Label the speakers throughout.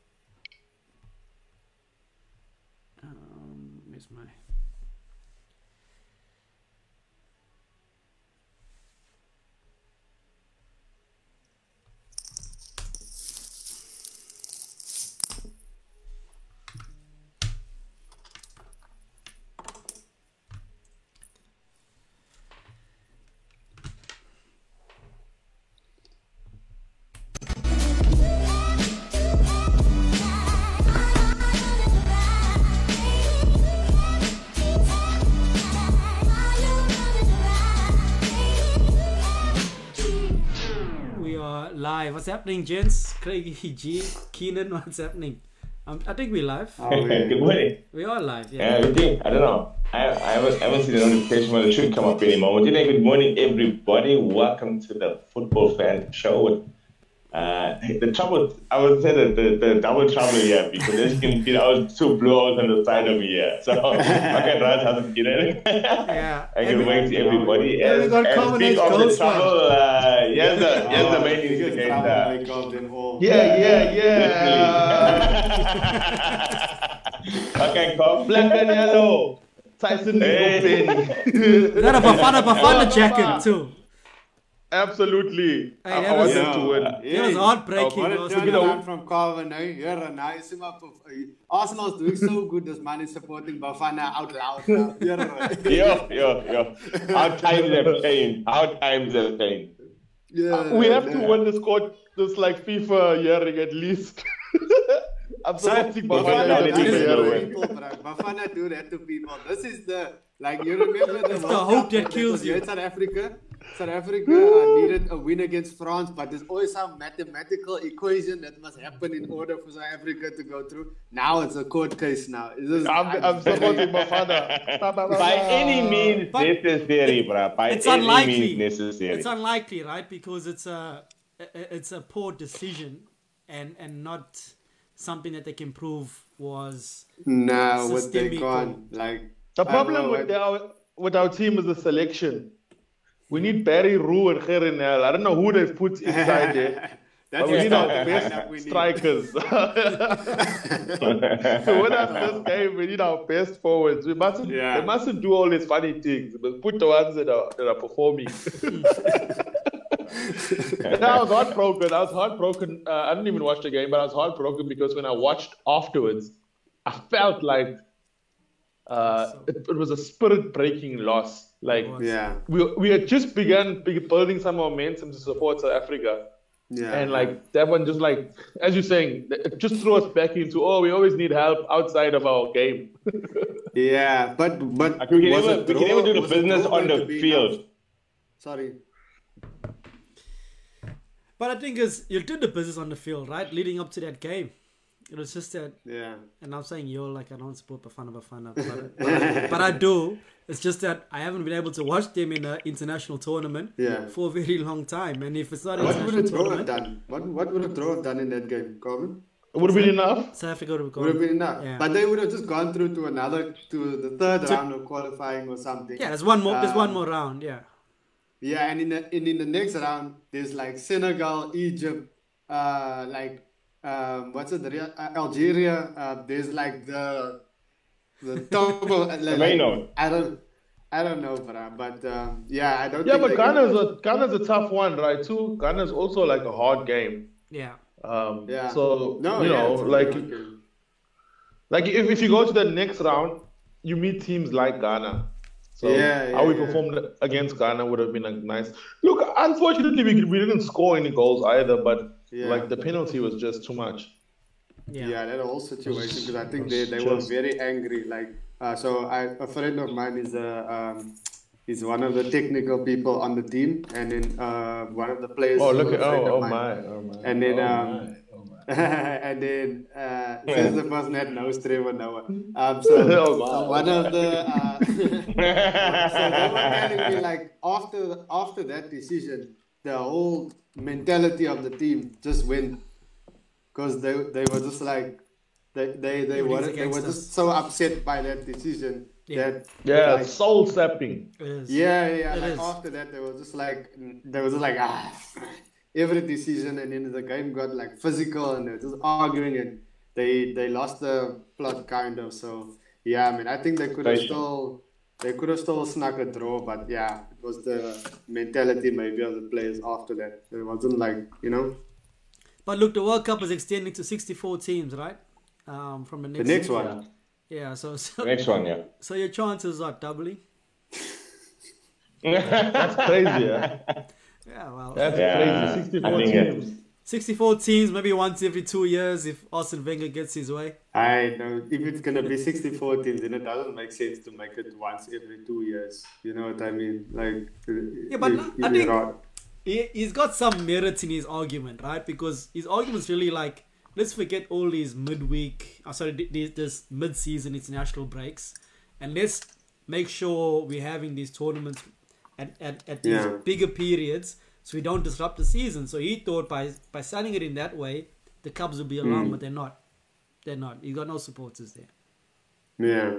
Speaker 1: is Um, my. We are live. What's happening, gents? Craigie G, Keenan, what's happening? Um, I think we're live.
Speaker 2: Good morning.
Speaker 1: We are live, yeah.
Speaker 2: Yeah, we did. I don't know. I, I, haven't, I haven't seen the notification when it should come up anymore. But today, good morning, everybody. Welcome to the Football Fan Show. And, uh, the trouble, I would say that the, the double trouble here because as you can see, I was two blue holes on the side over here. So I can not how to get it.
Speaker 1: Yeah.
Speaker 2: I can wait to everybody.
Speaker 1: Yeah, we
Speaker 2: And,
Speaker 1: got
Speaker 2: and
Speaker 1: common
Speaker 2: speak
Speaker 1: age
Speaker 2: of
Speaker 1: goals,
Speaker 2: the trouble, uh, here's the, here's
Speaker 3: Oh,
Speaker 2: the main
Speaker 3: Here's the
Speaker 2: instigator.
Speaker 3: problem I got them all.
Speaker 2: Yeah, yeah,
Speaker 4: yeah.
Speaker 2: okay, come.
Speaker 4: Black and yellow. Tyson
Speaker 2: Hey.
Speaker 1: We got a Bafana
Speaker 2: Oh,
Speaker 1: Bafana jacket, too.
Speaker 4: Absolutely.
Speaker 1: Hey,
Speaker 4: I,
Speaker 1: that
Speaker 4: I want
Speaker 1: was-
Speaker 4: them to win.
Speaker 1: It was
Speaker 2: Oh,
Speaker 1: heartbreaking.
Speaker 3: What
Speaker 1: It
Speaker 3: a
Speaker 1: was
Speaker 3: turnaround from Carver now. You're a nice Arsenal's doing so good. This man is supporting Bafana out loud now. You're right.
Speaker 2: Yo, yo, yo. How times have changed. How times have changed.
Speaker 3: Yeah,
Speaker 4: We have to
Speaker 3: yeah.
Speaker 4: win this court this like FIFA yearing at least. I'm supporting
Speaker 2: We're
Speaker 3: Bafana
Speaker 2: going down in
Speaker 4: Bafana
Speaker 2: England,
Speaker 3: do
Speaker 2: by the
Speaker 3: that to
Speaker 2: way.
Speaker 3: people, bro. Bafana do that to people. This is the like you remember the
Speaker 1: It's the
Speaker 3: World
Speaker 1: hope
Speaker 3: Cup
Speaker 1: that kills
Speaker 3: was
Speaker 1: you.
Speaker 3: here in South Africa. South Africa uh, needed a win against France, but there's always some mathematical equation that must happen in order for South Africa to go through. Now it's a court case. Now This is-
Speaker 4: I'm, I'm supporting Bafana. Ba, ba, ba,
Speaker 2: By
Speaker 4: ba.
Speaker 2: any means
Speaker 1: But-
Speaker 2: necessary, bruh. By
Speaker 1: it's
Speaker 2: any
Speaker 1: unlikely.
Speaker 2: means necessary.
Speaker 1: It's unlikely, right? Because it's a i- i- it's a poor decision, and and not something that they can prove was.
Speaker 3: No, what they
Speaker 1: Systemic
Speaker 3: can't like.
Speaker 4: The
Speaker 3: I
Speaker 4: problem
Speaker 3: don't
Speaker 4: with
Speaker 3: know,
Speaker 4: our with our team is the selection. We need Barry Roo and Gerinel. I don't know who they've put inside there.
Speaker 3: That's
Speaker 4: But we need our
Speaker 3: the lineup we
Speaker 4: best
Speaker 3: need.
Speaker 4: strikers. to win us this game, we need our best forwards. We mustn't.
Speaker 3: Yeah.
Speaker 4: They mustn't do all these funny things. But put the ones that are that are performing. and I was heartbroken. I was heartbroken. Uh, I didn't even watch the game, but I was heartbroken because when I watched afterwards, I felt like uh, it, it was a spirit breaking loss. Like
Speaker 1: was.
Speaker 3: Yeah,
Speaker 4: we we had just begun big- building some momentum to support South Africa.
Speaker 3: yeah.
Speaker 4: And like that one, just like as you're saying, it just threw us back into oh, we always need help outside of our game.
Speaker 3: yeah, but but
Speaker 2: Like, we can
Speaker 3: was
Speaker 2: never,
Speaker 3: it
Speaker 2: we can never
Speaker 3: draw-
Speaker 2: do the
Speaker 3: was it
Speaker 2: business
Speaker 3: draw
Speaker 2: on
Speaker 3: going
Speaker 2: the
Speaker 3: to be
Speaker 2: field.
Speaker 3: enough? Sorry.
Speaker 1: But I think is you did the business on the field, right? Leading up to that game, it was just that.
Speaker 3: Yeah.
Speaker 1: And I'm saying you're like I don't support Bafana Bafana, but, but, but I do. It's just that I haven't been able to watch them in an international tournament
Speaker 3: Yeah.
Speaker 1: for a very long time. And if it's not an
Speaker 3: What would
Speaker 1: international
Speaker 3: a draw have
Speaker 1: tournament,
Speaker 3: done? What what would a draw have done in that game, Corbin?
Speaker 4: Would have been enough.
Speaker 1: South Africa would have
Speaker 3: Would have
Speaker 1: gone.
Speaker 3: been enough.
Speaker 1: Yeah.
Speaker 3: But they would have just gone through to another to the third round of qualifying or something.
Speaker 1: Yeah, there's one more. there's one
Speaker 3: Um,
Speaker 1: more round. Yeah.
Speaker 3: Yeah, and in the and in the next round, there's like Senegal, Egypt, uh, like um, what's it, the real- uh, Algeria. Uh, there's like the the Togo. uh, like,
Speaker 2: main one.
Speaker 3: I don't, I don't know, but uh, but um, yeah, I don't.
Speaker 4: Yeah,
Speaker 3: think
Speaker 4: but
Speaker 3: they can-
Speaker 4: Ghana's a Ghana's a tough one, right? Too Ghana's also like a hard game.
Speaker 1: Yeah.
Speaker 4: Um,
Speaker 3: Yeah.
Speaker 4: So
Speaker 3: No,
Speaker 4: you
Speaker 3: yeah,
Speaker 4: know,
Speaker 3: it's a
Speaker 4: like
Speaker 3: good game.
Speaker 4: like if, if you go to the next round, you meet teams like Ghana. So
Speaker 3: Yeah, yeah,
Speaker 4: how we
Speaker 3: yeah.
Speaker 4: performed against Ghana would have been like nice. Look, unfortunately, we, we didn't score any goals either, but
Speaker 3: Yeah.
Speaker 4: like the penalty was just too much.
Speaker 1: Yeah.
Speaker 3: Yeah. that whole situation because I think they, they were
Speaker 4: Just-
Speaker 3: very angry. Like, uh, so I, a friend of mine is a um, is one of the technical people on the team, and then uh, one of the players.
Speaker 4: Oh
Speaker 3: is
Speaker 4: look!
Speaker 3: a
Speaker 4: at
Speaker 3: friend
Speaker 4: Oh,
Speaker 3: of
Speaker 4: oh
Speaker 3: mine.
Speaker 4: my! Oh my!
Speaker 3: And then,
Speaker 4: oh
Speaker 3: um,
Speaker 4: my, oh my.
Speaker 3: and then uh, since the person that knows Trevor Noah, um, so,
Speaker 4: Oh, wow.
Speaker 3: so one of the uh, so they were telling me like after after that decision, the whole mentality of the team just went because they they were just like they they they were
Speaker 1: Everything's
Speaker 3: they were
Speaker 1: against us.
Speaker 3: just so upset by that decision
Speaker 1: Yeah.
Speaker 3: that
Speaker 4: Yeah,
Speaker 3: like,
Speaker 4: soul sapping.
Speaker 1: It is.
Speaker 3: yeah, yeah.
Speaker 1: It
Speaker 3: Like
Speaker 1: is.
Speaker 3: after that, they were just like they were just like ah, every decision, and then the game got like physical, and they were just arguing, and they they lost the plot kind of. So Yeah, I mean, I think they could have
Speaker 2: Patient.
Speaker 3: still they could have still snuck a draw, but yeah, it was the mentality maybe of the players after that. It wasn't like you know
Speaker 1: But look, the World Cup is extending to 64 teams, right? Um, from the
Speaker 3: the
Speaker 1: next,
Speaker 3: next one.
Speaker 1: Yeah, so so,
Speaker 2: Next one, yeah.
Speaker 1: so your chances are doubling.
Speaker 4: That's crazy. Yeah.
Speaker 1: Yeah, well,
Speaker 4: That's
Speaker 2: Yeah,
Speaker 4: crazy.
Speaker 2: I
Speaker 4: 64
Speaker 2: think it-
Speaker 4: teams.
Speaker 1: 64 teams, maybe once every two years if Arsene Wenger gets his way.
Speaker 3: I know if it's gonna be 64 teams, then it doesn't make sense to make it once every two years. You know what I mean? Like yeah,
Speaker 1: but no- I think- He, he's got some merit in his argument, right? Because his argument's really like, let's forget all these midweek, oh, sorry, th- th- this mid-season international breaks, and let's make sure we're having these tournaments at, at, at these
Speaker 3: Yeah.
Speaker 1: bigger periods so we don't disrupt the season. So he thought by, by signing it in that way, the Cubs will be
Speaker 3: Mm.
Speaker 1: around, but they're not. They're not. He's got no supporters there.
Speaker 3: yeah.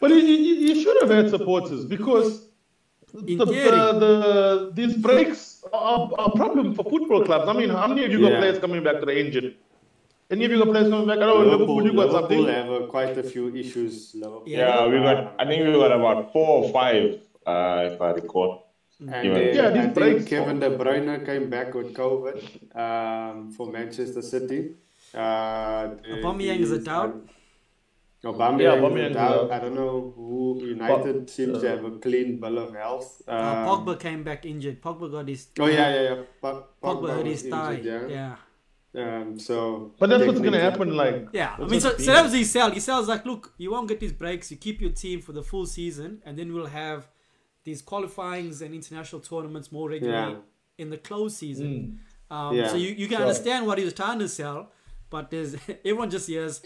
Speaker 4: But you, you, you should have had supporters because
Speaker 1: In
Speaker 4: the,
Speaker 1: theory.
Speaker 4: the, the, these breaks are are a problem for football clubs. I mean, how many of you got
Speaker 3: Yeah.
Speaker 4: players coming back to the engine? Any of you got players coming back? I know Oh, Liverpool,
Speaker 3: Liverpool,
Speaker 4: you got
Speaker 3: Liverpool
Speaker 4: something.
Speaker 3: have uh, quite a few issues. Liverpool.
Speaker 2: Yeah, we got. I think we got about four or five, uh, if I recall.
Speaker 3: And
Speaker 2: Yeah.
Speaker 3: then
Speaker 4: Yeah,
Speaker 3: I
Speaker 4: these
Speaker 3: think
Speaker 4: breaks-
Speaker 3: Kevin De Bruyne came back with COVID um, for Manchester City. Uh, the-
Speaker 1: Aubameyang is a doubt.
Speaker 3: Aubameyang
Speaker 4: Yeah,
Speaker 3: is
Speaker 4: Aubameyang
Speaker 3: a
Speaker 4: is a
Speaker 3: doubt.
Speaker 4: doubt.
Speaker 3: I don't know who United
Speaker 4: But,
Speaker 3: seems to
Speaker 4: uh,
Speaker 3: have a clean bill of health. Um,
Speaker 1: Uh, Pogba came back injured. Pogba got his.
Speaker 3: Oh yeah, yeah, yeah. Pog-
Speaker 1: Pogba,
Speaker 3: Pogba
Speaker 1: hurt
Speaker 3: was
Speaker 1: his thigh.
Speaker 3: injured,
Speaker 1: yeah.
Speaker 3: Um, so.
Speaker 4: But that's what's going to
Speaker 3: technically-
Speaker 4: happen. Like,
Speaker 1: Yeah, I
Speaker 4: That's
Speaker 1: mean, so,
Speaker 4: what's
Speaker 1: so that
Speaker 4: been-
Speaker 1: was his sell. He sells like, look, you won't get these breaks. You keep your team for the full season, and then we'll have these qualifyings and international tournaments more regularly
Speaker 3: Yeah. Mm.
Speaker 1: in the close season. Um,
Speaker 3: Yeah,
Speaker 1: So you, you can
Speaker 4: sure.
Speaker 1: understand what he was trying to sell, but there's everyone just hears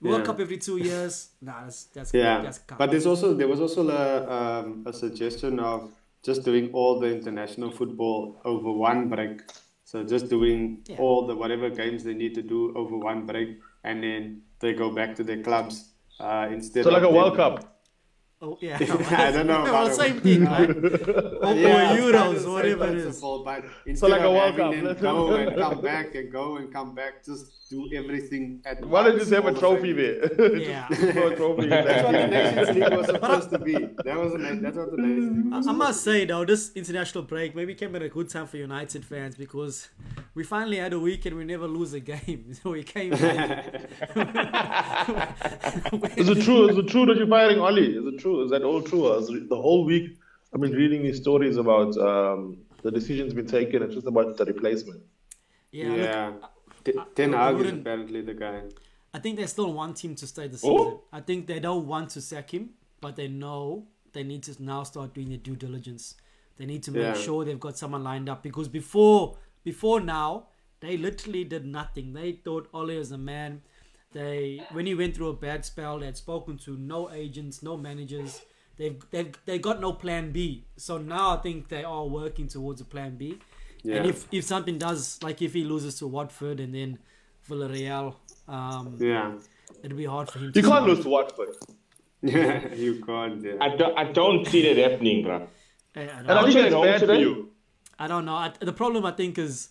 Speaker 1: World
Speaker 3: Yeah.
Speaker 1: Cup every two years. Nah, that's that's
Speaker 3: Yeah,
Speaker 1: that's cup.
Speaker 3: but there's also there was also a, um, a suggestion of just doing all the international football over one break. So just doing
Speaker 1: Yeah.
Speaker 3: all the whatever games they need to do over one break, and then they go back to their clubs uh, instead.
Speaker 4: so like a
Speaker 3: of
Speaker 4: World
Speaker 3: them-
Speaker 4: Cup.
Speaker 1: oh, yeah,
Speaker 3: I don't know
Speaker 1: well,
Speaker 3: about
Speaker 1: same
Speaker 3: it.
Speaker 1: thing, right? or,
Speaker 3: Yeah,
Speaker 1: or
Speaker 3: kind of
Speaker 1: Euros,
Speaker 3: same
Speaker 1: whatever it is.
Speaker 3: principle, But instead
Speaker 4: like a
Speaker 3: of
Speaker 4: World
Speaker 3: having
Speaker 4: Cup,
Speaker 3: them go
Speaker 4: let's-
Speaker 3: and come back and go and come back, just do everything at
Speaker 4: Why don't you
Speaker 3: once,
Speaker 4: just have
Speaker 3: all
Speaker 4: a
Speaker 3: the
Speaker 4: trophy
Speaker 3: same.
Speaker 4: there? Just
Speaker 1: Yeah.
Speaker 4: throw a trophy.
Speaker 3: That's what
Speaker 4: That's
Speaker 3: the Nations League was supposed to be. That was the, that's what the Nations League.
Speaker 1: I I must say though, this international break maybe came at a good time for United fans because we finally had a weekend we never lose a game. So we came back.
Speaker 4: Is it true? Is it true that you're firing Ollie? Is it true? Is that all true? I was re- the whole week I've been reading these stories about um, the decisions been taken. It's just about the replacement.
Speaker 1: Yeah, look, uh,
Speaker 3: yeah. T- Ten Hag is
Speaker 1: wouldn't-
Speaker 3: apparently the guy.
Speaker 1: I think they still want him to stay the season.
Speaker 4: Oh.
Speaker 1: I think they don't want to sack him, but they know they need to now start doing their due diligence. They need to make
Speaker 3: Yeah.
Speaker 1: sure they've got someone lined up because before before now they literally did nothing. They thought Ole is a man. They when he went through a bad spell, they had spoken to no agents, no managers. They've they've they got no plan B. So now I think they are working towards a plan B.
Speaker 3: Yeah.
Speaker 1: And if if something does like if he loses to Watford and then Villarreal, um,
Speaker 3: Yeah.
Speaker 1: It'd be hard for him.
Speaker 4: You
Speaker 1: to
Speaker 4: can't lose to Watford.
Speaker 3: Yeah, you can't. Yeah.
Speaker 2: I don't, I don't see that happening, bro.
Speaker 1: Eh, I, I
Speaker 4: And I
Speaker 1: don't,
Speaker 2: Watford
Speaker 4: think that's
Speaker 2: at home
Speaker 4: bad for
Speaker 2: today?
Speaker 4: you.
Speaker 1: I don't know. I, the problem I think is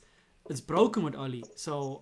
Speaker 1: it's broken with Oli. So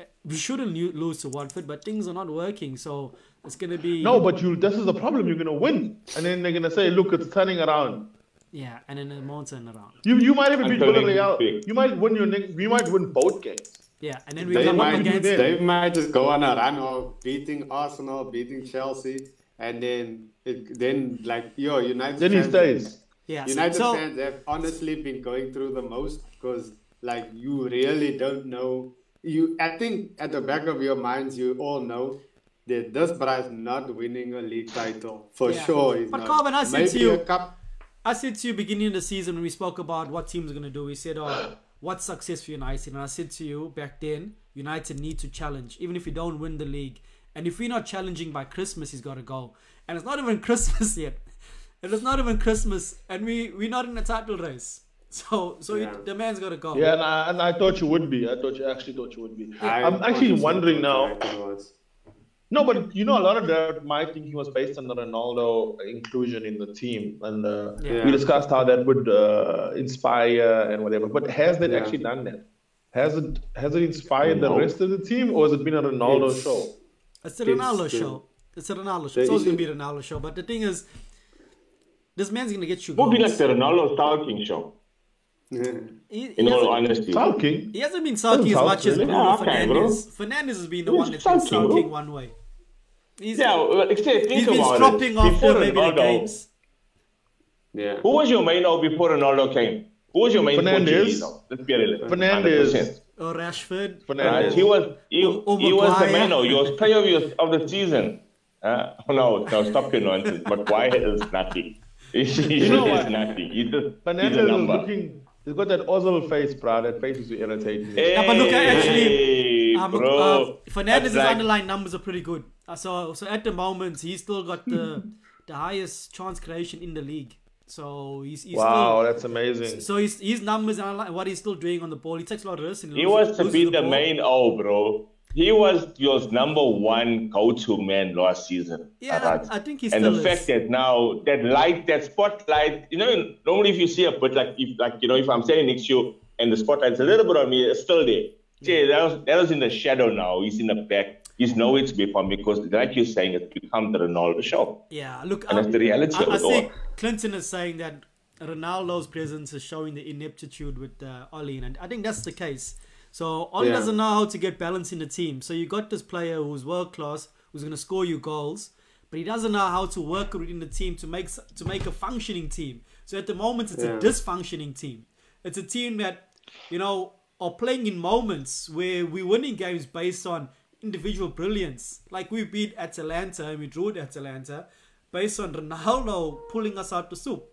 Speaker 1: uh, we shouldn't lo- lose to Watford, but things are not working. So it's gonna be
Speaker 4: No, but you. This is the problem. You're gonna win, and then they're gonna say, "Look, it's turning around."
Speaker 1: yeah, and then a mountain around.
Speaker 4: You you might even beat
Speaker 2: Until they
Speaker 4: Villarreal.
Speaker 2: pick.
Speaker 4: You might win your next. You might win both games.
Speaker 1: Yeah, and then we
Speaker 3: They
Speaker 1: come up
Speaker 3: might,
Speaker 1: against.
Speaker 4: do that.
Speaker 3: they might just go on a run of beating Arsenal, beating Chelsea, and then it, then like yo United.
Speaker 4: Then he
Speaker 3: fans-
Speaker 4: stays.
Speaker 1: Yeah,
Speaker 3: United
Speaker 1: so
Speaker 3: fans have honestly been going through the most because, like, you really don't know. You, I think, at the back of your minds, you all know that this Braz not winning a league title for
Speaker 1: Yeah.
Speaker 3: sure. Is
Speaker 1: But
Speaker 3: not.
Speaker 1: Carvin, I said
Speaker 3: Maybe
Speaker 1: to you-
Speaker 3: a cup.
Speaker 1: I said to you beginning of the season when we spoke about what teams are gonna do, we said, "Oh, what's success for United?" And I said to you back then, United need to challenge, even if you don't win the league. And if we're not challenging by Christmas, he's got to go. And it's not even Christmas yet. And it's not even Christmas, and we we're not in a title race. So so
Speaker 3: Yeah.
Speaker 1: it, the man's got to go.
Speaker 4: Yeah, and I, and I thought you would be. I thought you actually thought you would be.
Speaker 3: I
Speaker 4: I'm actually
Speaker 3: honestly
Speaker 4: wondering now.
Speaker 3: thought it was.
Speaker 4: No, but you know, a lot of that, my thinking was based on the Ronaldo inclusion in the team, and uh,
Speaker 1: Yeah.
Speaker 4: we discussed how that would uh, inspire and whatever. But has that
Speaker 3: Yeah.
Speaker 4: actually done that? Has it has it inspired the rest of the team, or has it been a Ronaldo
Speaker 3: It's-
Speaker 4: show?
Speaker 1: It's the Ronaldo
Speaker 3: It's the-
Speaker 1: show. It's a Ronaldo show. It's always going to be a Ronaldo show. But the thing is, this man's going to get you.
Speaker 2: Would be
Speaker 1: goals.
Speaker 2: like the Ronaldo stalking show.
Speaker 1: He- he
Speaker 2: In all
Speaker 1: hasn't-
Speaker 2: honesty,
Speaker 4: Talking.
Speaker 1: He hasn't been sulking as
Speaker 4: Doesn't
Speaker 1: much as
Speaker 4: sound
Speaker 1: Bruno
Speaker 2: really. Yeah, Ah, okay, bro.
Speaker 1: Fernandez. Fernandez has been the
Speaker 2: He's
Speaker 1: one that's been
Speaker 2: sulking,
Speaker 1: sulking
Speaker 2: bro.
Speaker 1: one way. He's,
Speaker 2: yeah. well, Except think
Speaker 1: he's been
Speaker 2: about
Speaker 1: dropping
Speaker 2: it.
Speaker 1: after
Speaker 2: Before
Speaker 1: maybe the
Speaker 2: Ronaldo,
Speaker 1: games.
Speaker 3: Yeah.
Speaker 2: who was your main out before Ronaldo came? Who was your main
Speaker 4: Fernandes.
Speaker 2: Portuguese out? Let's be realistic.
Speaker 4: Fernandes.
Speaker 2: 100%.
Speaker 1: Or Oh, Rashford.
Speaker 2: Right,
Speaker 4: Fernandez.
Speaker 2: He was he,
Speaker 1: Um- um,
Speaker 2: he was the
Speaker 1: Maguire.
Speaker 2: man of your player of, your, of the season. Uh, no, no, stop your nonsense. But why is nothing? He's, he's,
Speaker 4: know
Speaker 2: he's
Speaker 4: what?
Speaker 2: nothing. He's just he's a
Speaker 4: Fernandez is
Speaker 2: number.
Speaker 4: looking. He's got that Ozil face, bro. That face is irritating.
Speaker 2: Hey,
Speaker 1: Yeah, but look, actually, Um,
Speaker 2: bro,
Speaker 1: uh, Fernandez's
Speaker 2: that's like-
Speaker 1: underlying numbers are pretty good. Uh, so, so at the moment, he's still got the the highest chance creation in the league. So he's, he's
Speaker 4: Wow,
Speaker 1: still.
Speaker 4: that's amazing.
Speaker 1: So his his numbers and like what he's still doing on the ball, he takes a lot of risks. and
Speaker 2: He
Speaker 1: loses-
Speaker 2: was to
Speaker 1: loses
Speaker 2: be the
Speaker 1: ball.
Speaker 2: main O, bro. He was your number one go-to man last season.
Speaker 1: Yeah,
Speaker 2: Ahmad.
Speaker 1: I think he
Speaker 2: And
Speaker 1: still
Speaker 2: the
Speaker 1: is.
Speaker 2: fact that now that light, that spotlight, you know, normally if you see a but like if like you know if I'm standing next to you and the spotlight's a little bit on me, it's still there. See, that was that was in the shadow now. He's in the back. He's nowhere to be found because, like you're saying, it's become the Ronaldo show.
Speaker 1: Yeah, look,
Speaker 2: And
Speaker 1: I,
Speaker 2: that's the reality
Speaker 1: I,
Speaker 2: of
Speaker 1: I
Speaker 2: it all.
Speaker 1: think Clinton is saying that Ronaldo's presence is showing the ineptitude with uh, Oli, and I think that's the case. So Oli
Speaker 3: Yeah.
Speaker 1: doesn't know how to get balance in the team. So you got this player who's world class, who's going to score you goals, but he doesn't know how to work within the team to make s- to make a functioning team. So at the moment, it's a
Speaker 3: Yeah.
Speaker 1: dysfunctioning team. It's a team that you know are playing in moments where we're winning games based on individual brilliance. Like we beat Atalanta and we drew at Atalanta based on Ronaldo pulling us out the soup.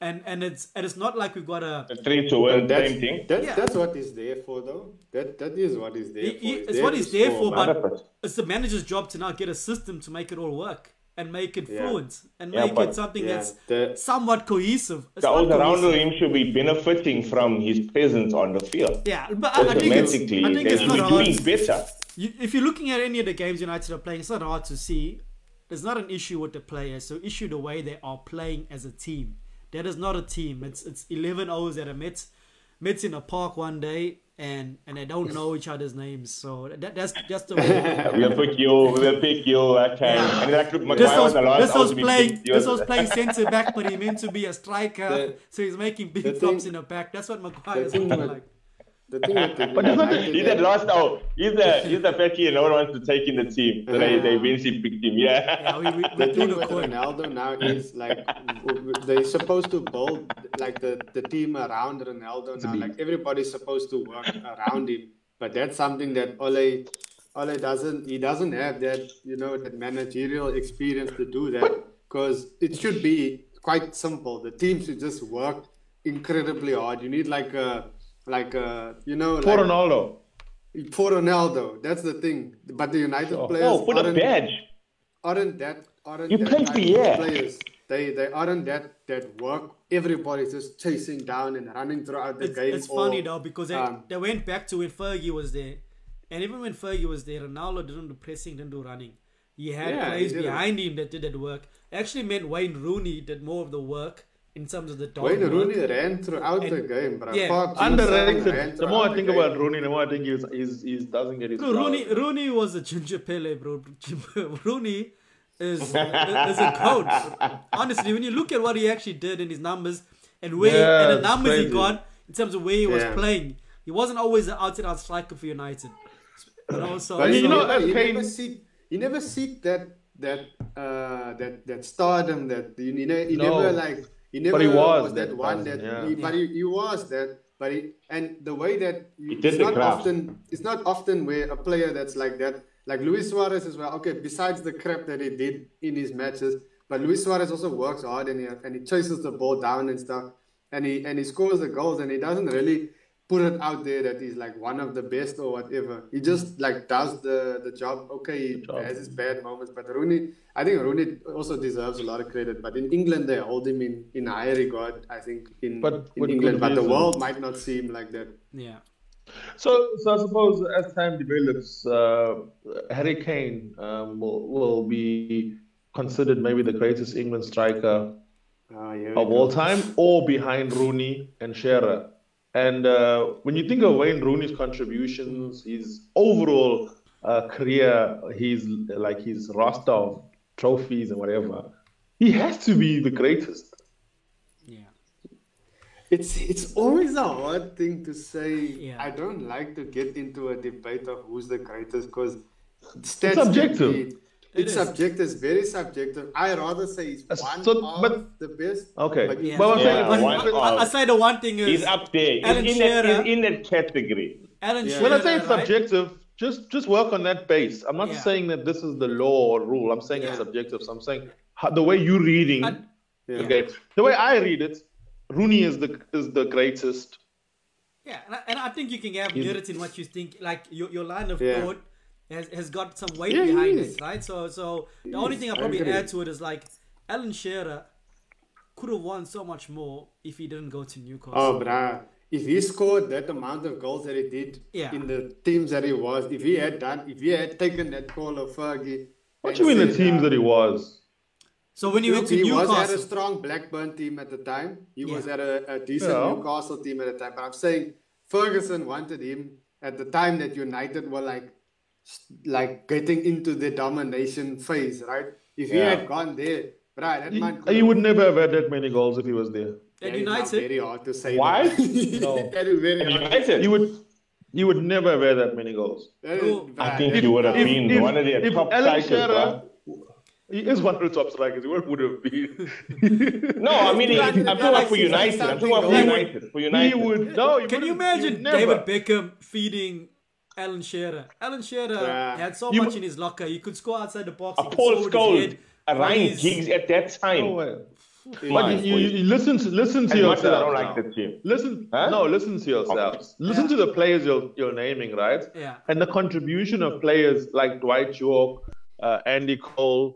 Speaker 1: And and it's and it's not like we've got a
Speaker 2: The three to one,
Speaker 3: That's,
Speaker 2: same thing.
Speaker 3: that,
Speaker 1: Yeah.
Speaker 3: that's what he's there for, though. That that is what he's there
Speaker 1: he-
Speaker 3: for.
Speaker 1: he-
Speaker 3: He's
Speaker 1: it's what
Speaker 3: to
Speaker 1: he's there
Speaker 3: score,
Speaker 1: for,
Speaker 3: man.
Speaker 1: but
Speaker 2: 100%.
Speaker 1: it's the manager's job to now get a system to make it all work and make it
Speaker 3: Yeah.
Speaker 1: fluent and
Speaker 2: Yeah,
Speaker 1: make
Speaker 2: but-
Speaker 1: it something
Speaker 3: yeah,
Speaker 1: that's
Speaker 3: the-
Speaker 1: somewhat cohesive. It's
Speaker 2: The
Speaker 1: not
Speaker 2: all around
Speaker 1: cohesive.
Speaker 2: him should be benefiting from his presence on the field.
Speaker 1: Yeah, but I, I think it's,
Speaker 2: Automatically,
Speaker 1: I think
Speaker 2: they
Speaker 1: it's
Speaker 2: should
Speaker 1: not
Speaker 2: be
Speaker 1: hard.
Speaker 2: doing better.
Speaker 1: You, if you're looking at any of the games United are playing, it's not hard to see. There's not an issue with the players, so issue the way they are playing as a team. That is not a team. It's it's 11 O's that are met, met in a park one day, and and they don't know each other's names. So that, that's that's the way.
Speaker 2: We'll pick you, we'll pick you, I can.
Speaker 1: Yeah.
Speaker 2: uh, And like, look,
Speaker 1: This
Speaker 2: Maguire
Speaker 1: was,
Speaker 2: was the last
Speaker 1: this
Speaker 2: out
Speaker 1: was
Speaker 2: to be
Speaker 1: playing
Speaker 2: picked. He
Speaker 1: this
Speaker 2: was-
Speaker 1: was playing centre back, but he meant to be a striker,
Speaker 3: The-
Speaker 1: so he's making big
Speaker 3: the
Speaker 1: flops in
Speaker 3: thing-
Speaker 1: the back. That's what Maguire is
Speaker 3: thing with-
Speaker 1: like.
Speaker 3: The thing with the
Speaker 4: it's not-
Speaker 3: United
Speaker 2: He's the
Speaker 3: that-
Speaker 2: last out. He's the he's the petty and no one wants to take in the team. So they, they eventually picked him. Yeah.
Speaker 1: Yeah, we, we,
Speaker 3: the
Speaker 1: we threw
Speaker 3: thing
Speaker 1: the
Speaker 3: with
Speaker 1: coin.
Speaker 3: Ronaldo now is like w- w- they're supposed to build like the, the team around Ronaldo now. Like everybody's supposed to work around him, but that's something that Ole Ole doesn't. He doesn't have that you know that managerial experience to do that because it should be quite simple. The team should just work incredibly hard. You need like a like a you know
Speaker 4: For
Speaker 3: like,
Speaker 4: Ronaldo.
Speaker 3: for Ronaldo. That's the thing. But the United players
Speaker 2: Oh, put a
Speaker 3: aren't-
Speaker 2: badge.
Speaker 3: aren't that aren't
Speaker 2: You
Speaker 3: that
Speaker 2: play
Speaker 3: type
Speaker 2: Pierre.
Speaker 3: of players. They they aren't that that work. Everybody's just chasing down and running throughout the
Speaker 1: it's,
Speaker 3: game.
Speaker 1: it's
Speaker 3: or-
Speaker 1: funny though because they,
Speaker 3: um,
Speaker 1: they went back to when Fergie was there, and even when Fergie was there, Ronaldo didn't do pressing, didn't do running. He had
Speaker 3: Yeah, he
Speaker 1: players
Speaker 3: didn't.
Speaker 1: behind him that did that work. Actually, meant Wayne Rooney did more of the work in terms of the dog
Speaker 3: Wayne
Speaker 1: work.
Speaker 3: Rooney ran throughout the game, bro.
Speaker 1: yeah,
Speaker 3: Park Ji-sung ran
Speaker 4: Underrated. The more
Speaker 3: throughout
Speaker 4: I think
Speaker 3: game.
Speaker 4: about Rooney, the more I think he's, he's, he doesn't get his.
Speaker 1: No,
Speaker 4: flowers.
Speaker 1: Rooney, Rooney was a ginger pele, bro. Rooney is, is a coach. Honestly, when you look at what he actually did in his numbers and where
Speaker 4: Yeah,
Speaker 1: and the
Speaker 4: it's
Speaker 1: numbers he
Speaker 4: crazy.
Speaker 1: got in terms of where he was
Speaker 3: Yeah.
Speaker 1: playing, he wasn't always an out and out striker for United. You know, so
Speaker 3: But
Speaker 4: mean, you
Speaker 3: you,
Speaker 4: know,
Speaker 3: never,
Speaker 4: that's
Speaker 3: you
Speaker 4: Kane-
Speaker 3: never see you never see that that uh, that that stardom that you, you know you
Speaker 4: No.
Speaker 3: never like you never
Speaker 4: But he was
Speaker 3: that,
Speaker 4: that
Speaker 3: one
Speaker 4: person,
Speaker 3: that
Speaker 4: yeah.
Speaker 3: he, but he, he was that but he, and the way that you,
Speaker 2: did
Speaker 3: it's
Speaker 2: the
Speaker 3: not
Speaker 2: craft.
Speaker 3: often it's not often where a player that's like that like Luis Suarez as well okay besides the crap that he did in his matches but Luis Suarez also works hard and he, and he chases the ball down and stuff and he and he scores the goals and he doesn't really put it out there that he's like one of the best or whatever. He just like does the, the job. Okay, he has his bad moments, but Rooney, I think Rooney also deserves a lot of credit. But in England, they hold him in, in high regard. I think in
Speaker 4: But
Speaker 3: in
Speaker 4: with
Speaker 3: England,
Speaker 4: good
Speaker 3: but the
Speaker 4: reason.
Speaker 3: world might not see him like that.
Speaker 1: yeah.
Speaker 4: So, so I suppose as time develops, uh, Harry Kane um, will, will be considered maybe the greatest England striker
Speaker 3: Oh, yeah.
Speaker 4: of all time, or behind Rooney and Shearer. And uh, when you think of Wayne Rooney's contributions, his overall uh, career, his like his roster of trophies and whatever. He has to be the greatest.
Speaker 1: Yeah.
Speaker 3: It's it's always a hard thing to say.
Speaker 1: Yeah.
Speaker 3: I don't like to get into a debate of who's the greatest because stats
Speaker 4: It's subjective.
Speaker 3: Can be,
Speaker 1: It
Speaker 3: it's
Speaker 1: is.
Speaker 3: subjective. It's very subjective. I rather say he's
Speaker 4: That's
Speaker 3: one
Speaker 4: so-
Speaker 3: of
Speaker 4: but-
Speaker 3: the best.
Speaker 4: Okay.
Speaker 3: But
Speaker 1: Yeah.
Speaker 4: But I'm
Speaker 2: Yeah,
Speaker 4: saying,
Speaker 2: one
Speaker 4: but-
Speaker 1: I, I say the one thing is
Speaker 2: He's up there. He's
Speaker 1: Alan
Speaker 2: in, that,
Speaker 1: Shearer.
Speaker 2: he's in that category.
Speaker 1: Alan
Speaker 3: Yeah.
Speaker 1: Shearer.
Speaker 4: when I say it's
Speaker 1: right?
Speaker 4: subjective, just just work on that base. I'm not
Speaker 1: Yeah.
Speaker 4: saying that this is the law or rule. I'm saying it's
Speaker 1: Yeah.
Speaker 4: subjective. So I'm saying how, the way you're reading
Speaker 1: I-
Speaker 3: Yeah.
Speaker 4: the game, the way I read it, Rooney is the is the greatest.
Speaker 1: Yeah, and I, and I think you can have merit in what you think. Like your, your line of
Speaker 3: Yeah.
Speaker 1: thought has, has got some weight
Speaker 3: Yeah, it
Speaker 1: behind
Speaker 3: is.
Speaker 1: it, right? So so the only thing I
Speaker 3: I
Speaker 1: probably
Speaker 3: agree.
Speaker 1: add to it is like Alan Shearer could have won so much more if he didn't go to Newcastle.
Speaker 3: Oh, bruh. If he scored that amount of goals that he did
Speaker 1: Yeah.
Speaker 3: in the teams that he was, if he had done, if he had taken that call of Fergie.
Speaker 4: What
Speaker 3: and
Speaker 4: do you mean the
Speaker 3: said,
Speaker 4: team
Speaker 3: uh,
Speaker 4: that he was?
Speaker 1: so when he went to
Speaker 3: he was at a
Speaker 1: Newcastle,
Speaker 3: strong Blackburn team at the time. He was
Speaker 1: Yeah.
Speaker 3: at a, a decent
Speaker 4: Yeah.
Speaker 3: Newcastle team at the time. But I'm saying Ferguson wanted him at the time that United were like, s- like getting into the domination phase, right? If he
Speaker 2: Yeah.
Speaker 3: had gone there, right, that man
Speaker 4: He, he would never have had that many goals if he was there.
Speaker 1: at
Speaker 3: Yeah, it's now
Speaker 1: United,
Speaker 3: Very hard to say.
Speaker 2: Why?
Speaker 3: that.
Speaker 4: No.
Speaker 3: that is very hard.
Speaker 2: United.
Speaker 4: He would he would never have had that many goals.
Speaker 3: That is-
Speaker 1: Bro,
Speaker 2: I
Speaker 3: bruh,
Speaker 2: think
Speaker 3: that-
Speaker 2: you would have
Speaker 4: If-
Speaker 2: been
Speaker 4: if-
Speaker 2: one of their
Speaker 4: if
Speaker 2: top
Speaker 4: Alan
Speaker 2: strikers.
Speaker 4: Shearer-
Speaker 2: bruh.
Speaker 4: He is one of the top strikers. He would would have been.
Speaker 2: No, I mean,
Speaker 3: Yeah,
Speaker 2: I'm talking about for
Speaker 3: Alexis,
Speaker 2: United. I'm talking about for
Speaker 3: something
Speaker 2: United. For
Speaker 4: he
Speaker 2: United.
Speaker 4: would. No, he
Speaker 1: can you
Speaker 4: wouldn't- he would
Speaker 1: imagine
Speaker 4: never.
Speaker 1: David Beckham feeding Alan Shearer? Alan Shearer
Speaker 3: Yeah.
Speaker 1: had so
Speaker 4: You-
Speaker 1: much in his locker. He could score outside the box.
Speaker 2: A
Speaker 1: he could
Speaker 2: Paul
Speaker 1: score with his
Speaker 2: Scholes,
Speaker 1: head,
Speaker 2: a Ryan
Speaker 1: with his-
Speaker 2: Giggs at that time.
Speaker 4: No way.
Speaker 2: Come
Speaker 4: But
Speaker 2: on,
Speaker 4: you, you,
Speaker 2: boys.
Speaker 4: you listen to listen to
Speaker 2: As much
Speaker 4: yourself.
Speaker 2: as I don't
Speaker 4: now.
Speaker 2: like the team.
Speaker 4: Listen,
Speaker 2: Huh?
Speaker 4: no, listen to yourselves. Listen to the players you're, you're naming, right?
Speaker 1: Yeah.
Speaker 4: And the contribution of players like Dwight York, uh, Andy Cole,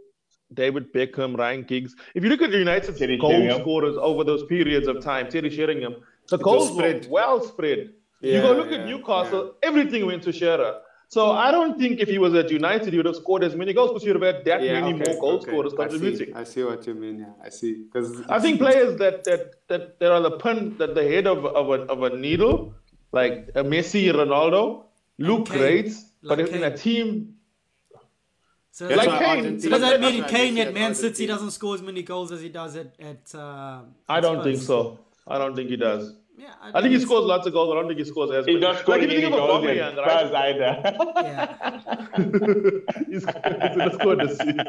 Speaker 4: David Beckham, Ryan Giggs. If you look at United's
Speaker 2: Terry
Speaker 4: goal
Speaker 2: Sheringham.
Speaker 4: scorers over those periods of time, Terry Sheringham, the
Speaker 3: was
Speaker 4: goals were
Speaker 3: spread.
Speaker 4: well spread. you
Speaker 3: Yeah,
Speaker 4: go look at
Speaker 3: yeah,
Speaker 4: Newcastle, everything went to Shearer. So I don't think if he was at United, he would have scored as many goals because he would have had that
Speaker 3: yeah,
Speaker 4: many
Speaker 3: okay,
Speaker 4: more goal
Speaker 3: okay.
Speaker 4: scorers
Speaker 3: I see-
Speaker 4: contributing.
Speaker 3: I see, what you mean. Yeah, I see. Because
Speaker 4: I think players that that that there are the pin that the head of of a, of a needle, like a Messi, Ronaldo, look
Speaker 1: Kane.
Speaker 4: great, but
Speaker 1: Like
Speaker 4: in a
Speaker 1: Kane.
Speaker 4: team
Speaker 1: So
Speaker 3: That's
Speaker 4: like
Speaker 3: why
Speaker 4: Kane,
Speaker 3: Argentina-
Speaker 1: So does that
Speaker 3: that's
Speaker 1: mean
Speaker 3: why
Speaker 1: Kane
Speaker 3: Messi
Speaker 1: at Man
Speaker 3: has
Speaker 1: City
Speaker 3: Argentina.
Speaker 1: doesn't score as many goals as he does at at? Uh,
Speaker 4: I don't think
Speaker 1: Spurs?
Speaker 4: so. I don't think he does.
Speaker 1: Yeah,
Speaker 4: I think he scores lots of goals. I don't think he scores as
Speaker 2: He
Speaker 4: many.
Speaker 2: does score
Speaker 4: like if you
Speaker 2: any
Speaker 4: think of
Speaker 2: goals at
Speaker 4: Aubameyang, right?
Speaker 2: Spurs either.
Speaker 1: Yeah,
Speaker 4: he's, he's gonna score this season.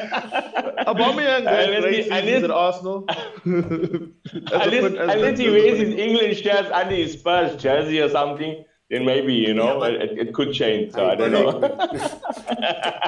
Speaker 4: Aubameyang
Speaker 2: Unless
Speaker 4: had great
Speaker 2: he- unless-
Speaker 4: seasons at Arsenal.
Speaker 2: At least, at least he wears his England shirts under his Spurs jersey or something. Then maybe, you know,
Speaker 1: Yeah, but-
Speaker 2: it, it could change. So I don't know.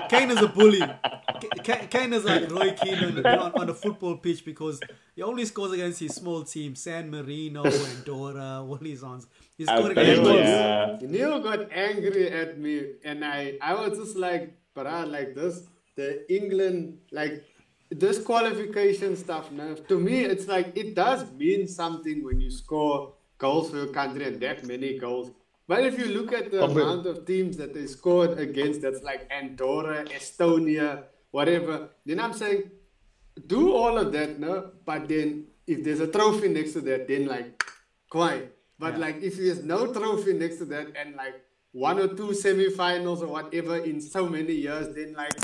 Speaker 1: Kane is a bully. Ka- Ka- Kane is like Roy Keane on, on, on a football pitch because he only scores against his small team, San Marino, Andorra, all these ones. He's scored against
Speaker 3: bet,
Speaker 1: goals.
Speaker 2: yeah.
Speaker 3: Neil got angry at me, and I, I was just like, bruh, like this, the England, like this qualification stuff. Now, to me, it's like it does mean something when you score goals for your country and that many goals. But if you look at the
Speaker 4: Compare-
Speaker 3: amount of teams that they scored against, that's like Andorra, Estonia, whatever. Then I'm saying, do all of that, no? But then if there's a trophy next to that, then like quiet. But like if there's no trophy next to that and like one or two semifinals or whatever in so many years, then like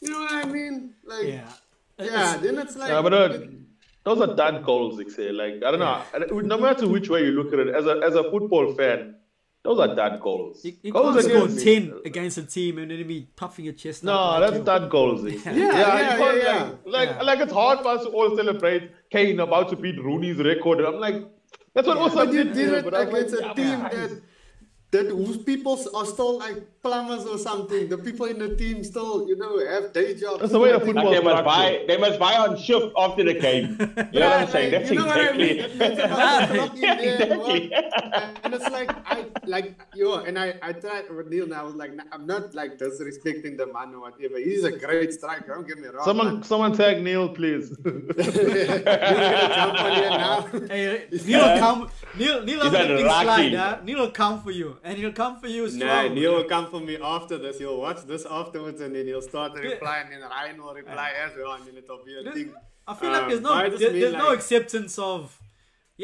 Speaker 3: you know what I mean? Like
Speaker 1: Yeah.
Speaker 3: yeah, then it's like
Speaker 4: Yeah, but uh, those are dud goals, like say. Like I don't know. I- No matter which way you look at it, as a as a football fan, those are dud goals.
Speaker 1: You, you
Speaker 4: goals
Speaker 1: can't score
Speaker 4: against-
Speaker 1: ten against a team and then be puffing your chest.
Speaker 4: No,
Speaker 1: out like
Speaker 4: that's
Speaker 1: you.
Speaker 4: dud goals. like.
Speaker 1: Yeah.
Speaker 3: Yeah, yeah,
Speaker 4: you can't,
Speaker 3: yeah,
Speaker 4: like,
Speaker 1: yeah.
Speaker 4: Like,
Speaker 1: Yeah.
Speaker 4: like it's hard for us to all celebrate Kane about to beat Rooney's record. I'm like, that's what also
Speaker 3: but you
Speaker 4: did.
Speaker 3: did
Speaker 4: know,
Speaker 3: it
Speaker 4: but I'm like,
Speaker 3: against a
Speaker 4: yeah,
Speaker 3: team
Speaker 4: but-
Speaker 3: that that whose people are still like plumbers or something. The people in the team still, you know, have day jobs.
Speaker 4: That's the way of
Speaker 3: Nothing-
Speaker 4: football.
Speaker 2: Like they must
Speaker 4: structure.
Speaker 2: buy. They must buy on shift after the game. You know what I'm saying?
Speaker 3: like,
Speaker 2: That's
Speaker 3: you know
Speaker 2: exactly.
Speaker 3: What I mean? It's
Speaker 1: Yeah,
Speaker 3: about clocking there and
Speaker 2: exactly.
Speaker 3: what- and it's like I like yo, and I I tried with Neil, and I was like, nah, I'm not like disrespecting the man or whatever. He's a great striker. Don't get me wrong.
Speaker 4: Someone,
Speaker 3: man.
Speaker 4: someone tag Neil, please.
Speaker 3: He's gonna jump on here now.
Speaker 1: Hey, Neil will come. Neil, Neil will
Speaker 2: He's
Speaker 1: let
Speaker 2: a
Speaker 1: things slide.
Speaker 2: Rocky.
Speaker 1: Huh? Neil will come for you, and he'll come for you strong.
Speaker 3: Nah, Neil will come for me after this. He'll watch this afterwards, and then he'll start to reply, and then Ryan will reply as well, and then it'll be a
Speaker 1: There's-
Speaker 3: thing.
Speaker 1: I feel like
Speaker 3: Um,
Speaker 1: there's
Speaker 3: but I
Speaker 1: no
Speaker 3: just
Speaker 1: there,
Speaker 3: mean,
Speaker 1: there's no
Speaker 3: like-
Speaker 1: acceptance of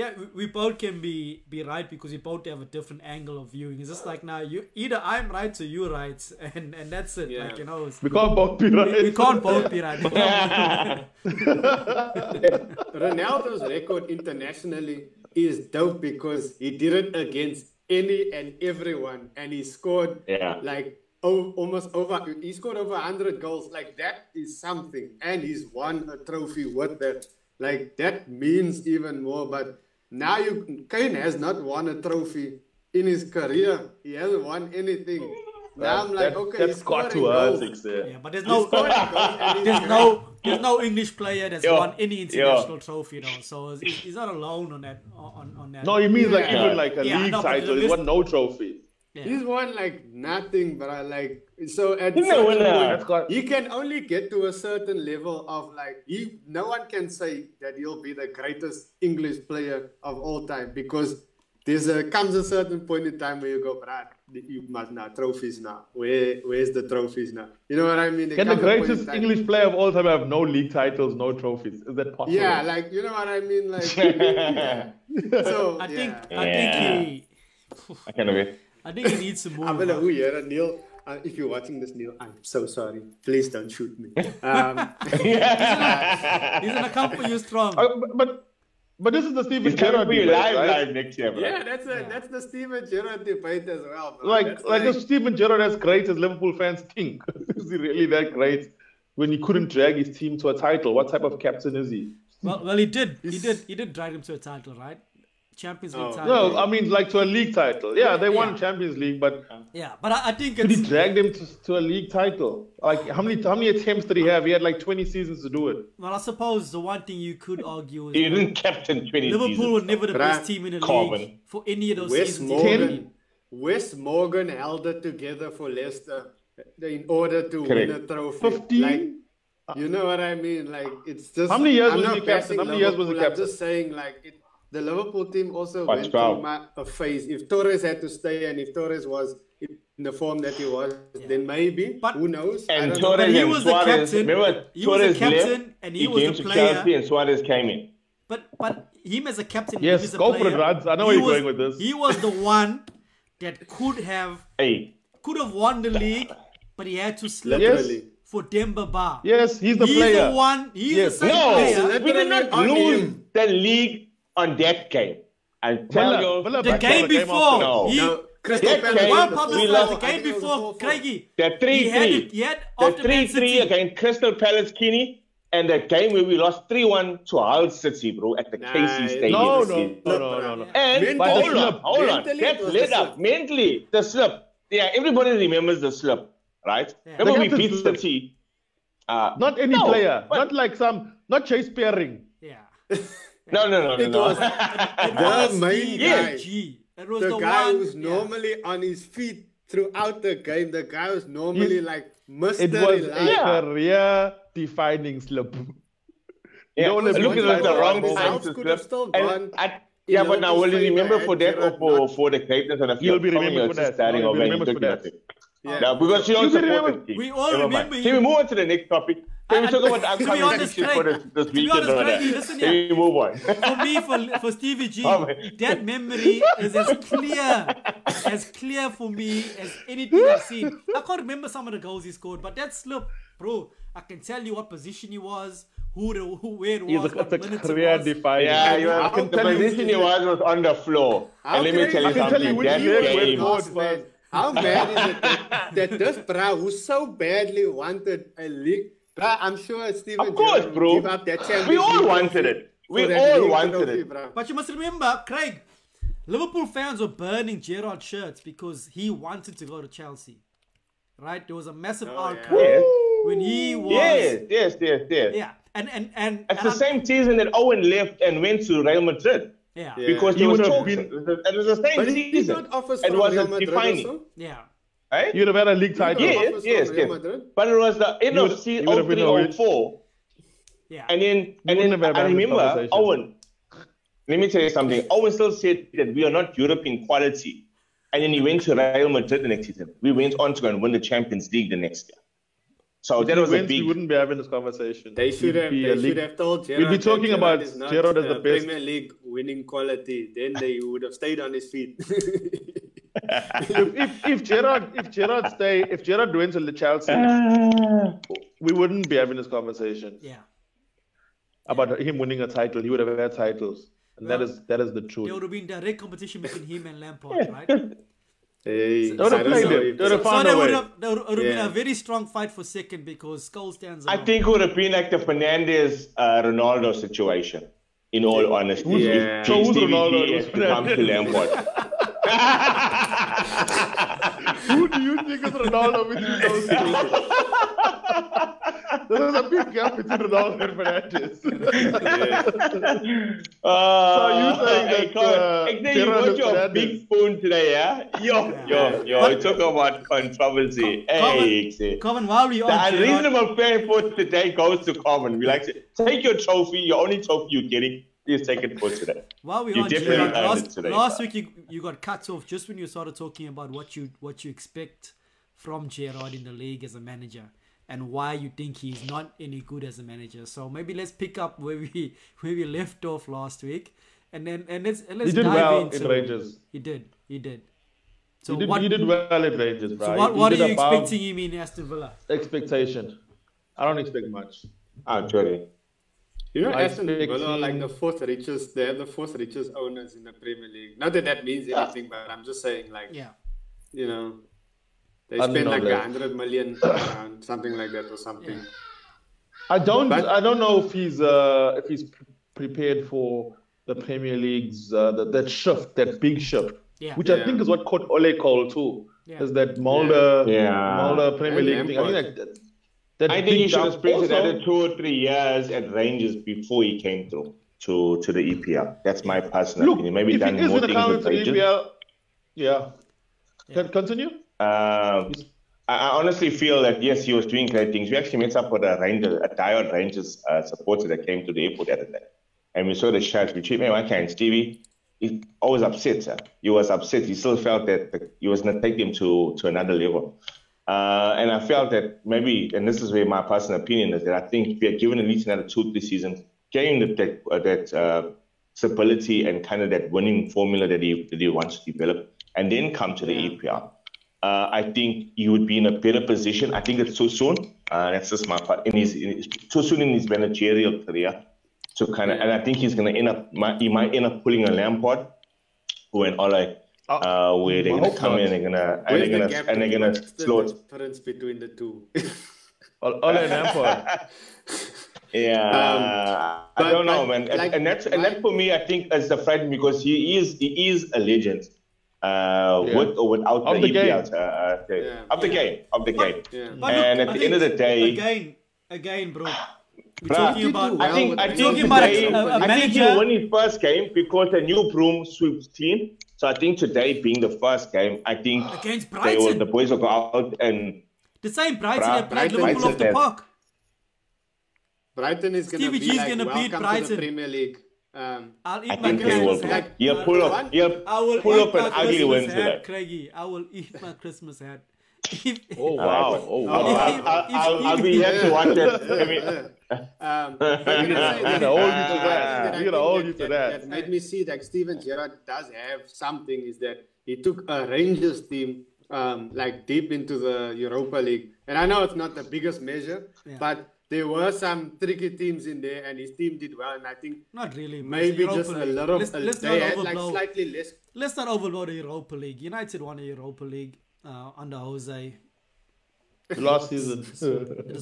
Speaker 1: Yeah, we, we both can be be right because we both have a different angle of viewing. It's just like now you either I'm right or you're right, and and that's it.
Speaker 4: Yeah.
Speaker 1: Like you know, it's-
Speaker 4: We can't both be right.
Speaker 1: we can't both be right. We can't-
Speaker 3: Ronaldo's record internationally is dope because he did it against any and everyone, and he scored
Speaker 2: Yeah.
Speaker 3: like oh, almost over. He scored over hundred goals. Like that is something, and he's won a trophy with that. Like that means even more. But now you, Kane has not won a trophy in his career. He hasn't won anything. Now I'm like,
Speaker 4: That-
Speaker 3: okay,
Speaker 4: that's
Speaker 3: he's scoring
Speaker 4: got to her
Speaker 3: goals.
Speaker 4: six there.
Speaker 1: yeah, but there's no
Speaker 3: Scoring goals and he's
Speaker 1: there's
Speaker 3: great.
Speaker 1: no there's no English player that's
Speaker 2: Yo,
Speaker 1: won any
Speaker 2: yo.
Speaker 1: international trophy though. So he's, he's not alone on that on on that.
Speaker 4: No, he means like
Speaker 3: Yeah.
Speaker 4: even like a
Speaker 1: Yeah,
Speaker 4: league
Speaker 1: no, but
Speaker 4: title. He
Speaker 1: listen-
Speaker 4: won no trophy.
Speaker 3: He's won like nothing, but I like so at
Speaker 2: He's a
Speaker 3: certain
Speaker 2: winner.
Speaker 3: point,
Speaker 4: That's uh, got-
Speaker 3: he can only get to a certain level of like he. No one can say that he'll be the greatest English player of all time because there's a comes a certain point in time where you go, Brad, you must now trophies now. Where where's the trophies now? You know what I mean? There
Speaker 4: Can the
Speaker 3: comes a point in
Speaker 4: greatest
Speaker 3: time-
Speaker 4: English player of all time have no league titles, no trophies? Is that possible?
Speaker 3: Yeah, like you know what I mean, like. so
Speaker 1: I think
Speaker 3: yeah.
Speaker 1: I
Speaker 2: Yeah.
Speaker 1: think he
Speaker 2: I can't wait.
Speaker 1: I think he needs to move.
Speaker 3: I'm gonna
Speaker 1: man.
Speaker 3: who here, uh, Neil. Uh, if you're watching this, Neil, I'm so sorry. Please don't shoot me. Um,
Speaker 1: He's gonna come for you strong.
Speaker 4: Uh, but- but but this is the Stephen
Speaker 2: It's coming
Speaker 4: Gerrard
Speaker 2: for you
Speaker 4: debate,
Speaker 2: live,
Speaker 4: right?
Speaker 2: live next year, bro.
Speaker 3: yeah, that's a, that's the Steven Gerrard debate as well. bro.
Speaker 4: Like
Speaker 3: That's
Speaker 4: like, is Stephen Gerrard as great as Liverpool fans think? is he really that great? When he couldn't drag his team to a title, what type of captain is he?
Speaker 1: Well, well, he did. He did. He did drag him to a title, right? Champions League
Speaker 3: Oh.
Speaker 1: title.
Speaker 4: No, I mean like to a league title. Yeah, they won
Speaker 1: Yeah.
Speaker 4: Champions League, but
Speaker 1: yeah, but I, I think
Speaker 4: could he
Speaker 1: it's
Speaker 4: drag them to, to a league title? Like how many how many attempts did he have? He had like 20 seasons to do it.
Speaker 1: well. I suppose the one thing you could argue is
Speaker 2: He didn't captain 20
Speaker 1: Liverpool were
Speaker 2: seasons.
Speaker 1: never the
Speaker 3: Bra-
Speaker 1: best team in the league
Speaker 2: Common.
Speaker 1: for any of those
Speaker 3: Wes
Speaker 1: seasons.
Speaker 3: Morgan. Wes Morgan held it together for Leicester in order to win a
Speaker 2: Correct.
Speaker 3: trophy.
Speaker 4: 15?
Speaker 3: Like, you know what I mean? Like it's just
Speaker 4: How many years
Speaker 3: I'm
Speaker 4: was
Speaker 3: not
Speaker 4: he captain?
Speaker 3: bashing
Speaker 4: How many years was he
Speaker 3: Liverpool, I'm
Speaker 4: captain?
Speaker 3: just saying like it, the Liverpool team also
Speaker 2: Watch
Speaker 3: went
Speaker 2: out.
Speaker 3: through ma- a phase. If Torres had to stay and if Torres was in the form that he was, then maybe
Speaker 1: But-
Speaker 3: who knows? I
Speaker 2: and
Speaker 3: don't
Speaker 2: Torres
Speaker 3: know.
Speaker 1: But he
Speaker 2: and
Speaker 1: was the
Speaker 2: Suarez.
Speaker 1: captain.
Speaker 2: Remember,
Speaker 1: He was the
Speaker 2: Torres
Speaker 1: captain
Speaker 2: left,
Speaker 1: and he was
Speaker 2: came
Speaker 1: the
Speaker 2: to
Speaker 1: player.
Speaker 2: Chelsea and Suarez came in.
Speaker 1: But but him as a captain,
Speaker 4: Yes,
Speaker 1: him as a
Speaker 4: go for
Speaker 1: player,
Speaker 4: it, Rans. I know
Speaker 1: he
Speaker 4: where you're
Speaker 1: was-
Speaker 4: going with this.
Speaker 1: He was the one that could have
Speaker 2: Hey,
Speaker 1: could have won the league, but he had to slip
Speaker 4: Yes.
Speaker 3: Literally.
Speaker 1: for Demba Ba.
Speaker 4: Yes, he's the
Speaker 1: he's
Speaker 4: player.
Speaker 1: the one. He's
Speaker 4: Yes.
Speaker 1: the same
Speaker 2: No.
Speaker 1: player.
Speaker 2: we did not
Speaker 3: On
Speaker 2: lose
Speaker 3: him.
Speaker 2: the league on that game. I tell
Speaker 4: Villa-
Speaker 2: you,
Speaker 4: Villa
Speaker 1: The
Speaker 4: Back
Speaker 1: game
Speaker 4: on the game
Speaker 1: before,
Speaker 2: after. No.
Speaker 1: he,
Speaker 3: No, Crystal
Speaker 2: Yeah,
Speaker 3: Palace.
Speaker 2: Kane,
Speaker 1: well
Speaker 2: we
Speaker 1: publicized the
Speaker 2: lost-
Speaker 1: game before, Craigie.
Speaker 2: the three
Speaker 1: he had
Speaker 2: three,
Speaker 1: it. He had
Speaker 2: the
Speaker 1: after
Speaker 2: three
Speaker 1: Man City.
Speaker 2: three against Crystal Palace, Kenny, and the game where we lost three one to Hull City, bro, at the KC
Speaker 3: Nice.
Speaker 2: Stadium.
Speaker 4: No,
Speaker 2: this
Speaker 4: no,
Speaker 2: season.
Speaker 4: no, no, no, no.
Speaker 2: And
Speaker 3: Mentally-
Speaker 2: hold on, hold on.
Speaker 3: mentally it
Speaker 2: That
Speaker 3: was
Speaker 2: led
Speaker 3: the
Speaker 2: up
Speaker 3: slip.
Speaker 2: mentally the slip. Yeah, everybody remembers the slip, right?
Speaker 4: The
Speaker 2: Remember we
Speaker 4: captain's
Speaker 2: beat
Speaker 4: slip.
Speaker 2: City. Uh,
Speaker 4: Not any
Speaker 2: No,
Speaker 4: player.
Speaker 2: but-
Speaker 4: Not like some. Not Chase Peering.
Speaker 1: Yeah.
Speaker 2: no, no, no, no,
Speaker 3: It
Speaker 2: no.
Speaker 3: was the main guy.
Speaker 1: G. It was the,
Speaker 3: the guy
Speaker 1: one.
Speaker 3: who's
Speaker 1: yeah.
Speaker 3: normally on his feet throughout the game. The guy who's normally like Mr.
Speaker 4: It was
Speaker 3: Reliable.
Speaker 4: a career-defining slip.
Speaker 2: Yeah,
Speaker 4: No,
Speaker 2: look
Speaker 4: let's
Speaker 2: at it
Speaker 4: not
Speaker 2: at the
Speaker 4: go
Speaker 2: wrong
Speaker 4: there.
Speaker 2: time
Speaker 3: House
Speaker 2: to
Speaker 3: could have
Speaker 2: slip.
Speaker 3: still gone
Speaker 2: And I,
Speaker 3: in
Speaker 2: yeah, but now will you
Speaker 3: Odense
Speaker 2: remember
Speaker 3: favor
Speaker 2: for
Speaker 3: and
Speaker 2: that or
Speaker 3: Gerrard
Speaker 2: for,
Speaker 3: not-
Speaker 2: for the greatness of the
Speaker 4: You'll
Speaker 2: field?
Speaker 4: be remembered for that.
Speaker 2: Starting
Speaker 4: You'll be
Speaker 2: over and
Speaker 4: remembered for
Speaker 2: doing
Speaker 4: that.
Speaker 2: nothing.
Speaker 3: Yeah.
Speaker 2: Now, because you don't
Speaker 4: You'll be
Speaker 2: support the
Speaker 4: remembered.
Speaker 2: team.
Speaker 1: We all
Speaker 2: Never
Speaker 1: remember
Speaker 2: mind.
Speaker 1: you.
Speaker 2: Can we move on to the next topic? Can we talk about the upcoming
Speaker 1: honest,
Speaker 2: fixtures for
Speaker 1: Craig-
Speaker 2: this, this
Speaker 1: to be
Speaker 2: weekend
Speaker 1: honest,
Speaker 2: or
Speaker 1: Craig,
Speaker 2: that?
Speaker 1: listen
Speaker 2: Can
Speaker 1: here.
Speaker 2: we move on?
Speaker 1: for me, for for Stevie G,
Speaker 2: Oh, man.
Speaker 1: that memory is as clear, as clear for me as anything I've seen. I can't remember some of the goals he scored, but that slip, bro, I can tell you what position he was, who, the, who where it was,
Speaker 4: He's a,
Speaker 1: what
Speaker 4: it's a
Speaker 1: minute it was.
Speaker 4: career-defining.
Speaker 2: yeah, you
Speaker 4: I
Speaker 2: are,
Speaker 4: can
Speaker 2: the
Speaker 4: tell you.
Speaker 2: position he was was on the floor.
Speaker 3: How
Speaker 2: And let me
Speaker 3: crazy-
Speaker 2: tell
Speaker 3: I
Speaker 2: you
Speaker 4: can tell you
Speaker 2: something.
Speaker 4: when
Speaker 2: That
Speaker 4: he was with
Speaker 2: game
Speaker 4: North-
Speaker 3: Last man, How mad is it that, that this bro who so badly wanted a league? Bruh, I'm sure Steven
Speaker 2: Of course,
Speaker 3: Gerrard
Speaker 2: bro.
Speaker 3: Give up that Champions
Speaker 2: We all
Speaker 3: League
Speaker 2: wanted
Speaker 3: trophy
Speaker 2: it. We
Speaker 3: for that
Speaker 2: all
Speaker 3: league
Speaker 2: wanted
Speaker 3: trophy,
Speaker 2: it.
Speaker 3: bruh.
Speaker 1: But you must remember, Craig, Liverpool fans were burning Gerard shirts because he wanted to go to Chelsea. Right? There was a massive outcry
Speaker 2: Oh, Yes.
Speaker 1: when he was.
Speaker 2: Yes, yes, yes, yes.
Speaker 1: Yeah. And, and, and,
Speaker 2: It's
Speaker 1: and
Speaker 2: the
Speaker 1: I'm-
Speaker 2: same season that Owen left and went to Real Madrid.
Speaker 1: Yeah.
Speaker 3: Yeah.
Speaker 2: Because
Speaker 4: He
Speaker 2: there was
Speaker 4: would have
Speaker 2: talks.
Speaker 4: been-
Speaker 2: It was the- it was the same
Speaker 3: But he did
Speaker 2: season.
Speaker 3: not offer
Speaker 2: it
Speaker 3: from
Speaker 2: was
Speaker 3: Real
Speaker 2: a
Speaker 3: Madrid
Speaker 2: defining.
Speaker 3: also.
Speaker 1: yeah.
Speaker 2: Right?
Speaker 4: You'd have had a league title.
Speaker 3: Yeah.
Speaker 2: yes,
Speaker 3: offers from
Speaker 2: yes,
Speaker 3: Real
Speaker 2: yes.
Speaker 3: Madrid.
Speaker 2: But it was the end
Speaker 4: You
Speaker 2: of
Speaker 4: would-
Speaker 2: season
Speaker 4: you would have been
Speaker 2: 03,
Speaker 4: aware-
Speaker 2: 04.
Speaker 1: Yeah.
Speaker 2: And then, and
Speaker 4: wouldn't
Speaker 2: then
Speaker 4: have had
Speaker 2: I
Speaker 4: this
Speaker 2: remember
Speaker 4: conversation.
Speaker 2: Owen. Let me tell you something. Owen still said that we are not European quality. And then he went to Real Madrid the next season. We went on to go and win the Champions League the next year. So that
Speaker 4: If he
Speaker 2: was a
Speaker 4: wins, we
Speaker 2: big.
Speaker 4: wouldn't be having this conversation.
Speaker 3: They should
Speaker 4: We'd
Speaker 3: have.
Speaker 4: be
Speaker 3: They
Speaker 4: a
Speaker 3: should
Speaker 4: league-
Speaker 3: have told Gerard.
Speaker 4: be
Speaker 3: that
Speaker 4: talking
Speaker 3: Gerrard
Speaker 4: about
Speaker 3: is not,
Speaker 4: Gerrard as the
Speaker 3: uh,
Speaker 4: best.
Speaker 3: Premier League winning quality. Then they would have stayed on his feet.
Speaker 4: If if, if Gerard if Gerard stay if Gerard wins with Chelsea,
Speaker 2: Ah.
Speaker 4: we wouldn't be having this conversation
Speaker 1: Yeah.
Speaker 4: about him winning a title. He would have had titles, and that
Speaker 1: Well,
Speaker 4: is that is the
Speaker 1: There would
Speaker 4: truth.
Speaker 1: have been direct competition between him and Lampard, right?
Speaker 3: hey,
Speaker 1: Don't
Speaker 3: I don't
Speaker 1: play
Speaker 3: know
Speaker 4: them.
Speaker 3: if-
Speaker 4: Don't They
Speaker 1: So
Speaker 4: found
Speaker 1: there
Speaker 4: a
Speaker 1: would
Speaker 4: way.
Speaker 1: have, there would have been
Speaker 3: Yeah.
Speaker 1: a very strong fight for second because Skull stands
Speaker 2: I
Speaker 1: alone.
Speaker 2: think it would have been like the Fernandez uh, Ronaldo situation. In all honesty,
Speaker 4: Who's-
Speaker 2: If
Speaker 4: so who's
Speaker 2: Stevie G
Speaker 4: Ronaldo?
Speaker 2: has to come to Lampard.
Speaker 4: Who do you think is Ronaldo between those two? There is a big gap between Ronaldo and Fernandes.
Speaker 2: Uh,
Speaker 4: So you saying
Speaker 2: hey,
Speaker 4: that,
Speaker 2: God,
Speaker 4: uh,
Speaker 2: and then
Speaker 4: Gerard
Speaker 2: you got your
Speaker 4: Fernandes-
Speaker 2: big phone today, yeah? Yo, yo, yo! Talk about controversy. hey, see.
Speaker 1: Common, while we
Speaker 2: The
Speaker 1: are Gerard,
Speaker 2: unreasonable fair for today goes to Common. We like to take your trophy, your only trophy you're getting. Please take it for today.
Speaker 1: while we
Speaker 2: you
Speaker 1: are
Speaker 2: definitely
Speaker 1: Gerard,
Speaker 2: earned it
Speaker 1: last,
Speaker 2: today,
Speaker 1: last
Speaker 2: bro.
Speaker 1: week you, you got cut off just when you started talking about what you what you expect from Gerard in the league as a manager and why you think he's not any good as a manager. So maybe let's pick up where we where we left off last week, and then and let's and let's
Speaker 4: did
Speaker 1: dive
Speaker 4: well
Speaker 1: into
Speaker 4: in Rangers.
Speaker 1: He did, he did. So
Speaker 4: He did,
Speaker 1: what,
Speaker 4: he did well at Rangers, bro.
Speaker 1: so what, what are
Speaker 4: he did
Speaker 1: you
Speaker 4: above
Speaker 1: expecting him in Aston Villa?
Speaker 4: Expectation. I don't expect much.
Speaker 2: Oh, Jordy.
Speaker 3: You know,
Speaker 4: I
Speaker 3: Aston Villa are
Speaker 4: expect-
Speaker 3: like the fourth richest. They're the fourth richest owners in the Premier League. Not that that means anything, but I'm just saying, like,
Speaker 1: Yeah.
Speaker 3: you know, they
Speaker 4: I
Speaker 3: spend
Speaker 4: know
Speaker 3: like a
Speaker 4: that.
Speaker 3: hundred million around something like that or something.
Speaker 1: Yeah.
Speaker 4: I don't.
Speaker 3: But-
Speaker 4: I don't know if he's uh, if he's pre- prepared for the Premier League's uh, that, that shift, that big shift,
Speaker 1: Yeah.
Speaker 4: which I
Speaker 3: Yeah.
Speaker 4: think is what caught Ole Cole too.
Speaker 1: Yeah.
Speaker 4: Is that Mulder,
Speaker 2: Yeah.
Speaker 4: Mulder Premier
Speaker 3: And
Speaker 4: League thing? I think
Speaker 3: Lampard.
Speaker 4: that, that
Speaker 2: I
Speaker 4: big
Speaker 2: think he should have
Speaker 4: jump
Speaker 2: spent
Speaker 4: also-
Speaker 2: another two or three years at Rangers before he came through to, to the EPL. That's my personal
Speaker 4: Look,
Speaker 2: opinion. Maybe
Speaker 4: if
Speaker 2: done
Speaker 4: he is
Speaker 2: more
Speaker 4: going
Speaker 2: things
Speaker 4: to come
Speaker 2: with
Speaker 4: into
Speaker 2: Rangers.
Speaker 4: the E EPL, yeah.
Speaker 1: Yeah.
Speaker 4: Can continue?
Speaker 2: Um, I I honestly feel that yes, he was doing great things. We actually met up with a Ranger, a diehard Rangers uh, supporter that came to the airport the other day, and we saw the shirt. We treated him one kind. Stevie, he always upset. Sir. He was upset. He still felt that the, he was going to take him to to another level. Uh, and I felt that maybe, and this is where my personal opinion is that I think if we are given at least another two, three seasons, getting that that, uh, that uh, stability and kind of that winning formula that he that he wants to develop, and then come to the EPL uh, I think you would be in a better position. I think it's too soon. Uh, that's just my part. In his, in his, too soon in his managerial career to kind of, and I think he's going to end up. Might, he might end up pulling a Lampard or an Ole, uh, where they're
Speaker 4: I
Speaker 2: going to
Speaker 4: Oh. hope
Speaker 2: come
Speaker 4: not.
Speaker 2: in and they're going to and they're
Speaker 3: Where's the
Speaker 2: going
Speaker 3: gap
Speaker 2: to and they're going to
Speaker 3: between-
Speaker 2: slow
Speaker 3: what's
Speaker 2: it.
Speaker 3: the difference between the two?
Speaker 4: Ole Ole and Lampard.
Speaker 2: Yeah,
Speaker 3: Um, but-
Speaker 2: I don't know,
Speaker 3: but,
Speaker 2: man. And-
Speaker 3: like,
Speaker 2: and that's and
Speaker 3: like-
Speaker 2: that for me, I think is the fright because he is he is a legend. Uh,
Speaker 4: Yeah.
Speaker 2: with or without
Speaker 4: Of the game.
Speaker 2: EPL, uh, uh,
Speaker 3: Yeah.
Speaker 2: of the game, of the game.
Speaker 3: yeah.
Speaker 1: But
Speaker 2: And
Speaker 1: look,
Speaker 2: at
Speaker 1: I
Speaker 2: the
Speaker 1: think
Speaker 2: end of the day-
Speaker 1: again, again, bro, we're
Speaker 2: Bruh,
Speaker 1: talking
Speaker 3: Did
Speaker 1: about.
Speaker 3: do
Speaker 2: I
Speaker 3: well
Speaker 2: think
Speaker 3: with
Speaker 2: I
Speaker 3: the
Speaker 2: think
Speaker 1: Talking about
Speaker 2: today,
Speaker 1: a- a
Speaker 2: I think he
Speaker 1: manager-
Speaker 2: won his first game because the new broom sweeps team. So I think today being the first game, I think
Speaker 1: Against
Speaker 2: they will,
Speaker 1: Brighton.
Speaker 2: the boys will go out and
Speaker 1: The same Brighton
Speaker 2: Bruh,
Speaker 1: have played
Speaker 3: Brighton-
Speaker 1: Liverpool off
Speaker 2: Brighton
Speaker 1: the
Speaker 2: have-
Speaker 1: park.
Speaker 3: Brighton is going to
Speaker 1: Stevie
Speaker 3: be
Speaker 1: G's
Speaker 3: like,
Speaker 1: gonna beat
Speaker 3: welcome to
Speaker 1: Brighton."
Speaker 3: the Premier League. Um,
Speaker 1: I'll eat
Speaker 2: I
Speaker 1: my
Speaker 2: think they will.
Speaker 1: Christmas
Speaker 2: Be,
Speaker 3: Like,
Speaker 1: hat.
Speaker 2: he'll pull
Speaker 1: I'll-
Speaker 2: up. He'll
Speaker 1: I will
Speaker 2: pull
Speaker 1: eat
Speaker 2: up
Speaker 1: my
Speaker 2: an ugly win
Speaker 1: Christmas hat,
Speaker 2: today.
Speaker 1: Craigie. I will eat my Christmas hat. If,
Speaker 4: Oh wow!
Speaker 2: I'll,
Speaker 4: Oh wow!
Speaker 2: I'll, I'll, I'll, I'll be here to watch that. I mean,
Speaker 3: um, but
Speaker 4: We're
Speaker 3: can I say
Speaker 4: gonna
Speaker 3: that-
Speaker 4: hold
Speaker 3: Uh,
Speaker 4: you to
Speaker 3: that
Speaker 4: that.
Speaker 3: I
Speaker 4: We're gonna
Speaker 3: think
Speaker 4: hold you to
Speaker 3: That
Speaker 4: that.
Speaker 3: made me see that Steven Gerrard does have something. Is that he took a Rangers team um, like deep into the Europa League, and I know it's not the biggest measure,
Speaker 1: Yeah.
Speaker 3: but there were some tricky teams in there, and his team did well. And I think
Speaker 1: not really. bro. It's
Speaker 3: maybe
Speaker 1: Europa
Speaker 3: just a
Speaker 1: League.
Speaker 3: lot of
Speaker 1: Let's, let's not
Speaker 3: they had like
Speaker 1: overblow.
Speaker 3: slightly less.
Speaker 1: let's not overblow the Europa League. United won the Europa League uh, under Jose.
Speaker 4: Last season.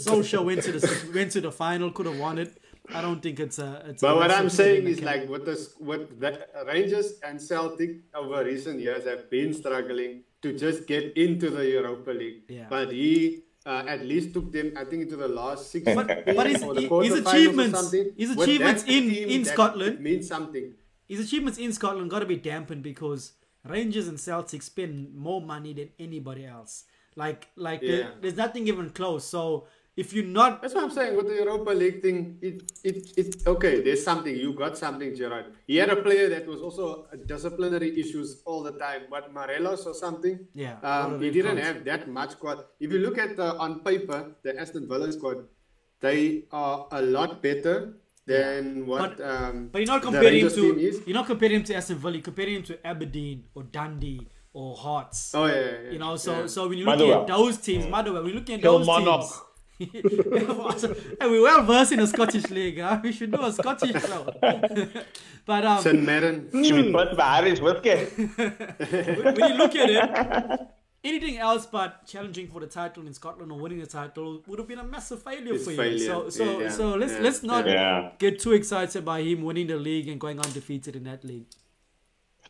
Speaker 1: Solskjaer went to the went to the final. Could have won it. I don't think it's a. It's a
Speaker 3: But what I'm
Speaker 1: massive
Speaker 3: saying
Speaker 1: thing.
Speaker 3: is like with the with the Rangers and Celtic over recent years have been struggling to just get into the Europa League.
Speaker 1: Yeah.
Speaker 3: But he uh, at least took them, I think, into the last six.
Speaker 1: But-
Speaker 3: games
Speaker 1: but his-
Speaker 3: or the
Speaker 1: his
Speaker 3: quarterfinals or
Speaker 1: achievements-
Speaker 3: something.
Speaker 1: his
Speaker 3: With
Speaker 1: achievements
Speaker 3: that
Speaker 1: in-
Speaker 3: team,
Speaker 1: in
Speaker 3: that
Speaker 1: Scotland-
Speaker 3: means something.
Speaker 1: his achievements in Scotland got to be dampened because Rangers and Celtic spend more money than anybody else. Like, like there-
Speaker 3: Yeah.
Speaker 1: there's nothing even close. So If you're not
Speaker 3: That's what I'm saying with the Europa League thing. It, it, it, okay, there's something. You got something, Gerard. He had a player that was also disciplinary issues all the time, but Morelos or something.
Speaker 1: Yeah, one of
Speaker 3: Um, he
Speaker 1: them
Speaker 3: didn't
Speaker 1: counts.
Speaker 3: have that much squad. If you look at the, on paper, the Aston Villa squad, they are a lot better than what.
Speaker 1: But-
Speaker 3: um,
Speaker 1: But you're not
Speaker 3: the
Speaker 1: comparing him
Speaker 3: Rangers team
Speaker 1: to
Speaker 3: is.
Speaker 1: you're not comparing him to Aston Villa. You're comparing him to Aberdeen or Dundee or Hearts.
Speaker 3: Oh, yeah, yeah, yeah.
Speaker 1: you know, so
Speaker 3: yeah.
Speaker 1: so when you look at
Speaker 2: Motherwell.
Speaker 1: those teams, Motherwell, we're looking at those
Speaker 4: Kilmarnock.
Speaker 1: teams. and we're well versed in the Scottish league. Huh? We should do a Scottish show. but um,
Speaker 3: St. Mirren.
Speaker 2: Should be first by Irish Whiskey.
Speaker 1: when when you look at it, anything else but challenging for the title in Scotland or winning the title would have been a massive failure
Speaker 3: It's
Speaker 1: for you.
Speaker 3: failure.
Speaker 1: So so
Speaker 3: Yeah,
Speaker 1: so let's
Speaker 3: yeah,
Speaker 1: let's not
Speaker 2: Yeah.
Speaker 1: get too excited by him winning the league and going undefeated in that league.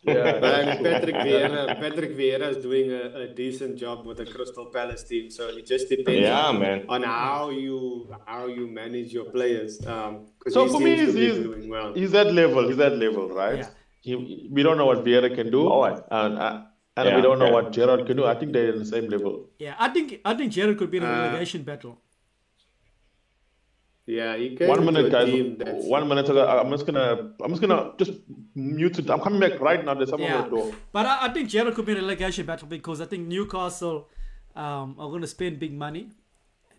Speaker 4: Yeah.
Speaker 3: But um, Patrick Vieira, Patrick Vieira is doing a, a decent job with the Crystal Palace team. So it just depends
Speaker 2: Yeah,
Speaker 3: on,
Speaker 2: man.
Speaker 3: on how you how you manage your players. Um, 'cause
Speaker 4: So
Speaker 3: he
Speaker 4: for me,
Speaker 3: seems
Speaker 4: he's,
Speaker 3: to be
Speaker 4: he's,
Speaker 3: doing well.
Speaker 4: he's at level. He's at level, right?
Speaker 1: Yeah.
Speaker 4: He, we don't know what Vieira can do,
Speaker 2: All right.
Speaker 4: and uh, and
Speaker 2: Yeah,
Speaker 4: we don't know
Speaker 2: yeah.
Speaker 4: what Gerard can do. I think they're in the same level.
Speaker 1: Yeah, I think I think Jared could be in a
Speaker 3: Uh,
Speaker 1: relegation battle.
Speaker 3: Yeah, he came
Speaker 4: one
Speaker 3: into
Speaker 4: minute,
Speaker 3: a
Speaker 4: guys.
Speaker 3: team that's-
Speaker 4: One minute. I- I'm just gonna. I'm just gonna just mute it. I'm coming back right now. There's someone
Speaker 1: Yeah,
Speaker 4: at the door.
Speaker 1: but I, I think Jared could be in a relegation battle because I think Newcastle um, are going to spend big money.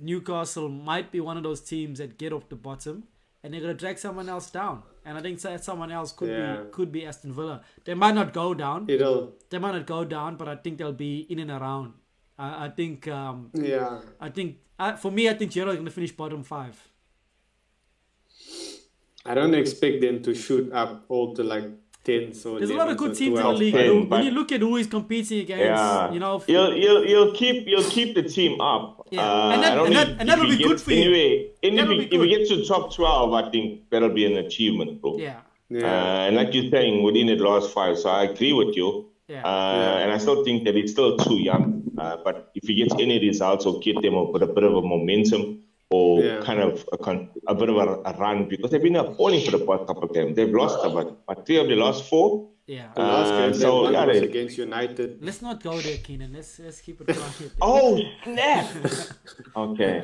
Speaker 1: Newcastle might be one of those teams that get off the bottom and they're going to drag someone else down. And I think that someone else could
Speaker 3: Yeah.
Speaker 1: be could be Aston Villa. They might not go down.
Speaker 3: It'll
Speaker 1: They might not go down, but I think they'll be in and around. I, I think um,
Speaker 3: yeah.
Speaker 1: I think I, for me, I think Jared is going to finish bottom five.
Speaker 3: I don't expect them to shoot up all to like ten. So
Speaker 1: There's a lot of good teams in the league.
Speaker 2: ten,
Speaker 1: though. When
Speaker 2: but-
Speaker 1: you look at who he's competing against,
Speaker 2: Yeah.
Speaker 1: you know,
Speaker 2: you'll, you'll, you'll keep you'll keep the team up.
Speaker 1: Yeah.
Speaker 2: Uh,
Speaker 1: And that-
Speaker 2: I don't
Speaker 1: and
Speaker 2: think
Speaker 1: that- and that'll
Speaker 2: if we
Speaker 1: be
Speaker 2: get-
Speaker 1: good for you.
Speaker 2: Anyway, and if,
Speaker 1: That'll
Speaker 2: we,
Speaker 1: be
Speaker 2: if we
Speaker 1: good.
Speaker 2: get to top twelve, I think that'll be an achievement, bro.
Speaker 1: yeah,
Speaker 3: Yeah.
Speaker 2: Uh, and like you're saying, within the last five, so I agree with you.
Speaker 1: Yeah.
Speaker 2: Uh, And I still think that it's still too young. Uh, but if he gets any results or get them with a bit of a momentum or
Speaker 3: Yeah.
Speaker 2: kind of a, con- a bit of a, a run, because they've been up only for the past couple of games. They've lost about, about three of the last four.
Speaker 1: yeah.
Speaker 3: The last
Speaker 2: uh,
Speaker 3: game they
Speaker 2: so,
Speaker 3: won
Speaker 2: yeah,
Speaker 3: was
Speaker 2: they-
Speaker 3: against United.
Speaker 1: Let's not go there, Keenan. Let's let's keep it quiet.
Speaker 2: Oh, snap! okay. Okay.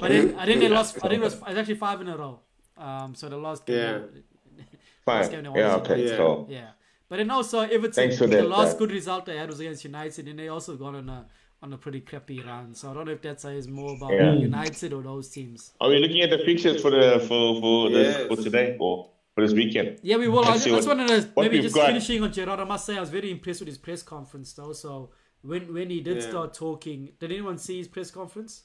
Speaker 1: But then, I think they lost. I think it was, it was actually five in a row. Um, so the last game.
Speaker 3: Yeah.
Speaker 1: let's
Speaker 2: Fine.
Speaker 1: give them
Speaker 2: Yeah,
Speaker 1: one
Speaker 2: okay.
Speaker 3: second.
Speaker 2: So,
Speaker 1: yeah. But then also Everton.
Speaker 2: Thanks for
Speaker 1: the
Speaker 2: that,
Speaker 1: last
Speaker 2: uh,
Speaker 1: good result they had was against United, and they also got on a on a pretty crappy run. So I don't know if that says more about
Speaker 2: Yeah.
Speaker 1: United or those teams.
Speaker 2: are we looking at the fixtures for the for for,
Speaker 3: Yes.
Speaker 2: this, for today or for this weekend?
Speaker 1: Yeah, we will. I, I just
Speaker 2: Let's see what-
Speaker 1: wanted to
Speaker 2: what
Speaker 1: maybe
Speaker 2: we've
Speaker 1: just
Speaker 2: got.
Speaker 1: finishing on Gerard. I must say I was very impressed with his press conference though. So when when he did
Speaker 3: Yeah.
Speaker 1: start talking, did anyone see his press conference?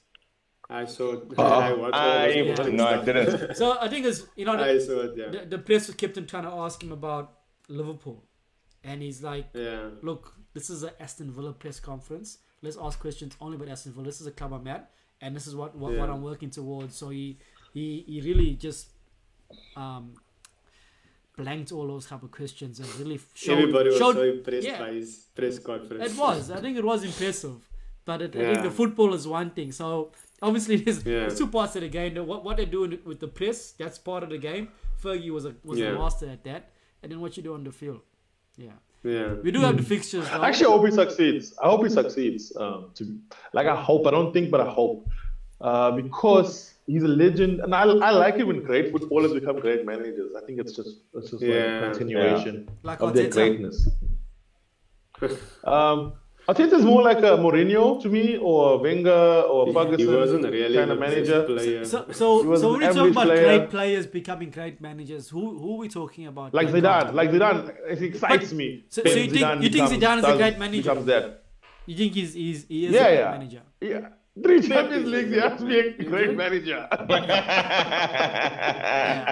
Speaker 3: I saw. it. I watched. all
Speaker 2: I,
Speaker 3: those
Speaker 1: Yeah.
Speaker 3: games.
Speaker 2: no, I didn't.
Speaker 1: So I think it's you know the-
Speaker 3: I saw it. Yeah.
Speaker 1: the, the press kept on trying to ask him about Liverpool, and he's like,
Speaker 3: Yeah.
Speaker 1: "Look, this is an Aston Villa press conference. Let's ask questions only about Aston Villa. This is a club I'm at, and this is what what, what
Speaker 3: Yeah.
Speaker 1: I'm working towards." So he he he really just um blanked all those type of questions and really showed
Speaker 3: Everybody was
Speaker 1: showed,
Speaker 3: so impressed
Speaker 1: yeah,
Speaker 3: by his press conference.
Speaker 1: it was. I think it was impressive. But it, I think
Speaker 3: Yeah.
Speaker 1: the football is one thing. So obviously there's,
Speaker 3: Yeah.
Speaker 1: there's two parts of the game. The- What what they're doing with the press, that's part of the game. Fergie was a was
Speaker 3: Yeah.
Speaker 1: a master at that. And then what you do on the field. Yeah.
Speaker 3: Yeah.
Speaker 1: We do have
Speaker 3: Hmm.
Speaker 1: the fixtures though.
Speaker 4: Actually, I hope he succeeds. I hope he succeeds. Um, to like, I hope. I don't think, but I hope uh, because he's a legend, and I, I like it when great footballers become great managers. I think it's just it's just like
Speaker 3: Yeah.
Speaker 4: a continuation
Speaker 1: Like
Speaker 4: of their
Speaker 1: Arteta.
Speaker 4: greatness. um, I think it's more like a Mourinho to me, or Wenger, or Ferguson
Speaker 3: He wasn't really
Speaker 4: kind of
Speaker 3: a
Speaker 4: manager.
Speaker 3: player.
Speaker 1: so
Speaker 4: He
Speaker 1: so,
Speaker 4: was
Speaker 1: so
Speaker 4: an
Speaker 1: when you talk
Speaker 4: average
Speaker 1: about
Speaker 4: player.
Speaker 1: great players becoming great managers, who who are we talking about?
Speaker 4: Like Zidane, like Zidane, it excites
Speaker 1: But-
Speaker 4: me.
Speaker 1: so- so
Speaker 4: when
Speaker 1: you think- you think Zidane is a
Speaker 4: does-
Speaker 1: great manager?
Speaker 4: Becomes that.
Speaker 1: You think he's, he's he is a
Speaker 4: yeah,
Speaker 1: great
Speaker 4: yeah.
Speaker 1: manager?
Speaker 4: Yeah. Three Champions Leagues, you have to be a great manager.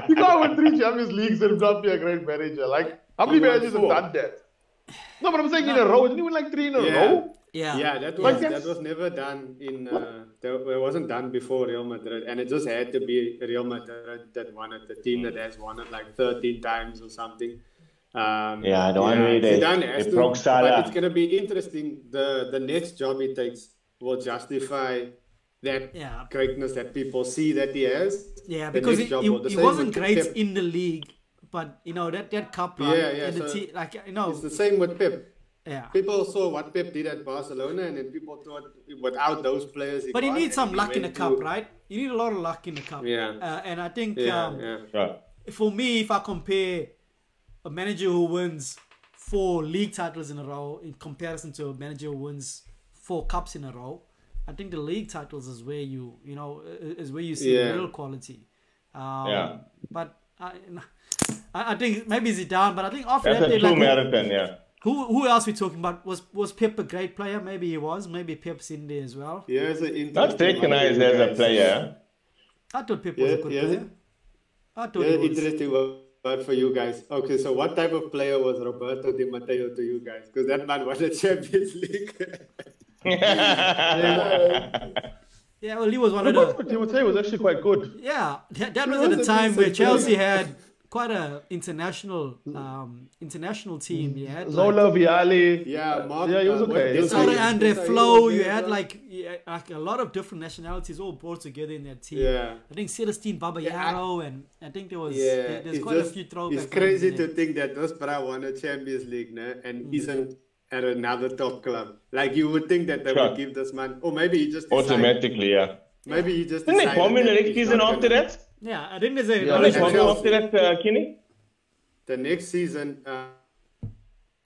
Speaker 4: you can't win three Champions Leagues and not be a great manager. Like, how many
Speaker 3: He won
Speaker 4: managers have
Speaker 3: four.
Speaker 4: done that? No, but I'm saying in a row. Didn't he win like three in a
Speaker 3: Yeah.
Speaker 4: row?
Speaker 1: Yeah.
Speaker 3: Yeah, that
Speaker 4: Like
Speaker 3: was
Speaker 4: that's-
Speaker 3: that was never done in. Uh, there, it wasn't done before Real Madrid, and it just had to be Real Madrid that won it, the team that has won it like 13 times or something. Um,
Speaker 2: Yeah, I don't know, they-
Speaker 3: Zidane has
Speaker 2: they
Speaker 3: to,
Speaker 2: broke Salah.
Speaker 3: But it's gonna be interesting. The the next job he takes will justify that
Speaker 1: Yeah.
Speaker 3: greatness that people see that he has.
Speaker 1: Yeah,
Speaker 3: The
Speaker 1: because
Speaker 3: next
Speaker 1: he,
Speaker 3: job
Speaker 1: he,
Speaker 3: will. The
Speaker 1: he
Speaker 3: same
Speaker 1: wasn't
Speaker 3: with
Speaker 1: great
Speaker 3: Pep.
Speaker 1: in the league, but you know that that cup run
Speaker 3: Yeah, yeah,
Speaker 1: and the
Speaker 3: so
Speaker 1: te- like you know
Speaker 3: It's the same with Pep.
Speaker 1: Yeah.
Speaker 3: People saw what Pep did at Barcelona, and then people thought without those players,
Speaker 1: But you
Speaker 3: can't,
Speaker 1: need
Speaker 3: and
Speaker 1: some
Speaker 3: he
Speaker 1: luck in the
Speaker 3: went
Speaker 1: cup,
Speaker 3: to-
Speaker 1: right? You need a lot of luck in the cup.
Speaker 3: Yeah.
Speaker 1: Uh, and I think
Speaker 3: Yeah,
Speaker 1: um,
Speaker 3: yeah.
Speaker 2: Right.
Speaker 1: for me, if I compare a manager who wins four league titles in a row in comparison to a manager who wins four cups in a row, I think the league titles is where you you know i- i- is where you see
Speaker 3: Yeah.
Speaker 1: real quality. Um,
Speaker 2: Yeah.
Speaker 1: But I, I I think maybe Zidane, but I think after
Speaker 2: That's
Speaker 1: that,
Speaker 2: a
Speaker 1: they
Speaker 2: true
Speaker 1: like,
Speaker 2: marathon, yeah.
Speaker 1: who who else we talking about? Was was Pep a great player? Maybe he was. Maybe Pep's in there as well.
Speaker 3: Here's an interesting
Speaker 2: Not recognized
Speaker 3: one for you
Speaker 2: as a
Speaker 3: guys.
Speaker 2: player.
Speaker 1: I thought Pep was
Speaker 3: Yeah,
Speaker 1: a good
Speaker 3: yeah.
Speaker 1: player. I thought
Speaker 3: Yeah,
Speaker 1: he was.
Speaker 3: interesting one for you guys. Okay, so what type of player was Roberto Di Matteo to you guys? Because that man won the Champions League.
Speaker 1: Yeah, well, he was one of the.
Speaker 4: Roberto Di Matteo was actually quite good.
Speaker 1: Yeah, that, that
Speaker 3: It
Speaker 1: was at a
Speaker 3: was a
Speaker 1: time where
Speaker 3: decent
Speaker 1: Chelsea
Speaker 3: player.
Speaker 1: had quite a international um, international team. You had like,
Speaker 4: Zola, Viali.
Speaker 3: yeah, Mark.
Speaker 4: Yeah, he was
Speaker 3: uh, what
Speaker 4: okay. He was
Speaker 3: Desai-
Speaker 1: Zola,
Speaker 4: okay.
Speaker 1: Andre
Speaker 3: Desai
Speaker 1: Flo.
Speaker 3: was
Speaker 1: You
Speaker 3: there,
Speaker 1: had
Speaker 3: right?
Speaker 1: like, yeah, like a lot of different nationalities all brought together in that team.
Speaker 3: Yeah.
Speaker 1: I think Celestine Baba
Speaker 3: Yeah, I-
Speaker 1: Yaro and I think there was
Speaker 3: Yeah,
Speaker 1: there- there's
Speaker 3: it's
Speaker 1: quite
Speaker 3: just-
Speaker 1: a few throwbacks.
Speaker 3: It's crazy to think that those Bra won a Champions League nah, and
Speaker 1: Mm.
Speaker 3: isn't at another top club. Like you would think that they
Speaker 2: Sure.
Speaker 3: would give this man, or maybe he just decided-
Speaker 2: Automatically, yeah.
Speaker 3: Maybe he just.
Speaker 2: Didn't they
Speaker 3: decided
Speaker 2: bomb in the
Speaker 3: that
Speaker 2: next
Speaker 3: he's
Speaker 2: season
Speaker 3: not
Speaker 2: after
Speaker 3: gonna-
Speaker 2: that?
Speaker 1: Yeah, I think there's a
Speaker 4: Yeah,
Speaker 2: Didn't they
Speaker 4: like
Speaker 2: bomb him
Speaker 3: Chelsea.
Speaker 2: after that, uh, Kenny?
Speaker 3: The next season, uh,
Speaker 2: think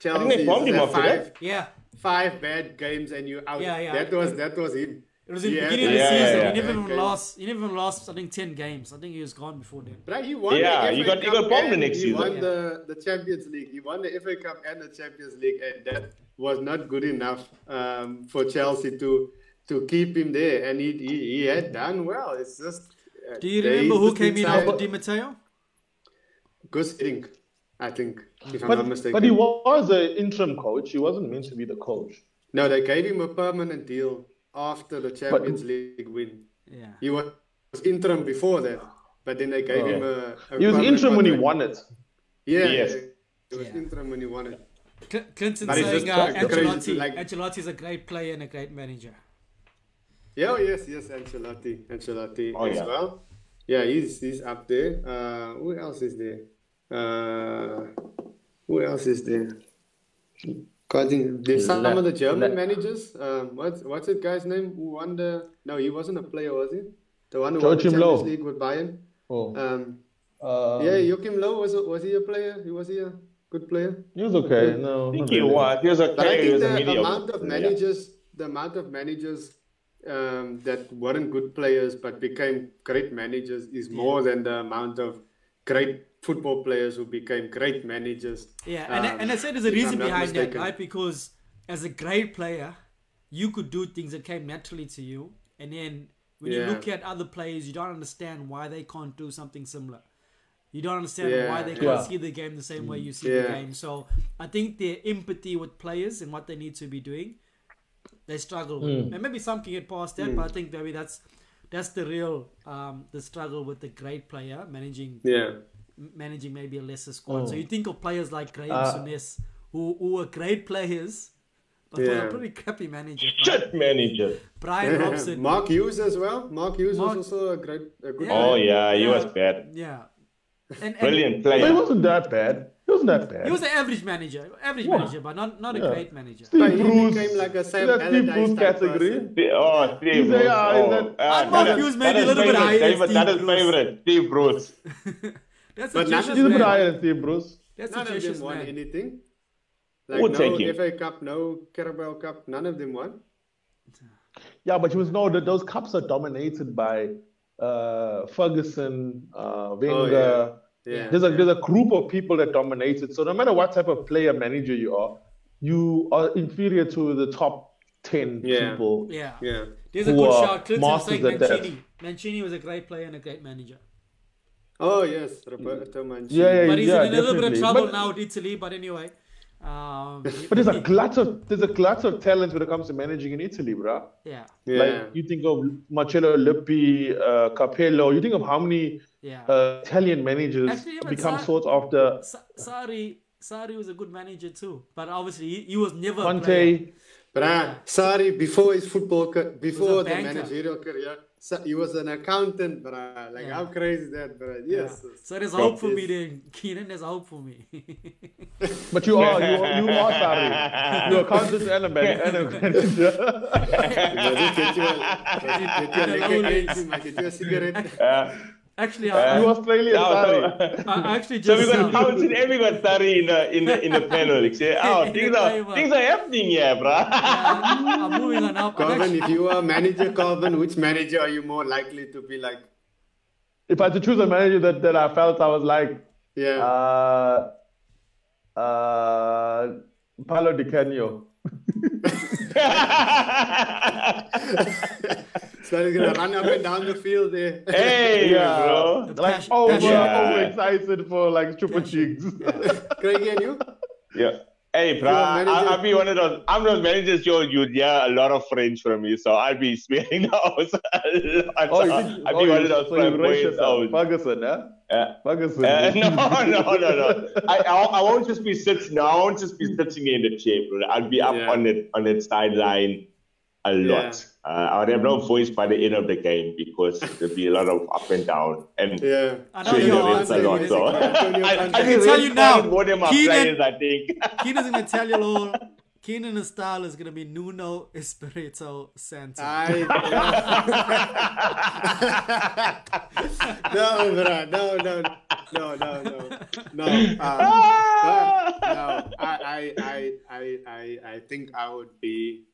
Speaker 2: they
Speaker 3: Chelsea
Speaker 2: bombed him
Speaker 3: had
Speaker 2: after that.
Speaker 3: five
Speaker 1: yeah.
Speaker 3: five bad games and you out.
Speaker 1: Yeah, yeah.
Speaker 3: That was that was him.
Speaker 1: It was in
Speaker 3: He
Speaker 1: the
Speaker 3: had
Speaker 1: beginning of the
Speaker 3: like
Speaker 2: Yeah, yeah,
Speaker 1: season.
Speaker 2: yeah.
Speaker 1: He never
Speaker 3: bad
Speaker 1: even
Speaker 3: games.
Speaker 1: lost. He never even lost. I think ten games. I think he was gone before then.
Speaker 3: But he won
Speaker 2: Yeah,
Speaker 3: the
Speaker 2: you
Speaker 3: FA
Speaker 2: got- you
Speaker 3: Cup
Speaker 2: got bombed the
Speaker 3: and
Speaker 2: next
Speaker 3: he
Speaker 2: season.
Speaker 3: won
Speaker 1: Yeah.
Speaker 3: the, the Champions League. He won the FA Cup and the Champions League, and that was not good enough um, for Chelsea to to keep him there. And he he, he had done well. It's just. uh,
Speaker 1: Do you
Speaker 3: they
Speaker 1: remember who
Speaker 3: just
Speaker 1: came in
Speaker 3: decided-
Speaker 1: after Di Matteo?
Speaker 3: Gus Hiddink, I think, if I'm not
Speaker 4: But,
Speaker 3: mistaken.
Speaker 4: but he was an interim coach. He wasn't meant to be the coach.
Speaker 3: No, they gave him a permanent deal after the Champions League win.
Speaker 1: Yeah.
Speaker 3: He was interim before that, but then they gave him a. a
Speaker 4: He was
Speaker 3: permanent
Speaker 4: interim when he
Speaker 3: contract.
Speaker 4: won it.
Speaker 3: Yeah,
Speaker 2: Yes.
Speaker 3: yeah, he was
Speaker 1: Yeah.
Speaker 3: interim when he won it.
Speaker 1: Cl- Clinton
Speaker 3: But it's
Speaker 1: saying
Speaker 3: just
Speaker 1: uh,
Speaker 3: like- crazy
Speaker 1: Ancelotti.
Speaker 3: to like-
Speaker 1: Ancelotti is a great player and a great manager.
Speaker 3: Yeah, oh, yes, yes, Ancelotti, Ancelotti
Speaker 2: Oh,
Speaker 3: as
Speaker 2: yeah.
Speaker 3: well. Yeah, he's he's up there. Uh, who else is there? Uh, who else is there? God, there's some
Speaker 4: Le-
Speaker 3: of the German
Speaker 4: Le-
Speaker 3: managers. Um, what's what's that guy's name? Who won the? No, he wasn't a player, was he? The one who won the
Speaker 4: Joachim
Speaker 3: Champions
Speaker 4: Low.
Speaker 3: League with Bayern.
Speaker 4: Oh.
Speaker 3: Um,
Speaker 4: Uh,
Speaker 3: yeah, Joachim Low was a, was he a player? He was he a good player?
Speaker 4: he was okay. No,
Speaker 2: I think
Speaker 4: not
Speaker 2: he
Speaker 4: really.
Speaker 2: was. He was a
Speaker 3: But I
Speaker 2: he
Speaker 3: think
Speaker 2: was a
Speaker 3: the
Speaker 2: mediocre
Speaker 3: amount of
Speaker 2: player.
Speaker 3: managers, the amount of managers um, that weren't good players but became great managers is more than the amount of great football players who became great managers.
Speaker 1: Yeah, and,
Speaker 3: Um,
Speaker 1: and I said there's a
Speaker 3: if I'm
Speaker 1: reason
Speaker 3: not
Speaker 1: behind that,
Speaker 3: mistaken.
Speaker 1: right? Because as a great player, you could do things that came naturally to you, and then when you
Speaker 3: Yeah.
Speaker 1: look at other players, you don't understand why they can't do something similar. You don't understand
Speaker 3: Yeah,
Speaker 1: why they can't
Speaker 4: yeah.
Speaker 1: see the game the same way you see the
Speaker 3: Yeah.
Speaker 1: game. So I think their empathy with players and what they need to be doing, they struggle with. And maybe some can get past
Speaker 3: Mm.
Speaker 1: that, but I think maybe that's that's the real um, the struggle with the great player managing
Speaker 3: Yeah,
Speaker 1: managing maybe a lesser squad. So
Speaker 4: Oh.
Speaker 1: you think of players like Graham
Speaker 4: Uh,
Speaker 1: Souness, who who were great players, but were
Speaker 3: Yeah.
Speaker 1: a pretty crappy manager.
Speaker 2: Shit manager.
Speaker 1: Brian Robson.
Speaker 3: Mark Hughes as well. Mark Hughes
Speaker 1: Mark-
Speaker 3: was also a great, a good.
Speaker 1: Yeah.
Speaker 2: Oh yeah, he
Speaker 1: Yeah.
Speaker 2: was bad.
Speaker 1: yeah. And, and
Speaker 2: Brilliant
Speaker 4: But he
Speaker 2: player.
Speaker 4: wasn't that bad. He wasn't that bad.
Speaker 1: He was an average manager, average manager, but not, not a
Speaker 4: Yeah.
Speaker 1: great manager.
Speaker 4: Steve
Speaker 3: But he
Speaker 4: Bruce.
Speaker 3: became like a Sam
Speaker 4: See that Steve
Speaker 3: Allardyce
Speaker 4: Bruce
Speaker 3: type
Speaker 4: category.
Speaker 3: person.
Speaker 2: Oh, Steve
Speaker 4: He's a-
Speaker 2: Bruce.
Speaker 4: yeah, he's a-
Speaker 2: Oh,
Speaker 1: I'm not
Speaker 2: that is-
Speaker 1: used,
Speaker 2: that
Speaker 1: maybe a
Speaker 2: is
Speaker 1: little bit
Speaker 2: favorite,
Speaker 1: higher than
Speaker 2: David, that
Speaker 1: Steve
Speaker 2: is
Speaker 1: Bruce.
Speaker 2: favorite. Steve Bruce.
Speaker 1: That's a
Speaker 3: But none of
Speaker 1: Jesus
Speaker 4: He's a bit
Speaker 1: man.
Speaker 4: higher than Steve Bruce.
Speaker 1: That's a
Speaker 3: None of them
Speaker 1: Jesus
Speaker 3: won
Speaker 1: man.
Speaker 3: anything. Like
Speaker 2: We'll
Speaker 3: no
Speaker 2: take him.
Speaker 3: FA Cup, no Carabao Cup, none of them won.
Speaker 4: Yeah, but you must know that those cups are dominated by uh, Ferguson, uh, Wenger.
Speaker 3: Oh, Yeah.
Speaker 4: There's a there's a group of people that dominate it. So no matter what type of player manager you are, you are inferior to the top ten
Speaker 3: Yeah.
Speaker 4: people.
Speaker 1: Yeah.
Speaker 3: Yeah.
Speaker 1: There's a
Speaker 4: Who
Speaker 1: good
Speaker 4: are
Speaker 1: shout. Clinton
Speaker 4: masters
Speaker 1: saying
Speaker 4: at that.
Speaker 1: Mancini. Mancini was a great player and a great manager.
Speaker 3: Oh yes, Roberto Mancini.
Speaker 4: Yeah, yeah,
Speaker 1: But he's
Speaker 4: yeah,
Speaker 1: in a little bit of
Speaker 4: definitely.
Speaker 1: trouble
Speaker 4: But-
Speaker 1: now with Italy, but anyway. Um,
Speaker 4: But there's a glut of there's a glut of talent when it comes to managing in Italy, bruh.
Speaker 1: yeah.
Speaker 3: Yeah.
Speaker 4: Like you think of Marcello Lippi, uh, Capello. You think of how many
Speaker 1: Yeah.
Speaker 4: uh, Italian managers
Speaker 1: Actually, but
Speaker 4: become
Speaker 1: Sa-
Speaker 4: sought after.
Speaker 1: Sa- Sari Sari was a good manager too, but obviously he, he was never a player.
Speaker 4: Conte.
Speaker 3: But uh, sorry, before his football, ca- before the
Speaker 1: banker.
Speaker 3: managerial career, so he was an accountant, bruh. Like
Speaker 1: Yeah.
Speaker 3: how crazy is that, bruh? Yes.
Speaker 1: Yeah.
Speaker 3: yes.
Speaker 1: So there's hope for me
Speaker 3: Yes.
Speaker 1: then, Keenan. There's hope for me.
Speaker 4: But you are, you are, you are sorry. You're conscious eh? and a bad and a bad-
Speaker 3: Get you a- get you a liquor, get you- get you a cigarette.
Speaker 2: Uh,
Speaker 1: actually, I,
Speaker 4: You
Speaker 1: I,
Speaker 4: Australian
Speaker 2: now,
Speaker 4: sorry.
Speaker 2: so,
Speaker 1: I actually
Speaker 2: so
Speaker 1: just
Speaker 2: we're going
Speaker 1: um,
Speaker 2: to pounce in everyone sorry in the, in the, in the panel. Like, say, oh,
Speaker 1: In the
Speaker 2: things are,
Speaker 1: timer.
Speaker 2: things are happening here, bruh.
Speaker 1: I'm I'm moving on now. I'm
Speaker 3: Corbin,
Speaker 1: actually-
Speaker 3: if you are a manager, Corbin, which manager are you more likely to be like?
Speaker 4: If I had to choose a manager that, that I felt I was like,
Speaker 3: Yeah.
Speaker 4: uh, uh, Paolo Di Canio.
Speaker 3: so he's gonna run up and down the field there.
Speaker 2: hey,
Speaker 4: Yeah.
Speaker 2: bro.
Speaker 4: Like
Speaker 1: Passion-
Speaker 4: over,
Speaker 1: passion.
Speaker 2: Yeah.
Speaker 4: overexcited for like Chupa Cheeks.
Speaker 3: Craigie and you?
Speaker 2: Yeah. Hey, bro,
Speaker 3: manager-
Speaker 2: I'll be one of those. I'm those managers. You you'd hear a lot of French from me, so I'll be speaking those a lot.
Speaker 4: Oh, you
Speaker 2: I'll
Speaker 4: think,
Speaker 2: be
Speaker 4: oh,
Speaker 2: one
Speaker 4: you,
Speaker 2: of those
Speaker 4: so you race
Speaker 2: flamboyant
Speaker 4: yourself.
Speaker 2: sounds.
Speaker 4: Ferguson, huh?
Speaker 2: Uh,
Speaker 4: Ferguson.
Speaker 2: uh, no, no, no, no. I, I, I won't just be sitting. No, I won't just be sitting in the chair, bro. I'll be up
Speaker 3: Yeah.
Speaker 2: on it on that sideline a lot. Uh, I would have no voice by the end of the game because there'll be a lot of up and down and.
Speaker 3: Yeah.
Speaker 1: I know
Speaker 2: So
Speaker 1: you
Speaker 2: you
Speaker 1: are
Speaker 2: a
Speaker 1: Antonio
Speaker 2: lot,
Speaker 1: Conte.
Speaker 2: so.
Speaker 3: Antonio
Speaker 2: I,
Speaker 3: Conte.
Speaker 2: I
Speaker 1: can tell you now,
Speaker 2: More than my
Speaker 1: Keenan-
Speaker 2: players, I think.
Speaker 1: Keenan's gonna tell you all. Keenan's style is gonna be Nuno Espirito Santo.
Speaker 3: Ah, I, no, bruh, no, no, no, no, no, no. Um, but, no, I, I, I, I, I, I think I would be.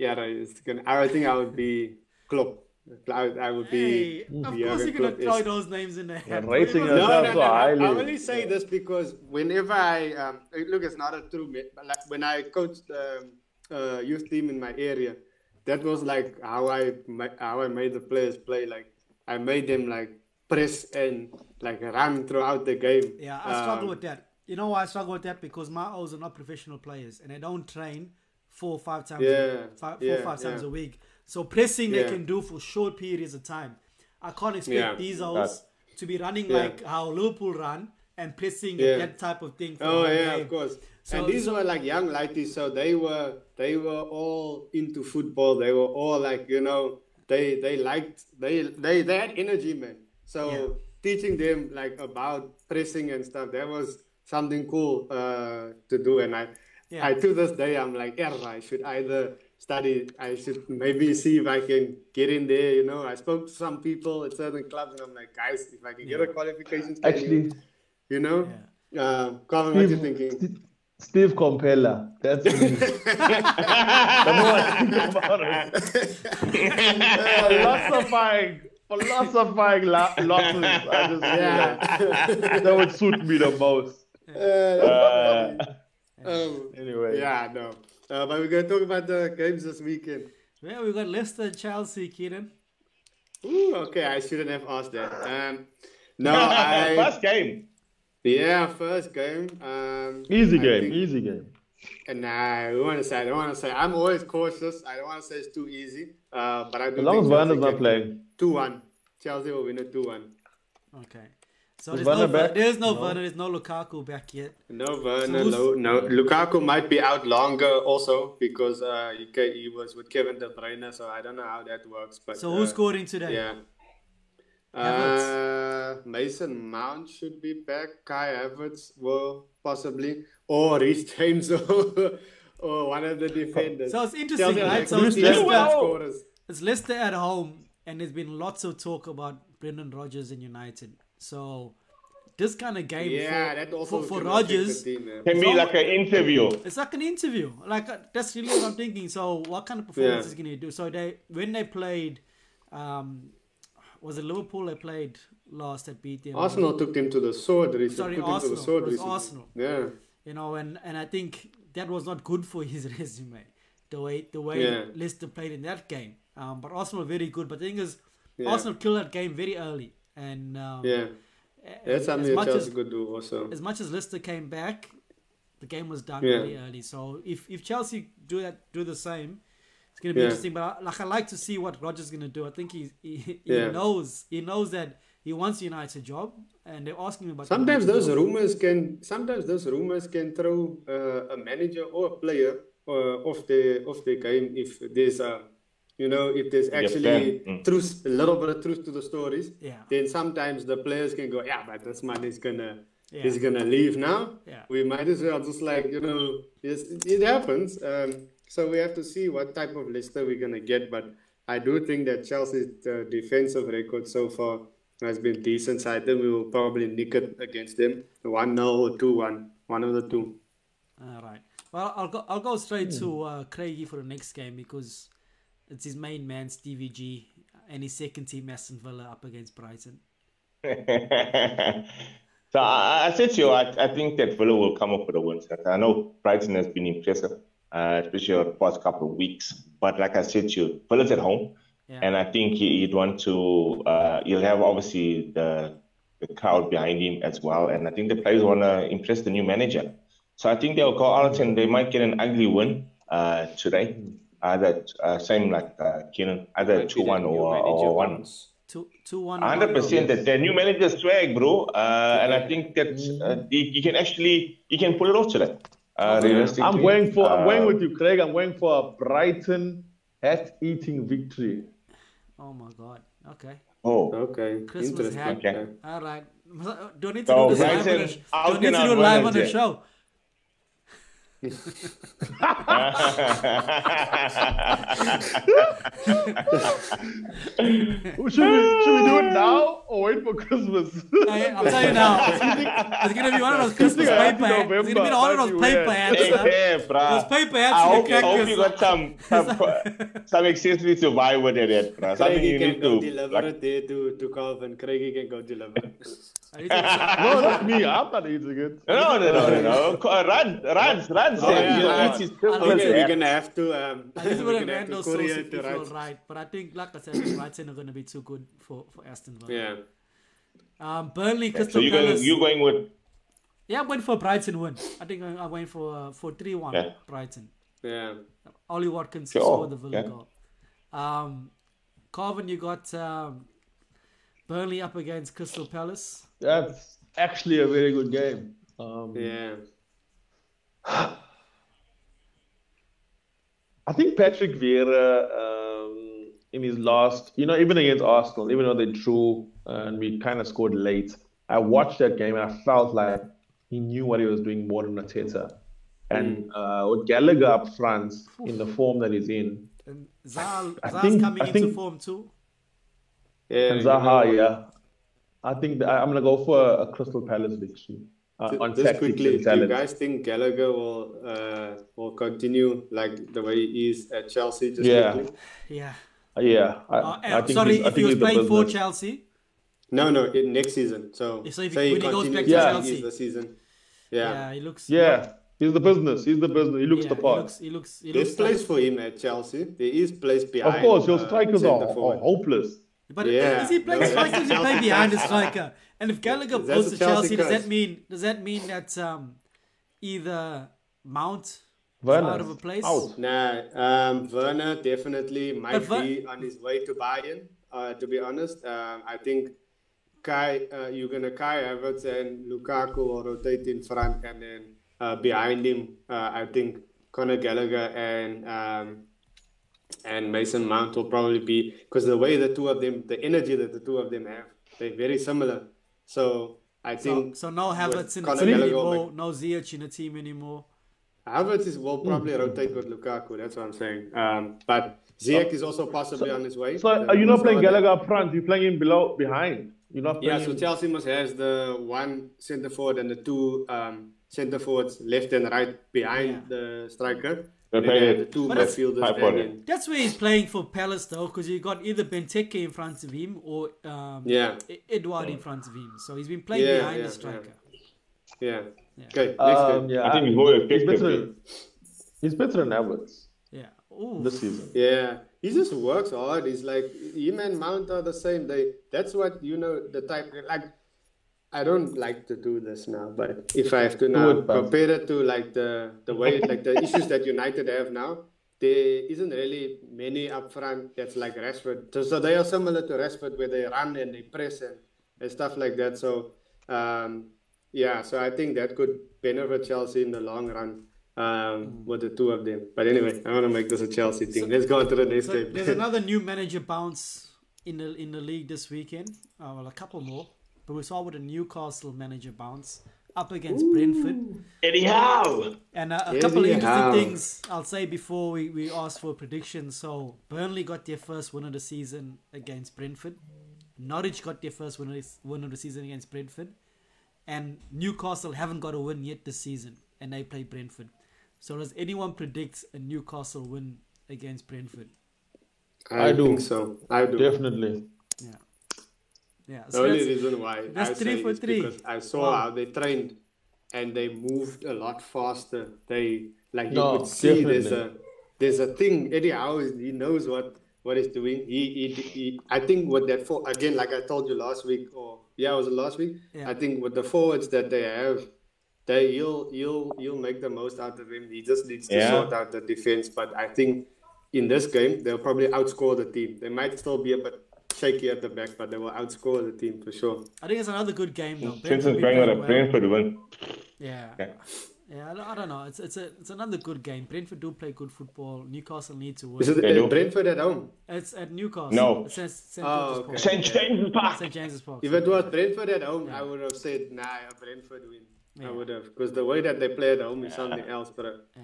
Speaker 3: Yeah, no, it's gonna, I think I would be Klopp. I, would- I would be.
Speaker 1: hey, of course
Speaker 3: Jurgen
Speaker 1: you're gonna
Speaker 3: Klopp is-
Speaker 1: throw those names in there.
Speaker 4: Yeah, rating
Speaker 1: Everyone's gonna do it.
Speaker 3: No, no,
Speaker 4: us up. so
Speaker 3: no.
Speaker 4: highly.
Speaker 3: I only say this because whenever I um, look, it's not a true myth, but like when I coached um, uh, youth team in my area, that was like how I ma- how I made the players play. Like I made them like press and like run throughout the game.
Speaker 1: Yeah, I struggle
Speaker 3: Um,
Speaker 1: with that. You know why I struggle with that? Because my O's are not professional players and they don't train four or five times,
Speaker 3: Yeah,
Speaker 1: a, five, four
Speaker 3: yeah,
Speaker 1: or five times
Speaker 3: yeah.
Speaker 1: a week. So pressing
Speaker 3: Yeah.
Speaker 1: they can do for short periods of time. I can't expect
Speaker 3: Yeah.
Speaker 1: these O's to be running
Speaker 3: Yeah.
Speaker 1: like how Liverpool run and pressing
Speaker 3: Yeah.
Speaker 1: and that type of thing. For the
Speaker 3: Oh
Speaker 1: whole
Speaker 3: yeah,
Speaker 1: game.
Speaker 3: of course.
Speaker 1: So-
Speaker 3: and these
Speaker 1: so-
Speaker 3: were like young lighties, so they were they were all into football. They were all like you know they they liked they they they had energy, man. So
Speaker 1: Yeah.
Speaker 3: teaching them like about pressing and stuff that was something cool uh, to do. And I
Speaker 1: Yeah.
Speaker 3: I to this day I'm like yeah, I should either study. I should maybe see if I can get in there. You know, I spoke to some people at certain clubs, and I'm like, guys, if I can get a qualification, can you-"
Speaker 4: Actually,
Speaker 3: you know. Uh, Colin, what you thinking?
Speaker 4: Steve, Steve Compella. That's me. I know what I think about it. philosophizing, philosophizing lo- losses. I just
Speaker 3: Yeah.
Speaker 4: feel like that would suit me the most.
Speaker 3: Uh, um,
Speaker 4: Anyway,
Speaker 3: yeah, no. Uh, but we're going to talk about the games this weekend.
Speaker 1: Well, we've got Leicester and Chelsea, Keenan.
Speaker 3: Ooh, okay, I shouldn't have asked that. Um, no, I.
Speaker 2: First game.
Speaker 3: Yeah, first game. Um,
Speaker 4: easy
Speaker 3: I
Speaker 4: game,
Speaker 3: think-
Speaker 4: easy game.
Speaker 3: And I don't want to say, I don't want to say. I'm always cautious. I don't want to say it's too easy. Uh, but I do
Speaker 4: As long
Speaker 3: think
Speaker 4: as
Speaker 3: Chelsea
Speaker 4: Werner's not
Speaker 3: can-
Speaker 4: playing.
Speaker 3: 2 1. Chelsea will win a 2 1.
Speaker 1: Okay. So
Speaker 4: Is
Speaker 1: there's no,
Speaker 4: Werner back?
Speaker 1: there's no, Werner, there's no Lukaku back yet.
Speaker 3: No, Werner,
Speaker 1: who's-
Speaker 3: no, no. Lukaku might be out longer also because uh, he, ca- he was with Kevin De Bruyne, so I don't know how that works. But
Speaker 1: So
Speaker 3: uh,
Speaker 1: who scored in today?
Speaker 3: Yeah. Uh,
Speaker 1: Havertz.
Speaker 3: Mason Mount should be back. Kai Havertz will possibly, or Reece James, or, or one of the defenders.
Speaker 1: So it's interesting,
Speaker 3: Chelsea
Speaker 1: right?
Speaker 3: like
Speaker 1: So it's
Speaker 3: three
Speaker 1: Leicester-
Speaker 3: goal scorers.
Speaker 1: It's Leicester at home, and there's been lots of talk about Brendan Rodgers and United. So this kind of game
Speaker 3: Yeah,
Speaker 1: for,
Speaker 3: that also
Speaker 1: for, for
Speaker 3: can affect the
Speaker 1: Rodgers,
Speaker 3: team, man.
Speaker 2: Can be like an interview.
Speaker 1: it's like an interview. Like uh, that's really what I'm thinking. So what kind of performance is going to do? So they when they played, um, was it Liverpool they played last that beat them?
Speaker 3: Arsenal took them to the sword recently.
Speaker 1: Sorry,
Speaker 3: put them
Speaker 1: Arsenal.
Speaker 3: to the sword
Speaker 1: It was
Speaker 3: recently.
Speaker 1: Arsenal.
Speaker 3: Yeah.
Speaker 1: you know, and and I think that was not good for his resume, the way the way
Speaker 3: Yeah.
Speaker 1: Leicester played in that game. Um, but Arsenal were very good. But the thing is,
Speaker 3: Yeah.
Speaker 1: Arsenal killed that game very early, and um,
Speaker 3: Yeah. That's
Speaker 1: as
Speaker 3: something that
Speaker 1: much
Speaker 3: Chelsea
Speaker 1: as
Speaker 3: could do also.
Speaker 1: as much as Leicester came back, the game was done
Speaker 3: Yeah.
Speaker 1: really early. So if if Chelsea do that do the same, it's going to be
Speaker 3: Yeah.
Speaker 1: interesting. But I, like I like to see what Rogers going to do. I think he he, he
Speaker 3: Yeah.
Speaker 1: knows he knows that he wants United job, and they're asking him about.
Speaker 3: Sometimes
Speaker 1: United
Speaker 3: those
Speaker 1: job.
Speaker 3: rumors can sometimes those rumors can throw uh, a manager or a player uh, off their off their game if there's a you know, if there's actually
Speaker 2: Mm.
Speaker 3: truth, a little bit of truth to the stories,
Speaker 1: Yeah.
Speaker 3: then sometimes the players can go, yeah, but this man is gonna
Speaker 1: Yeah.
Speaker 3: is gonna leave now.
Speaker 1: Yeah.
Speaker 3: We might as well just like you know, it's, it happens. Um, so we have to see what type of Leicester we're gonna get. But I do think that Chelsea's uh, defensive record so far has been decent. So I think we will probably nick it against them, one 0 or two one, one of the two.
Speaker 1: All Ah, right. Well, I'll go. I'll go straight
Speaker 3: Hmm.
Speaker 1: to uh, Craigie for the next game because it's his main man Stevie G and his second team Aston Villa up against Brighton.
Speaker 2: so I, I said to you, I, I think that Villa will come up with a win. sir. I know Brighton has been impressive, uh, especially over the past couple of weeks. But like I said to you, Villa's at home,
Speaker 1: Yeah.
Speaker 2: and I think he, he'd want to. Uh, he'll have obviously the the crowd behind him as well, and I think the players want to impress the new manager. So I think they'll go out and they might get an ugly win uh, today. Either uh, same like uh, Keenan, either two one or, or one
Speaker 1: Two, two, one. one.
Speaker 2: hundred percent. That the new manager swag, bro. Uh, and I think that uh, you, you can actually you can pull it off today. Uh, realistically,
Speaker 4: I'm going for. I'm going
Speaker 2: Uh,
Speaker 4: with you, Craig. I'm going for a Brighton hat-eating victory.
Speaker 1: Oh my god. Okay.
Speaker 2: Oh,
Speaker 3: Okay,
Speaker 1: Christmas
Speaker 3: interesting.
Speaker 1: hack.
Speaker 2: Okay.
Speaker 1: All right. Do I need to
Speaker 2: So
Speaker 1: do this live on
Speaker 2: Brighton
Speaker 1: the, sh- do
Speaker 2: out
Speaker 1: I need
Speaker 2: and
Speaker 1: to
Speaker 2: out
Speaker 1: do it live on the
Speaker 2: Wednesday.
Speaker 1: show?
Speaker 4: Should we, should we do it now or wait for Christmas?
Speaker 1: I, I'll tell you now. It's gonna be one of those Christmas
Speaker 4: I had
Speaker 1: paper.
Speaker 4: in
Speaker 1: hats. It's gonna be
Speaker 4: November,
Speaker 1: one of those
Speaker 4: but you
Speaker 1: paper
Speaker 4: were-
Speaker 1: hats.
Speaker 2: Hey,
Speaker 1: huh?
Speaker 2: there, bruh.
Speaker 1: Those paper hats
Speaker 2: I
Speaker 1: for the
Speaker 2: hope, I hope
Speaker 1: crackers.
Speaker 2: you got some some, some accessories to buy with it, yet, bruh. Something
Speaker 3: Craigie
Speaker 2: you
Speaker 3: can
Speaker 2: need
Speaker 3: go
Speaker 2: to.
Speaker 3: deliver
Speaker 2: Like,
Speaker 3: it there to, to Calvin. Craigie can go deliver it.
Speaker 1: I need to-
Speaker 4: no, not me. I'm not eating it.
Speaker 2: no, no, no, no, no. Co- Run, run, run, oh,
Speaker 3: yeah, yeah.
Speaker 2: It's his
Speaker 1: Okay,
Speaker 2: Christmas.
Speaker 3: Okay, we're
Speaker 2: hat.
Speaker 3: gonna have to. Um,
Speaker 1: I just
Speaker 3: we're
Speaker 1: want to
Speaker 3: gonna have
Speaker 1: end
Speaker 3: to
Speaker 1: those sources
Speaker 3: courier
Speaker 1: if
Speaker 3: to
Speaker 1: you're
Speaker 3: right.
Speaker 1: right. But I think, like I said, Brighton are going to be too good for, for Aston Villa.
Speaker 3: Yeah.
Speaker 1: Um, Burnley,
Speaker 2: So
Speaker 1: Crystal
Speaker 2: you're going
Speaker 1: Palace.
Speaker 2: you're going with
Speaker 1: Yeah, I went for Brighton win. I think I, I went for uh, for 3 1
Speaker 2: Yeah.
Speaker 1: Brighton.
Speaker 3: Yeah.
Speaker 1: Ollie Watkins
Speaker 2: Sure,
Speaker 1: scored the Villa
Speaker 2: yeah.
Speaker 1: goal. Um, Carvin, you got um, Burnley up against Crystal Palace.
Speaker 4: That's actually a very good game. Um,
Speaker 3: Yeah.
Speaker 4: I think Patrick Vieira, um, in his last, you know, even against Arsenal, even though they drew and we kind of scored late, I watched that game and I felt like he knew what he was doing more than Arteta. And
Speaker 3: Mm.
Speaker 4: uh, with Gallagher up front in the form that he's in,
Speaker 1: And Zal,
Speaker 4: I
Speaker 1: Zal's
Speaker 4: think-
Speaker 1: coming
Speaker 4: I
Speaker 1: into
Speaker 4: think-
Speaker 1: form too.
Speaker 3: Yeah.
Speaker 4: and
Speaker 3: you know,
Speaker 4: Zaha, yeah, I think that I- I'm gonna go for a, a Crystal Palace victory uh,
Speaker 3: ju-
Speaker 4: on
Speaker 3: Just
Speaker 4: tactics
Speaker 3: quickly,
Speaker 4: and
Speaker 3: do you
Speaker 4: talent.
Speaker 3: guys think Gallagher will uh, will continue like the way he is at Chelsea? Just
Speaker 4: Yeah.
Speaker 3: quickly.
Speaker 1: Yeah.
Speaker 4: yeah, I,
Speaker 1: Uh,
Speaker 4: I think
Speaker 1: sorry,
Speaker 4: he's- I
Speaker 1: if
Speaker 4: think
Speaker 1: he was
Speaker 4: he's the
Speaker 1: playing for
Speaker 4: business.
Speaker 1: Chelsea,
Speaker 3: No, no. In next season. So.
Speaker 1: So if he-
Speaker 3: say
Speaker 1: when he goes
Speaker 3: continues
Speaker 1: back
Speaker 4: to
Speaker 3: like
Speaker 1: Chelsea.
Speaker 3: he is this season.
Speaker 1: yeah,
Speaker 3: Yeah.
Speaker 1: he looks.
Speaker 4: Yeah, he's the business. He's the business. He looks
Speaker 1: yeah,
Speaker 4: the
Speaker 1: he
Speaker 4: part.
Speaker 1: looks. He looks. He
Speaker 3: There's
Speaker 1: looks like-
Speaker 3: place for him at Chelsea. There is place
Speaker 4: Of
Speaker 3: behind.
Speaker 4: course, your
Speaker 3: uh,
Speaker 4: strikers are,
Speaker 3: centre
Speaker 4: are
Speaker 3: forward.
Speaker 4: hopeless.
Speaker 1: But
Speaker 3: Yeah.
Speaker 1: is he playing
Speaker 3: No,
Speaker 1: striker? Does he play
Speaker 3: Chelsea-
Speaker 1: behind the striker? And if Gallagher
Speaker 3: That's
Speaker 1: goes
Speaker 3: the
Speaker 1: to
Speaker 3: Chelsea
Speaker 1: Chelsea, does
Speaker 3: curse.
Speaker 1: that mean does that mean that um, either Mount is
Speaker 4: Werner,
Speaker 1: out of a place?
Speaker 4: out.
Speaker 3: Nah, um, Werner definitely might
Speaker 1: Ver-
Speaker 3: be on his way to Bayern. Uh, to be honest, um, I think Kai, uh, you're gonna Kai Havertz and Lukaku will rotate in front, and then uh, behind him, uh, I think Conor Gallagher and um, and Mason Mount will probably be because the way the two of them, the energy that the two of them have, they're very similar. So I
Speaker 1: So,
Speaker 3: think
Speaker 1: so no Havertz in the
Speaker 3: Conor
Speaker 1: team
Speaker 3: Gallagher
Speaker 1: anymore, no Ziyech in the team anymore.
Speaker 3: Havertz is, will probably rotate with Lukaku. That's what I'm saying. Um, but Ziyech is also possibly on his way.
Speaker 4: So
Speaker 3: Uh,
Speaker 4: are you not
Speaker 3: so
Speaker 4: playing
Speaker 3: that-
Speaker 4: Gallagher up front? You're playing him below, behind. You're not
Speaker 3: Yeah,
Speaker 4: playing.
Speaker 3: so
Speaker 4: him-
Speaker 3: Chelsea must has the one centre forward and the two um, centre forwards left and right behind
Speaker 1: Yeah.
Speaker 3: the striker.
Speaker 2: They're
Speaker 3: Then they have
Speaker 2: playing
Speaker 3: the two
Speaker 1: But it's-
Speaker 3: midfielders.
Speaker 2: Five
Speaker 3: and
Speaker 2: forward.
Speaker 3: then-
Speaker 1: That's where he's playing for Palace though, because you got either Benteke in front of him or um,
Speaker 3: Yeah.
Speaker 1: E- Edouard in front of him. So he's been playing
Speaker 3: Yeah,
Speaker 1: behind
Speaker 3: yeah,
Speaker 1: the striker.
Speaker 3: Yeah.
Speaker 1: Yeah.
Speaker 3: Okay, next
Speaker 4: Um,
Speaker 3: game.
Speaker 4: yeah,
Speaker 2: I think he's more
Speaker 4: he's
Speaker 2: effective.
Speaker 4: better. Than, he's better than Havertz
Speaker 1: Yeah. Ooh.
Speaker 4: this season.
Speaker 3: Yeah, he just works hard. He's like him and Mount are the same. They that's what you know the type like. I don't like to do this now, but if I have to now
Speaker 4: it, Buzz.
Speaker 3: compare it to like the the way like the issues that United have now, there isn't really many up front that's like Rashford. So, so they are similar to Rashford where they run and they press and, and stuff like that. So um, yeah, so I think that could benefit Chelsea in the long run. um, with the two of them. But anyway, I want to make this a Chelsea thing. Let's go on to the next
Speaker 1: Mm. So
Speaker 3: game.
Speaker 1: there's another new manager bounce in the in the league this weekend. Uh, well, a couple more, but we saw with a Newcastle manager bounce up against Brentford,
Speaker 2: Eddie Howe.
Speaker 1: and uh, a
Speaker 3: Eddie
Speaker 1: couple of interesting
Speaker 3: Howe.
Speaker 1: things I'll say before we we ask for predictions. So Burnley got their first win of the season against Brentford. Norwich got their first win of, this- win of the season against Brentford, and Newcastle haven't got a win yet this season, and they play Brentford. So does anyone predict a Newcastle win against Brentford?
Speaker 3: I,
Speaker 4: I do.
Speaker 3: think so. I do.
Speaker 4: Definitely.
Speaker 1: Yeah. Yeah.
Speaker 3: The
Speaker 1: So
Speaker 3: only
Speaker 1: that's-
Speaker 3: reason why
Speaker 1: that's
Speaker 3: I
Speaker 1: three
Speaker 3: say
Speaker 1: for
Speaker 3: is
Speaker 1: three.
Speaker 3: because I saw
Speaker 1: Wow.
Speaker 3: how they trained and they moved a lot faster. They like
Speaker 4: No,
Speaker 3: you could see there's a
Speaker 4: definitely.
Speaker 3: there's a thing. Eddie Howe is- he knows what what he's doing. He, he, he I think with that for again, like I told you last week or yeah, was it last week?
Speaker 1: Yeah.
Speaker 3: I think with the forwards that they have, they you'll you'll you'll make the most out of him. He just needs to
Speaker 2: Yeah.
Speaker 3: sort out the defense. But I think in this game they'll probably outscore the team. They might still be a bit shaky at the back, but they will outscore the team for sure.
Speaker 1: I think it's another good game though.
Speaker 2: Simpson's
Speaker 1: Brentford
Speaker 2: going on
Speaker 1: played well.
Speaker 2: a Brentford win.
Speaker 1: Yeah.
Speaker 2: Yeah.
Speaker 1: Yeah, I don't- I don't know. It's it's a it's another good game. Brentford do play good football. Newcastle need to
Speaker 3: Is
Speaker 1: win.
Speaker 3: it
Speaker 2: They
Speaker 3: uh,
Speaker 2: do.
Speaker 3: Brentford at home?
Speaker 1: It's at Newcastle.
Speaker 2: No.
Speaker 1: It's at St.
Speaker 3: Oh,
Speaker 1: George's
Speaker 3: okay.
Speaker 2: St. James's
Speaker 1: Park.
Speaker 2: Park.
Speaker 1: St. James's Park.
Speaker 3: If it was Brentford at home, I would have said nah, a Brentford win. I would have because the way that they play at home is something else. But uh,
Speaker 1: Yeah.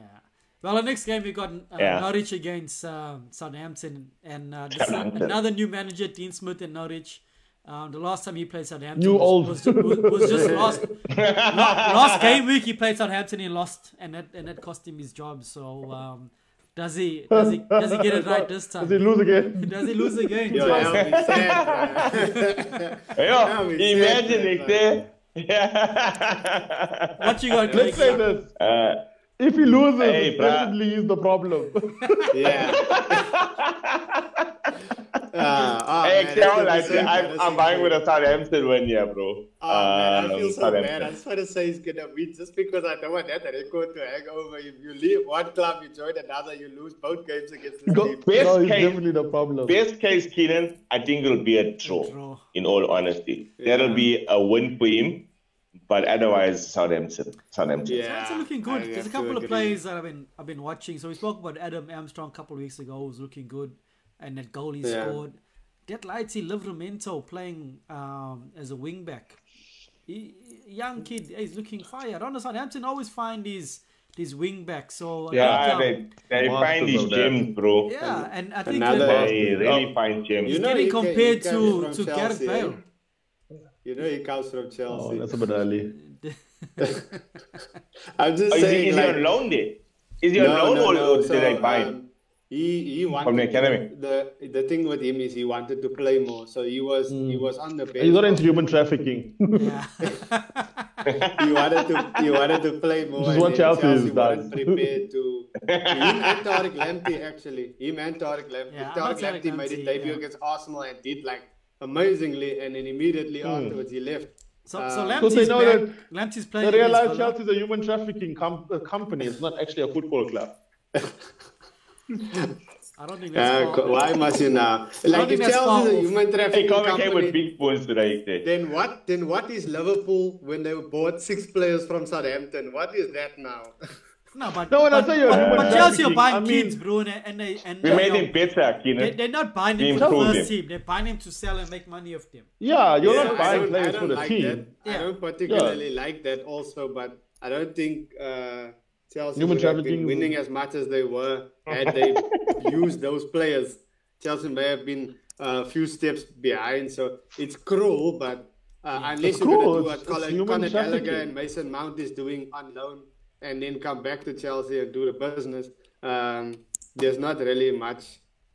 Speaker 1: Well, the next game we got uh,
Speaker 2: Yeah.
Speaker 1: Norwich against um, Southampton, and uh, this is
Speaker 2: Southampton.
Speaker 1: another new manager, Dean Smith, in Norwich. Um, the last time he played Southampton
Speaker 4: New
Speaker 1: was,
Speaker 4: old.
Speaker 1: was, was, was just last la- last game week. He played Southampton, he lost, and that and that cost him his job. So um, does he does he does he get it right this time?
Speaker 4: Does he lose again?
Speaker 1: Does he lose again?
Speaker 3: yo,
Speaker 1: Yeah.
Speaker 3: that'll be sad, bro.
Speaker 2: Yeah,
Speaker 3: we
Speaker 2: imagine
Speaker 3: said
Speaker 2: it
Speaker 3: that.
Speaker 2: there.
Speaker 1: What you got,
Speaker 4: Let's say
Speaker 1: Craig?
Speaker 4: this.
Speaker 2: Uh,
Speaker 4: If he loses,
Speaker 2: Hey,
Speaker 4: it
Speaker 2: bruh.
Speaker 4: definitely is the problem.
Speaker 3: Yeah. Ah, ah,
Speaker 2: hey,
Speaker 3: man, that's
Speaker 2: Carol,
Speaker 3: gonna
Speaker 2: I,
Speaker 3: be so
Speaker 2: I'm, I'm
Speaker 3: embarrassing
Speaker 2: buying
Speaker 3: for
Speaker 2: with
Speaker 3: you.
Speaker 2: a Southampton win, yeah, bro.
Speaker 3: Oh, man, I
Speaker 2: Um,
Speaker 3: feel so bad. I
Speaker 2: Southampton.
Speaker 3: just want to say he's gonna win just because I don't want that record to hang over. If you leave one club, you join another, you lose both games against this
Speaker 4: no,
Speaker 3: team.
Speaker 2: Best
Speaker 4: no, it's
Speaker 2: case-
Speaker 4: definitely the problem.
Speaker 2: Best case, Keenan, I think it'll be a draw,
Speaker 1: Draw.
Speaker 2: in all honesty. That'll be a win for him, but otherwise, Southampton. Southampton.
Speaker 3: Yeah.
Speaker 1: Southampton looking
Speaker 3: I
Speaker 1: good. There's a
Speaker 3: have to
Speaker 1: couple of
Speaker 3: agree.
Speaker 1: plays that I've been I've been watching. So we spoke about Adam Armstrong a couple of weeks ago who's looking good, and that goal he
Speaker 3: Yeah.
Speaker 1: scored. That Lighty Livramento playing um, as a wing back. He,
Speaker 3: Hmm.
Speaker 1: young kid, he's looking fire. I don't know. Southampton always find these these wing backs. So I
Speaker 2: Yeah,
Speaker 1: think, um,
Speaker 2: they, they
Speaker 4: Masters
Speaker 2: find these
Speaker 4: of that.
Speaker 2: gems, bro.
Speaker 1: yeah, and I think
Speaker 3: Another-
Speaker 1: that
Speaker 2: They really find gems.
Speaker 3: oh, You know,
Speaker 1: getting
Speaker 3: he ca- he
Speaker 1: compared
Speaker 3: came
Speaker 1: to
Speaker 3: from
Speaker 1: to Gareth
Speaker 3: Chelsea, eh?
Speaker 1: Bale.
Speaker 3: You know he comes from Chelsea.
Speaker 4: Oh, that's a bit early.
Speaker 3: eh? I'm just
Speaker 2: Oh, is
Speaker 3: saying.
Speaker 2: he, is
Speaker 3: like,
Speaker 2: he on loan there? Is he on loan or, or did
Speaker 3: so,
Speaker 2: they buy him?
Speaker 3: um, he he wanted
Speaker 2: From the academy?
Speaker 3: The the thing with him is he wanted to play more, so he was he was on the bench.
Speaker 4: He's not into human trafficking.
Speaker 1: Yeah.
Speaker 3: he wanted to he wanted to play more.
Speaker 4: This is
Speaker 3: and
Speaker 4: what
Speaker 3: then
Speaker 4: Chelsea
Speaker 3: Chelsea
Speaker 4: is
Speaker 3: weren't
Speaker 4: done.
Speaker 3: prepared to. Him and Tariq Lamptey actually. Him and Tariq Lamptey.
Speaker 1: Yeah, I'm
Speaker 3: Tariq
Speaker 1: not Tariq
Speaker 3: Lamptey made his
Speaker 1: Lamptey,
Speaker 3: debut
Speaker 1: yeah.
Speaker 3: against Arsenal and did like amazingly, and then immediately
Speaker 2: Hmm.
Speaker 3: afterwards he left.
Speaker 1: So,
Speaker 3: Uh,
Speaker 1: so
Speaker 4: Because they
Speaker 1: Lamptey's
Speaker 4: know
Speaker 1: back. Lamptey's playing.
Speaker 4: They realize
Speaker 1: against Villa.
Speaker 4: Chelsea is a human trafficking com- uh, company. It's not actually a football club.
Speaker 1: I don't think
Speaker 3: Uh,
Speaker 1: that's
Speaker 3: co-
Speaker 1: far.
Speaker 3: why must you now? Like
Speaker 1: think
Speaker 3: if
Speaker 1: that's far
Speaker 3: Chelsea is a
Speaker 1: off.
Speaker 3: human
Speaker 2: Hey,
Speaker 3: trafficking
Speaker 2: Comic
Speaker 3: company,
Speaker 2: came with big balls today. eh?
Speaker 3: Then what? Then what is Liverpool when they bought six players from Southampton? What is that now?
Speaker 1: No, but
Speaker 4: No, when I
Speaker 1: but,
Speaker 4: say you're
Speaker 1: but,
Speaker 4: human
Speaker 1: but Chelsea are
Speaker 4: trafficking,
Speaker 1: buying
Speaker 4: I mean-
Speaker 1: kids, bro, and and they and
Speaker 2: We
Speaker 1: you
Speaker 2: made
Speaker 1: know,
Speaker 2: him better, you know.
Speaker 1: They, they're not buying
Speaker 2: We
Speaker 1: him for the
Speaker 2: improved
Speaker 1: first
Speaker 2: him.
Speaker 1: team. They're buying him to sell and make money off them.
Speaker 4: Yeah, you're
Speaker 3: So
Speaker 4: not
Speaker 3: I
Speaker 4: buying
Speaker 3: don't, I
Speaker 4: players for
Speaker 3: don't
Speaker 4: the
Speaker 3: like that.
Speaker 4: team.
Speaker 3: I
Speaker 1: Yeah.
Speaker 3: don't particularly like that also, but I don't think uh, Chelsea
Speaker 4: Human
Speaker 3: would have been
Speaker 4: trafficking-
Speaker 3: winning as much as they were had they used those players. Chelsea may have been a few steps behind, so it's cruel, but uh,
Speaker 1: Mm.
Speaker 3: unless
Speaker 4: It's
Speaker 3: you're
Speaker 4: cruel,
Speaker 3: going to do
Speaker 4: it's-
Speaker 3: what
Speaker 4: it's
Speaker 3: Colin,
Speaker 4: human
Speaker 3: Conor Gallagher
Speaker 4: trafficking.
Speaker 3: and Mason Mount is doing on loan and then come back to Chelsea and do the business, um, there's not really much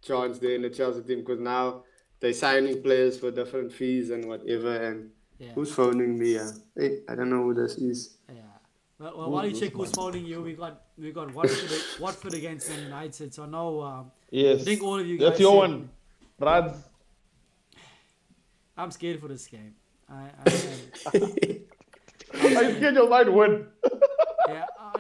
Speaker 3: chance there in the Chelsea team because now they're signing players for different fees and whatever. And
Speaker 1: Yeah.
Speaker 3: who's phoning me? Uh, hey, I don't know who this is.
Speaker 1: Yeah. Well, well while you check who's phoning you, we got we got Watford, Watford against Man United. So I know um,
Speaker 4: Yes.
Speaker 1: I think all of you
Speaker 4: That's
Speaker 1: guys
Speaker 4: your
Speaker 1: said-
Speaker 4: one. Rads.
Speaker 1: I'm scared for this game. I, I am.
Speaker 4: Are you scared you might win?
Speaker 1: yeah. Uh,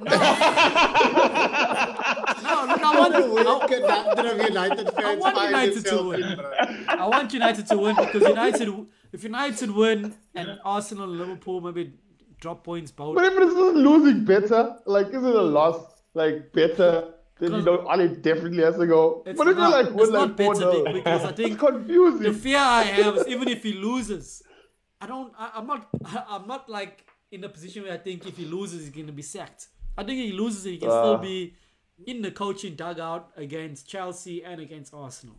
Speaker 1: no. no, look, I want, I,
Speaker 3: United fans
Speaker 1: want
Speaker 3: find
Speaker 1: United to
Speaker 3: themselves
Speaker 1: win.
Speaker 3: in, bro.
Speaker 1: I want United to win because United, if United win and Arsenal and Liverpool maybe drop points both.
Speaker 4: But if it's not losing better, like, is it a loss? like better, then you know Ali definitely has to go.
Speaker 1: It's
Speaker 4: but if
Speaker 1: not-
Speaker 4: you like
Speaker 1: it's
Speaker 4: win like
Speaker 1: not better,
Speaker 4: four
Speaker 1: Dick, because I think
Speaker 4: it's confusing.
Speaker 1: the fear I have is even if he loses, I don't. I, I'm not. I, I'm not like in a position where I think if he loses, he's gonna be sacked. I think if he loses, he can still be in the coaching dugout against Chelsea and against Arsenal.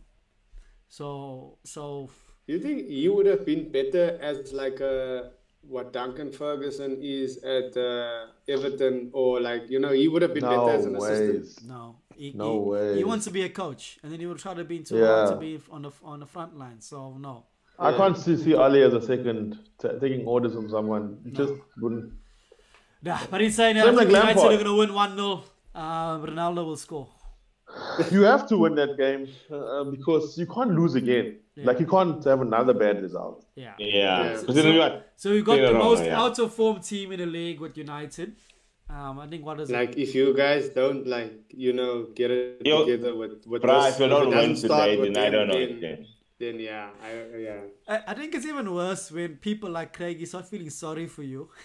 Speaker 1: So, so
Speaker 3: Do you think you would have been better as like a what Duncan Ferguson is at uh, Everton, or like you know, he would have been better as an assistant.
Speaker 1: no, he,
Speaker 4: No
Speaker 1: he, He
Speaker 4: way.
Speaker 1: wants to be a coach, and then he will try to be into
Speaker 4: Yeah.
Speaker 1: to be on the on the front line. So no,
Speaker 4: I can't see, see Ali as a second t- taking orders from someone. It Just wouldn't.
Speaker 1: nah, but he's saying that I
Speaker 4: Same
Speaker 1: think
Speaker 4: like
Speaker 1: United are
Speaker 4: Lampard.
Speaker 1: gonna win one 0 uh, Ronaldo will score.
Speaker 4: You have to win that game uh, because you can't lose again. Like you can't have another bad result.
Speaker 1: Yeah.
Speaker 2: Yeah.
Speaker 3: So-
Speaker 2: But then what?
Speaker 1: So we got
Speaker 2: Yeah,
Speaker 1: the
Speaker 2: no,
Speaker 1: most
Speaker 2: yeah.
Speaker 1: out of form team in the league with United. Um, I think what is it?
Speaker 3: Like if you guys don't like you know get it
Speaker 2: Yo,
Speaker 3: together with with
Speaker 2: Bruh,
Speaker 3: this,
Speaker 2: if you don't
Speaker 3: it
Speaker 2: win
Speaker 3: doesn't start
Speaker 2: today,
Speaker 3: with
Speaker 2: then I don't
Speaker 3: them,
Speaker 2: know.
Speaker 3: Then,
Speaker 2: Then.
Speaker 3: then yeah, I, yeah.
Speaker 1: I, I think it's even worse when people like Craig is not feeling sorry for you.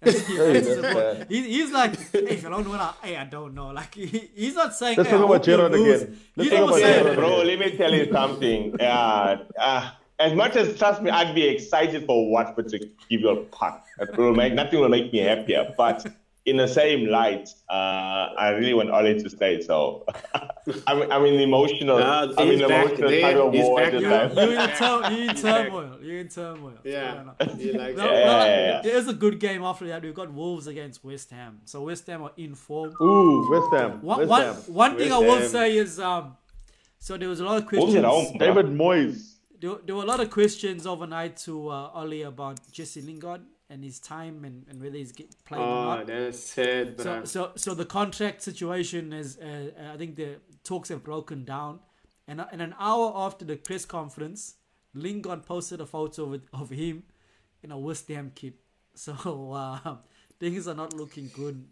Speaker 1: As he writes
Speaker 4: that's
Speaker 1: about-
Speaker 4: bad.
Speaker 1: he, he's like, hey, if you don't win, I, hey, I don't know. Like he, he's not saying.
Speaker 4: Let's
Speaker 1: hey, I
Speaker 4: talk about
Speaker 1: hope you
Speaker 4: Gerrard
Speaker 1: lose.
Speaker 4: again. Let's
Speaker 1: He's
Speaker 4: talk
Speaker 1: not
Speaker 4: about
Speaker 1: saying-
Speaker 4: Gerrard.
Speaker 2: Bro, let me tell you something. Yeah. Uh, as much as trust me, I'd be excited for Watford to give you a puck. It will make nothing will make me happier. But in the same light, uh, I really want Ole to stay. So I'm, I'm in emotional.
Speaker 3: Nah,
Speaker 2: I'm in
Speaker 3: he's back
Speaker 2: emotional
Speaker 3: there.
Speaker 2: tug of
Speaker 3: He's
Speaker 2: war
Speaker 3: back
Speaker 2: at the
Speaker 1: You,
Speaker 3: there.
Speaker 2: time.
Speaker 1: you're in, tur- you're in turmoil. You're in turmoil.
Speaker 3: Yeah.
Speaker 1: No, no.
Speaker 3: You like
Speaker 1: No,
Speaker 3: that.
Speaker 1: no,
Speaker 2: Yeah.
Speaker 1: There is a good game after that. We've got Wolves against West Ham. So West Ham are in form.
Speaker 4: Ooh, West Ham.
Speaker 1: One,
Speaker 4: West
Speaker 1: one,
Speaker 4: Ham.
Speaker 1: one thing I
Speaker 3: West
Speaker 1: will
Speaker 3: Ham.
Speaker 1: say is um, so there was a lot of
Speaker 2: Wolves at
Speaker 1: questions.
Speaker 2: home. bruh.
Speaker 4: David Moyes.
Speaker 1: There, there were a lot of questions overnight to uh, Ollie about Jesse Lingard and his time and, and whether he's get, playing or
Speaker 3: Oh,
Speaker 1: not.
Speaker 3: that's sad,
Speaker 1: So,
Speaker 3: bro.
Speaker 1: so, so the contract situation is, uh, I think the talks have broken down. And, uh, and an hour after the press conference, Lingard posted a photo with, of him in a West Ham kit. So uh, things are not looking good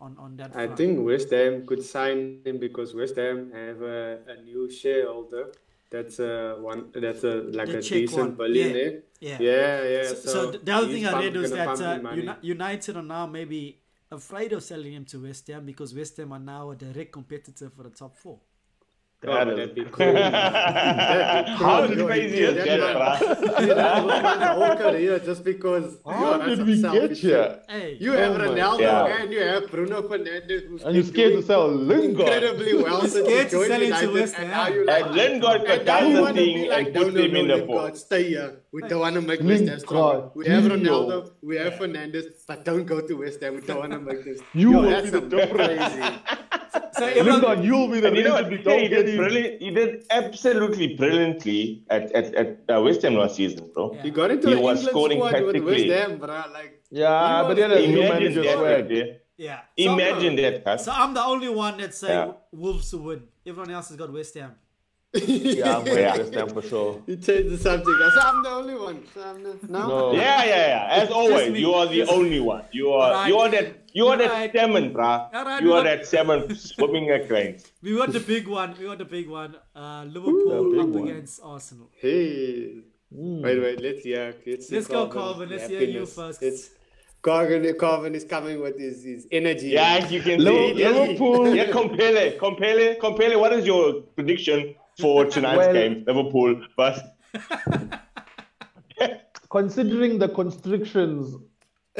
Speaker 1: on, on that
Speaker 3: I
Speaker 1: front.
Speaker 3: think West Ham could sign him because West Ham have a, a new shareholder. That's a one. That's a like
Speaker 1: The
Speaker 3: a
Speaker 1: Czech
Speaker 3: decent
Speaker 1: one.
Speaker 3: billionaire.
Speaker 1: Yeah.
Speaker 3: yeah, yeah.
Speaker 1: So,
Speaker 3: So,
Speaker 1: so th- the other
Speaker 3: he's
Speaker 1: thing I
Speaker 3: pump-
Speaker 1: read was
Speaker 3: gonna
Speaker 1: that
Speaker 3: pump
Speaker 1: uh,
Speaker 3: in money.
Speaker 1: Uni- United are now maybe afraid of selling him to West Ham because West Ham are now a direct competitor for the top four.
Speaker 3: Oh,
Speaker 4: That is-
Speaker 3: that'd be cool. That'd be cool.
Speaker 2: How
Speaker 3: Yo,
Speaker 2: crazy
Speaker 3: dude,
Speaker 2: is
Speaker 3: that
Speaker 2: that,
Speaker 3: man-
Speaker 2: bruh?
Speaker 3: dude, that was my whole career just because.
Speaker 4: How
Speaker 3: yo, Oh, that's
Speaker 4: did
Speaker 3: some
Speaker 4: we get
Speaker 3: selfish
Speaker 4: here?
Speaker 3: shit.
Speaker 1: Hey,
Speaker 3: You have
Speaker 4: Oh my-
Speaker 3: Ronaldo
Speaker 2: Yeah.
Speaker 3: and you have Bruno Fernandes, who's
Speaker 4: And you're
Speaker 3: been
Speaker 4: scared to
Speaker 3: doing
Speaker 4: sell Lingard.
Speaker 3: incredibly well since he
Speaker 1: scared to
Speaker 3: joined
Speaker 1: sell him to
Speaker 3: United,
Speaker 1: West
Speaker 3: and
Speaker 1: Ham.
Speaker 3: now you
Speaker 2: And Lingard
Speaker 3: And
Speaker 2: could
Speaker 3: now you
Speaker 2: done the
Speaker 3: want to be
Speaker 2: thing
Speaker 3: like,
Speaker 2: and
Speaker 3: no,
Speaker 2: put
Speaker 3: no,
Speaker 2: him
Speaker 3: no,
Speaker 2: in the
Speaker 3: Lingard,
Speaker 2: box.
Speaker 3: stay here. We don't want to make West Ham
Speaker 4: Lingard,
Speaker 3: strong. We have
Speaker 4: Leo.
Speaker 3: Ronaldo, we have Fernandes, but don't go to West Ham. We don't want to make this.
Speaker 4: You
Speaker 3: Yo,
Speaker 4: will
Speaker 3: that's
Speaker 4: be the
Speaker 3: some
Speaker 4: difference.
Speaker 3: crazy.
Speaker 1: so everyone,
Speaker 4: Lingard, you'll be the
Speaker 2: And you know what?
Speaker 4: reason we
Speaker 2: He did,
Speaker 4: don't get him.
Speaker 2: brilliant, he did absolutely brilliantly at, at, at uh, West Ham last season, bro.
Speaker 1: Yeah.
Speaker 3: You got into
Speaker 2: He
Speaker 3: an
Speaker 2: was
Speaker 3: England
Speaker 2: scoring
Speaker 3: squad with West
Speaker 2: tactically.
Speaker 3: Ham, bro. Like,
Speaker 4: Yeah,
Speaker 3: He
Speaker 4: but he had
Speaker 3: was-
Speaker 4: a new
Speaker 2: Imagine
Speaker 4: manager
Speaker 2: that. right
Speaker 4: swag.
Speaker 2: there.
Speaker 1: yeah. So,
Speaker 2: Imagine that,
Speaker 1: so
Speaker 2: cuz.
Speaker 1: I'm the only one that's saying
Speaker 2: Yeah.
Speaker 1: Wolves to win. Everyone else has got West Ham.
Speaker 4: Yeah, I'm going
Speaker 2: Yeah.
Speaker 4: to West Ham for sure.
Speaker 3: you changed the subject. I said, I'm the only one. So I'm the, no.
Speaker 4: No.
Speaker 2: Yeah, yeah, yeah. As always,
Speaker 1: me.
Speaker 2: you are the
Speaker 1: Just-
Speaker 2: only one. You are,
Speaker 1: Alright.
Speaker 2: you are that, you are
Speaker 1: Alright.
Speaker 2: that salmon, bruh.
Speaker 1: Alright,
Speaker 2: you
Speaker 1: we
Speaker 2: are
Speaker 1: got-
Speaker 2: that salmon swimming against.
Speaker 1: We got the big one. We got the big one. Uh, Liverpool
Speaker 4: The big
Speaker 1: up
Speaker 4: one.
Speaker 1: against Arsenal.
Speaker 3: Hey.
Speaker 4: Hmm.
Speaker 3: Wait, wait, let's yeah, let's, see
Speaker 1: Let's go,
Speaker 3: Calvin.
Speaker 1: Calvin. Let's hear you
Speaker 3: Happiness.
Speaker 1: first.
Speaker 3: It's Calvin, Calvin is coming with his, his energy.
Speaker 2: Yeah, you can
Speaker 4: Liverpool-
Speaker 2: see. yes.
Speaker 4: Liverpool-
Speaker 2: Yeah, Compele, Compele, Compele. What is your prediction for tonight's
Speaker 4: Well-
Speaker 2: game, Liverpool? But
Speaker 4: Considering the constrictions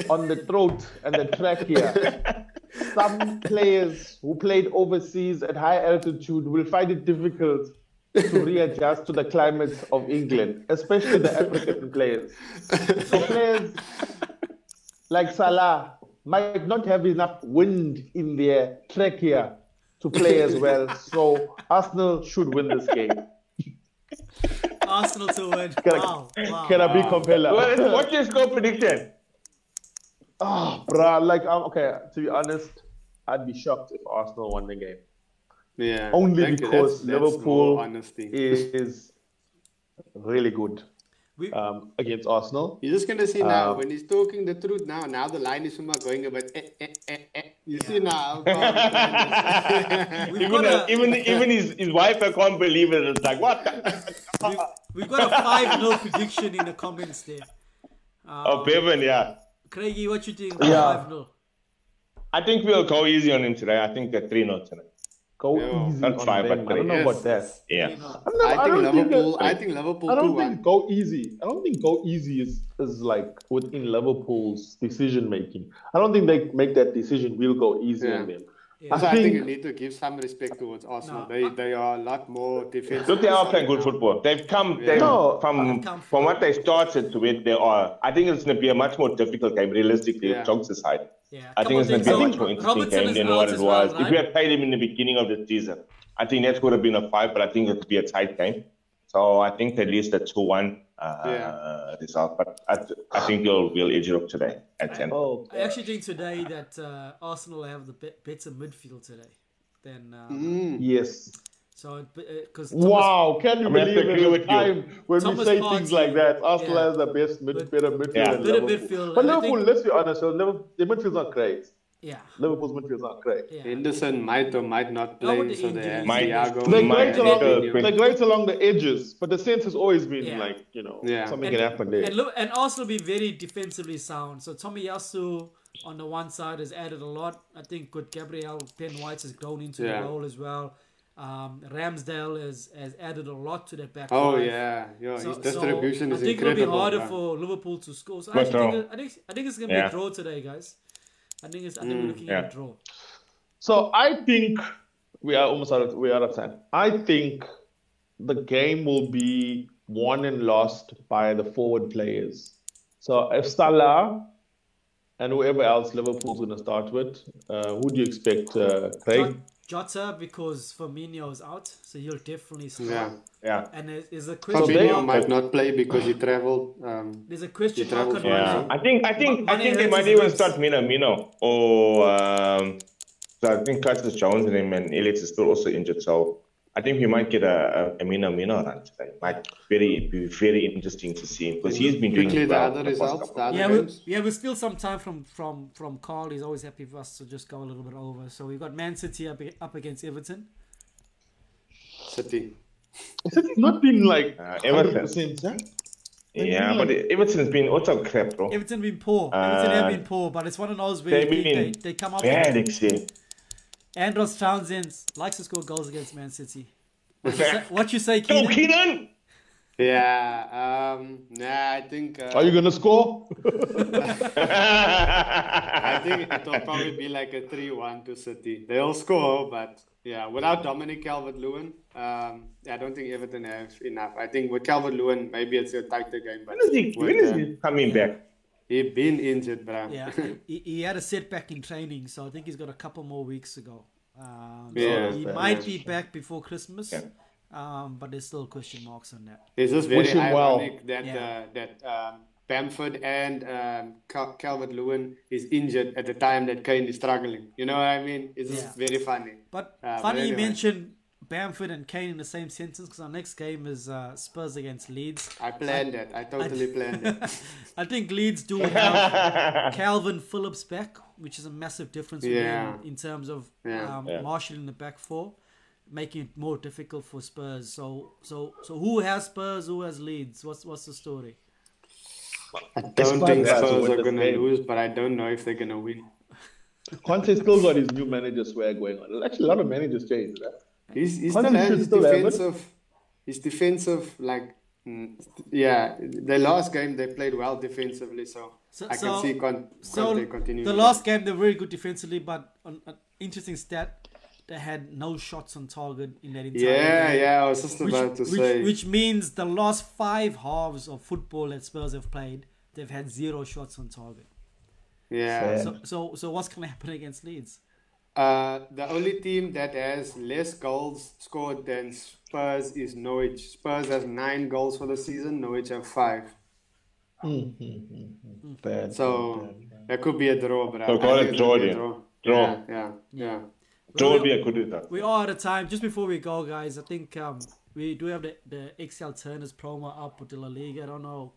Speaker 4: on the throat and the trachea, some players who played overseas at high altitude will find it difficult to readjust to the climate of England, especially the African players. So players like Salah might not have enough wind in their trachea to play as well. So Arsenal should win this game.
Speaker 1: Arsenal to win.
Speaker 4: Can I-
Speaker 1: Wow. Wow.
Speaker 4: Can I be compelled?
Speaker 2: what is, what's your score prediction?
Speaker 4: Oh, bruh, like, I'm okay, to be honest, I'd be shocked if Arsenal won the game.
Speaker 3: yeah.
Speaker 4: Only
Speaker 3: Thank you.
Speaker 4: because
Speaker 3: That's- that's
Speaker 4: Liverpool
Speaker 3: more honesty.
Speaker 4: is really good
Speaker 1: We-
Speaker 4: um, against Arsenal.
Speaker 3: You're just gonna see now
Speaker 2: Uh,
Speaker 4: Um,
Speaker 3: when he's talking the truth now. Now the line is somehow going about. Eh, eh, eh, eh. You see now. how
Speaker 1: We've
Speaker 2: Even,
Speaker 1: got a-
Speaker 2: even even his, his wife, I can't believe it. It's like what?
Speaker 1: we've, we've got a 5 0 prediction in the comments there. Um,
Speaker 2: Oh, Bevan, yeah.
Speaker 1: Craigie, what you think?
Speaker 4: Yeah.
Speaker 1: Five 0
Speaker 2: I think we'll go easy on him today. I think they're 3 0 tonight.
Speaker 4: Go
Speaker 3: Yeah.
Speaker 4: easy
Speaker 2: Not
Speaker 4: on
Speaker 2: five,
Speaker 4: them.
Speaker 2: but
Speaker 4: I don't know
Speaker 2: three.
Speaker 4: about that.
Speaker 2: Yeah.
Speaker 4: I don't know-
Speaker 3: I think
Speaker 4: don't think that-
Speaker 3: Liverpool. I think Liverpool
Speaker 4: I
Speaker 3: two
Speaker 4: don't
Speaker 3: one.
Speaker 4: think go easy. I don't think go easy is, is like within Liverpool's decision making. I don't think they make that decision. We'll go easy
Speaker 3: Yeah.
Speaker 4: on them.
Speaker 1: Yeah.
Speaker 3: So I think you
Speaker 4: think-
Speaker 3: need to give some respect towards Arsenal.
Speaker 1: No.
Speaker 3: They they are a lot more defensive.
Speaker 2: Look, they are playing good football. They've come they've,
Speaker 4: No.
Speaker 2: from
Speaker 1: They've come
Speaker 2: from what they started to where they are. I think it's going to be a much more difficult game, realistically,
Speaker 3: Yeah.
Speaker 2: jokes aside.
Speaker 1: Yeah.
Speaker 2: I
Speaker 1: Come
Speaker 2: think
Speaker 1: on,
Speaker 2: it's
Speaker 1: Dixon.
Speaker 2: going to be a much more interesting
Speaker 1: Robertson
Speaker 2: game
Speaker 1: is
Speaker 2: than
Speaker 1: out
Speaker 2: what it
Speaker 1: as well,
Speaker 2: was. If
Speaker 1: right?
Speaker 2: we had played him in the beginning of the season, I think that would have been a five, but I think it would be a tight game. So I think at least a 2 1 uh,
Speaker 3: Yeah.
Speaker 2: result. But I, I think they'll, we'll edge it up today at 10.
Speaker 4: Oh,
Speaker 1: I actually think today that uh, Arsenal have the be- better midfield today than uh,
Speaker 3: Mm-hmm.
Speaker 4: yes.
Speaker 1: so uh, because
Speaker 4: Wow, can you
Speaker 2: I mean, I
Speaker 4: believe
Speaker 2: agree
Speaker 4: it?
Speaker 2: with
Speaker 4: With
Speaker 2: you.
Speaker 4: time when we
Speaker 1: Thomas
Speaker 4: say
Speaker 1: Partey,
Speaker 4: things like that, Arsenal
Speaker 1: yeah.
Speaker 4: has the best mid,
Speaker 1: But-
Speaker 4: better midfield.
Speaker 2: Yeah.
Speaker 4: than
Speaker 1: Better
Speaker 4: Liverpool.
Speaker 1: midfield,
Speaker 4: But
Speaker 1: and I
Speaker 4: Liverpool,
Speaker 1: think-
Speaker 4: let's be honest, Liverpool, the midfield's not great.
Speaker 1: yeah,
Speaker 4: Liverpool's midfield's not great.
Speaker 1: yeah.
Speaker 3: Henderson might or might not
Speaker 1: I want
Speaker 3: play,
Speaker 1: the
Speaker 3: so they
Speaker 1: injuries.
Speaker 3: have
Speaker 2: Might-
Speaker 3: Thiago.
Speaker 4: They're
Speaker 2: Might
Speaker 4: great,
Speaker 3: and
Speaker 4: along,
Speaker 2: go
Speaker 3: Fabinho.
Speaker 2: quick.
Speaker 4: they're great along the edges, but the sense has always been
Speaker 1: Yeah.
Speaker 4: like, you know,
Speaker 3: Yeah.
Speaker 4: something
Speaker 1: And-
Speaker 4: can happen there.
Speaker 1: And, look, and Arsenal be very defensively sound. So Tomiyasu on the one side has added a lot. I think good Gabriel Ben White has grown into
Speaker 3: Yeah.
Speaker 1: the role as well. Um, Ramsdale has, has added a lot to that back.
Speaker 3: Oh
Speaker 1: five.
Speaker 3: yeah, yeah.
Speaker 1: So-
Speaker 3: his distribution
Speaker 1: so
Speaker 3: is
Speaker 1: I think
Speaker 3: incredible.
Speaker 1: it'll be harder
Speaker 3: man.
Speaker 1: for Liverpool to score. So I,
Speaker 2: Good
Speaker 1: actually think,
Speaker 2: draw.
Speaker 1: I think I think it's gonna
Speaker 2: Yeah.
Speaker 1: be a draw today, guys. I think it's I
Speaker 3: Mm,
Speaker 1: think we're looking at
Speaker 2: yeah.
Speaker 1: a draw.
Speaker 4: So I think we are almost out of we are out of time. I think the game will be won and lost by the forward players. So if Salah and whoever else Liverpool's going to start with, uh, who do you expect, uh, Craig?
Speaker 1: Jota because Firmino is out, so he'll definitely start.
Speaker 3: Yeah,
Speaker 2: Yeah.
Speaker 1: And there's, there's a
Speaker 3: Fabinho
Speaker 1: question.
Speaker 4: they-
Speaker 1: mark-
Speaker 3: might not play because he travelled. Um,
Speaker 1: there's a question
Speaker 3: Yeah,
Speaker 1: mark on
Speaker 3: yeah.
Speaker 1: Mane.
Speaker 2: Yeah, I think I think I
Speaker 1: Mane
Speaker 2: think they
Speaker 1: hurts
Speaker 2: might
Speaker 1: his
Speaker 2: even
Speaker 1: legs.
Speaker 2: start Mina Mino or um, so I think Curtis Jones and him and Elliot is still also injured, so I think we might get a, a, a Mina Mino run today. Might very be very interesting to see him because he's been doing
Speaker 3: quickly the
Speaker 2: well
Speaker 3: other
Speaker 2: the past
Speaker 3: results.
Speaker 2: couple
Speaker 3: The
Speaker 2: of-
Speaker 3: other
Speaker 1: Yeah, we,
Speaker 3: games.
Speaker 1: yeah, we're still some time from from from Carl. He's always happy for us to just go a little bit over. So we've got Man City up, up against Everton.
Speaker 3: City.
Speaker 4: It's not been like
Speaker 2: Uh, Everton.
Speaker 4: 100%, huh?
Speaker 2: yeah, but Everton's been also crap, bro.
Speaker 1: Everton been poor. Everton have
Speaker 2: Uh,
Speaker 1: been poor, but it's one of those where
Speaker 2: They've
Speaker 1: they, they,
Speaker 2: been
Speaker 1: they come up.
Speaker 2: bad this year.
Speaker 1: Andros Townsend likes to score goals against Man City. What you say, what you say
Speaker 2: Go
Speaker 1: Keenan?
Speaker 2: Keenan!
Speaker 3: Yeah. Um. Nah, I think. Uh,
Speaker 4: Are you going to score?
Speaker 3: I think it'll probably be like a three-one to City. They'll score, but yeah, without Dominic Calvert-Lewin, um, I don't think Everton have enough. I think with Calvert-Lewin, maybe it's a tighter game. But
Speaker 2: When is he, when
Speaker 3: with,
Speaker 2: is
Speaker 3: uh,
Speaker 2: he coming back?
Speaker 3: he been injured, bruh.
Speaker 1: Yeah, he, he had a setback in training, so I think he's got a couple more weeks to go. Um,
Speaker 3: Yeah,
Speaker 1: so he
Speaker 3: fair
Speaker 1: might
Speaker 4: enough.
Speaker 1: be back before Christmas,
Speaker 2: Yeah.
Speaker 1: um, but there's still question marks on that.
Speaker 3: It's just very
Speaker 4: Wish him well.
Speaker 3: ironic that
Speaker 1: Yeah.
Speaker 3: uh, that um, Bamford and um, Cal- Calvert Lewin is injured at the time that Kane is struggling. You know what I mean? It's just
Speaker 1: Yeah.
Speaker 3: very funny.
Speaker 1: But
Speaker 3: Uh, but
Speaker 1: funny you
Speaker 3: anyway.
Speaker 1: mentioned Bamford and Kane in the same sentence because our next game is uh, Spurs against Leeds.
Speaker 3: I planned that. I totally planned it.
Speaker 1: I think Leeds do have Calvin Phillips back, which is a massive difference for
Speaker 3: Yeah.
Speaker 1: them in terms of
Speaker 3: Yeah.
Speaker 1: um,
Speaker 2: Yeah.
Speaker 1: Marshall in the back four, making it more difficult for Spurs. So, so, so who has Spurs? Who has Leeds? What's what's the story?
Speaker 3: I don't
Speaker 4: fine
Speaker 3: think
Speaker 4: that to
Speaker 3: Spurs
Speaker 4: win
Speaker 3: are
Speaker 4: this
Speaker 3: going to
Speaker 4: game.
Speaker 3: lose, but I don't know if they're going to win.
Speaker 4: Conte still got his new manager swag going on. There's actually a lot of managers changed. Right?
Speaker 3: He's, he's
Speaker 4: Conte
Speaker 3: still has
Speaker 4: should
Speaker 3: his
Speaker 4: still have it.
Speaker 3: defensive, his defensive, like, mm, yeah, the last game they played well defensively, so,
Speaker 1: So-
Speaker 3: I can
Speaker 1: so-
Speaker 3: see Con-
Speaker 1: So
Speaker 3: Conte continuing.
Speaker 1: the
Speaker 3: that.
Speaker 1: last game they're very good defensively, but an, an interesting stat they had no shots on target in that entire
Speaker 3: Yeah,
Speaker 1: game.
Speaker 3: yeah, I was just about to
Speaker 1: which,
Speaker 3: say.
Speaker 1: which means the last five halves of football that Spurs have played, they've had zero shots on target.
Speaker 3: yeah.
Speaker 1: So, so, so what's going to happen against Leeds?
Speaker 3: Uh, the only team that has less goals scored than Spurs is Norwich. Spurs has nine goals for the season. Norwich have five.
Speaker 4: Bad.
Speaker 3: So that could be a draw, but I
Speaker 2: So
Speaker 3: I
Speaker 2: call
Speaker 3: think
Speaker 2: it
Speaker 3: it's gonna
Speaker 2: draw,
Speaker 3: be a
Speaker 2: yeah.
Speaker 3: draw.
Speaker 2: Draw.
Speaker 3: Yeah, yeah, yeah.
Speaker 2: Don't be a good result.
Speaker 1: We are out of time. Just before we go, guys, I think um, we do have the, the XL Turners promo up with the La Liga. I don't know.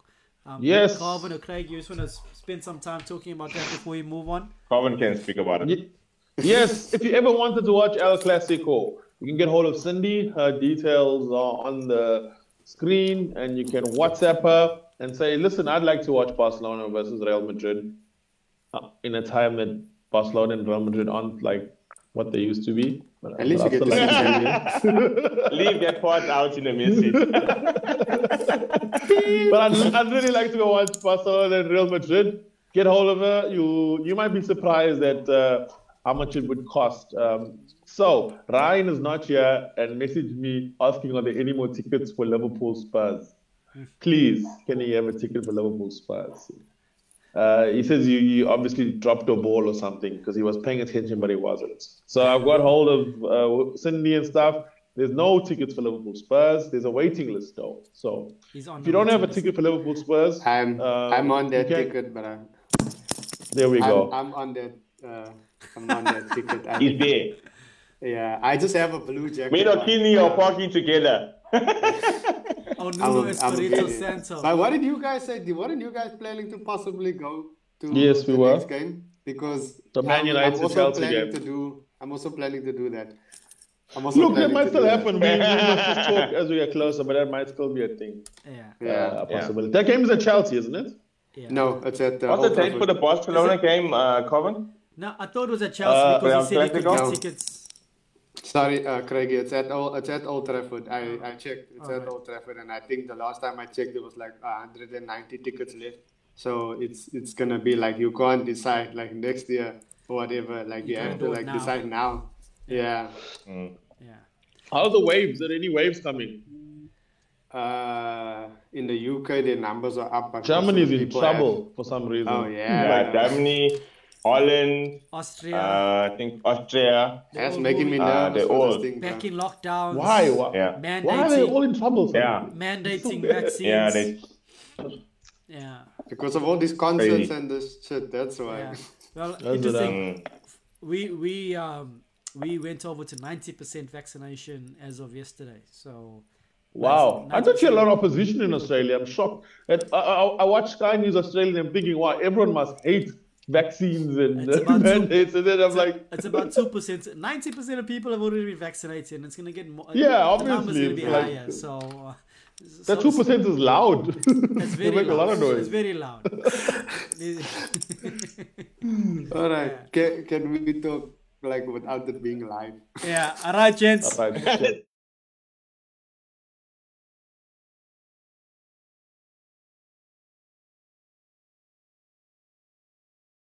Speaker 1: Um,
Speaker 4: Yes.
Speaker 1: Carvin or Craig, you just want to spend some time talking about that before we move on?
Speaker 2: Coven can speak about it.
Speaker 4: Ye- yes, if you ever wanted to watch El Clasico, you can get hold of Cindy. Her details are on the screen, and you can WhatsApp her and say, "Listen, I'd like to watch Barcelona versus Real Madrid uh, in a time that Barcelona and Real Madrid aren't like what they used to be. But
Speaker 3: At least you get to see
Speaker 2: Leave that part out in the message.
Speaker 4: But I'd, I'd really like to go watch Barcelona and Real Madrid. Get hold of her. You you might be surprised at uh, how much it would cost. Um, so Ryan is not here and messaged me asking are there any more tickets for Liverpool Spurs. Please, can he have a ticket for Liverpool Spurs? Uh, he says you, you obviously dropped a ball or something because he was paying attention, but he wasn't. So I've got hold of uh, Cindy and stuff. There's no tickets for Liverpool Spurs. There's a waiting list though. So
Speaker 1: He's on
Speaker 4: if
Speaker 1: the
Speaker 4: you don't have
Speaker 1: waiting
Speaker 4: a
Speaker 1: list.
Speaker 4: ticket for Liverpool Spurs,
Speaker 3: I'm
Speaker 4: uh,
Speaker 3: I'm on that
Speaker 4: you can-
Speaker 3: ticket, but I'm
Speaker 4: There we
Speaker 3: I'm,
Speaker 4: go.
Speaker 3: I'm on that uh, I'm on that ticket. I-
Speaker 2: He's there.
Speaker 3: yeah, I just have a blue jacket.
Speaker 2: Made
Speaker 3: on.
Speaker 2: of kidney or parking together.
Speaker 1: Oh, Nuno
Speaker 3: I will, I will get
Speaker 1: Espirito
Speaker 3: it.
Speaker 1: Santo.
Speaker 3: But what did you guys say? What did you guys planning to possibly go to?
Speaker 4: Yes, we
Speaker 3: the
Speaker 4: were.
Speaker 3: Next game because
Speaker 4: The Man
Speaker 3: I'm-
Speaker 4: United
Speaker 3: I'm also
Speaker 4: Chelsea
Speaker 3: planning
Speaker 4: game.
Speaker 3: to do. I'm also planning to do that. I'm also
Speaker 4: Look, that
Speaker 3: planning
Speaker 4: might
Speaker 3: to
Speaker 4: still
Speaker 3: do that.
Speaker 4: happen. We, we must just talk as we get closer, but that might still be a thing,
Speaker 1: Yeah.
Speaker 3: Yeah.
Speaker 4: uh, a possibility. That game is at Chelsea, isn't it?
Speaker 1: yeah.
Speaker 3: No, it's at uh,
Speaker 2: What's the
Speaker 3: Old
Speaker 2: date for
Speaker 3: Trafford.
Speaker 2: the Barcelona game, uh, Coven?
Speaker 1: No, I thought it was at Chelsea
Speaker 4: Uh,
Speaker 1: because he
Speaker 2: Real
Speaker 1: said he could
Speaker 2: Atletico?
Speaker 1: get
Speaker 3: No.
Speaker 1: tickets.
Speaker 3: Sorry, uh, Craig. It's at Old. It's at Old Trafford.
Speaker 1: Oh.
Speaker 3: I, I checked. It's at
Speaker 1: Alright.
Speaker 3: Old Trafford, and I think the last time I checked, there was like 190 tickets left. So it's it's gonna be like you can't decide like next year or whatever. Like you,
Speaker 1: You
Speaker 3: have
Speaker 1: can't
Speaker 3: to
Speaker 1: do it
Speaker 3: like
Speaker 1: now.
Speaker 3: decide now. Yeah.
Speaker 1: Yeah.
Speaker 4: How are the waves? Are any waves coming?
Speaker 3: Uh, in the UK, the numbers are up. but
Speaker 4: Germany's
Speaker 3: also
Speaker 4: in
Speaker 3: people have-
Speaker 4: trouble for some reason.
Speaker 3: Oh
Speaker 2: Yeah,
Speaker 3: yeah.
Speaker 2: Uh, Germany, Holland,
Speaker 1: Austria.
Speaker 2: uh, I think Austria.
Speaker 3: That's
Speaker 1: They're
Speaker 3: making me
Speaker 1: all
Speaker 2: Ah,
Speaker 3: nervous
Speaker 2: they're
Speaker 3: for
Speaker 2: all-
Speaker 3: this thing.
Speaker 1: back
Speaker 3: bro.
Speaker 1: in lockdowns.
Speaker 4: Why? Why,
Speaker 2: Yeah.
Speaker 4: why are they
Speaker 1: Mandating,
Speaker 4: all in trouble? for
Speaker 2: Yeah.
Speaker 1: mandating
Speaker 4: Yeah,
Speaker 1: vaccines.
Speaker 2: Yeah, they,
Speaker 1: yeah.
Speaker 3: Because of all these concerts
Speaker 2: Crazy.
Speaker 3: and this shit. That's why.
Speaker 1: yeah. Well,
Speaker 4: it
Speaker 1: interesting.
Speaker 2: mm,
Speaker 1: We we um we went over to ninety percent vaccination as of yesterday. So
Speaker 4: Wow. I don't
Speaker 1: Nice.
Speaker 4: see a lot of opposition in Australia. I'm shocked. And I, I, I watch Sky News Australia and I'm thinking, wow, everyone must hate vaccines and
Speaker 1: It's about two-
Speaker 4: mandates. And then I'm
Speaker 1: it's,
Speaker 4: like,
Speaker 1: it's about two percent. Ninety percent of people have already been vaccinated, and it's going to get more.
Speaker 4: Yeah,
Speaker 1: the number's
Speaker 4: obviously,
Speaker 1: going to be
Speaker 4: it's like-
Speaker 1: higher. So uh,
Speaker 4: that 2% is loud.
Speaker 1: It's
Speaker 4: they
Speaker 1: very
Speaker 4: make
Speaker 1: loud.
Speaker 4: a lot of
Speaker 1: It's
Speaker 4: noise.
Speaker 1: very loud.
Speaker 3: All right. Can, can we talk like without it being live?
Speaker 1: yeah. All right, gents.
Speaker 4: Right.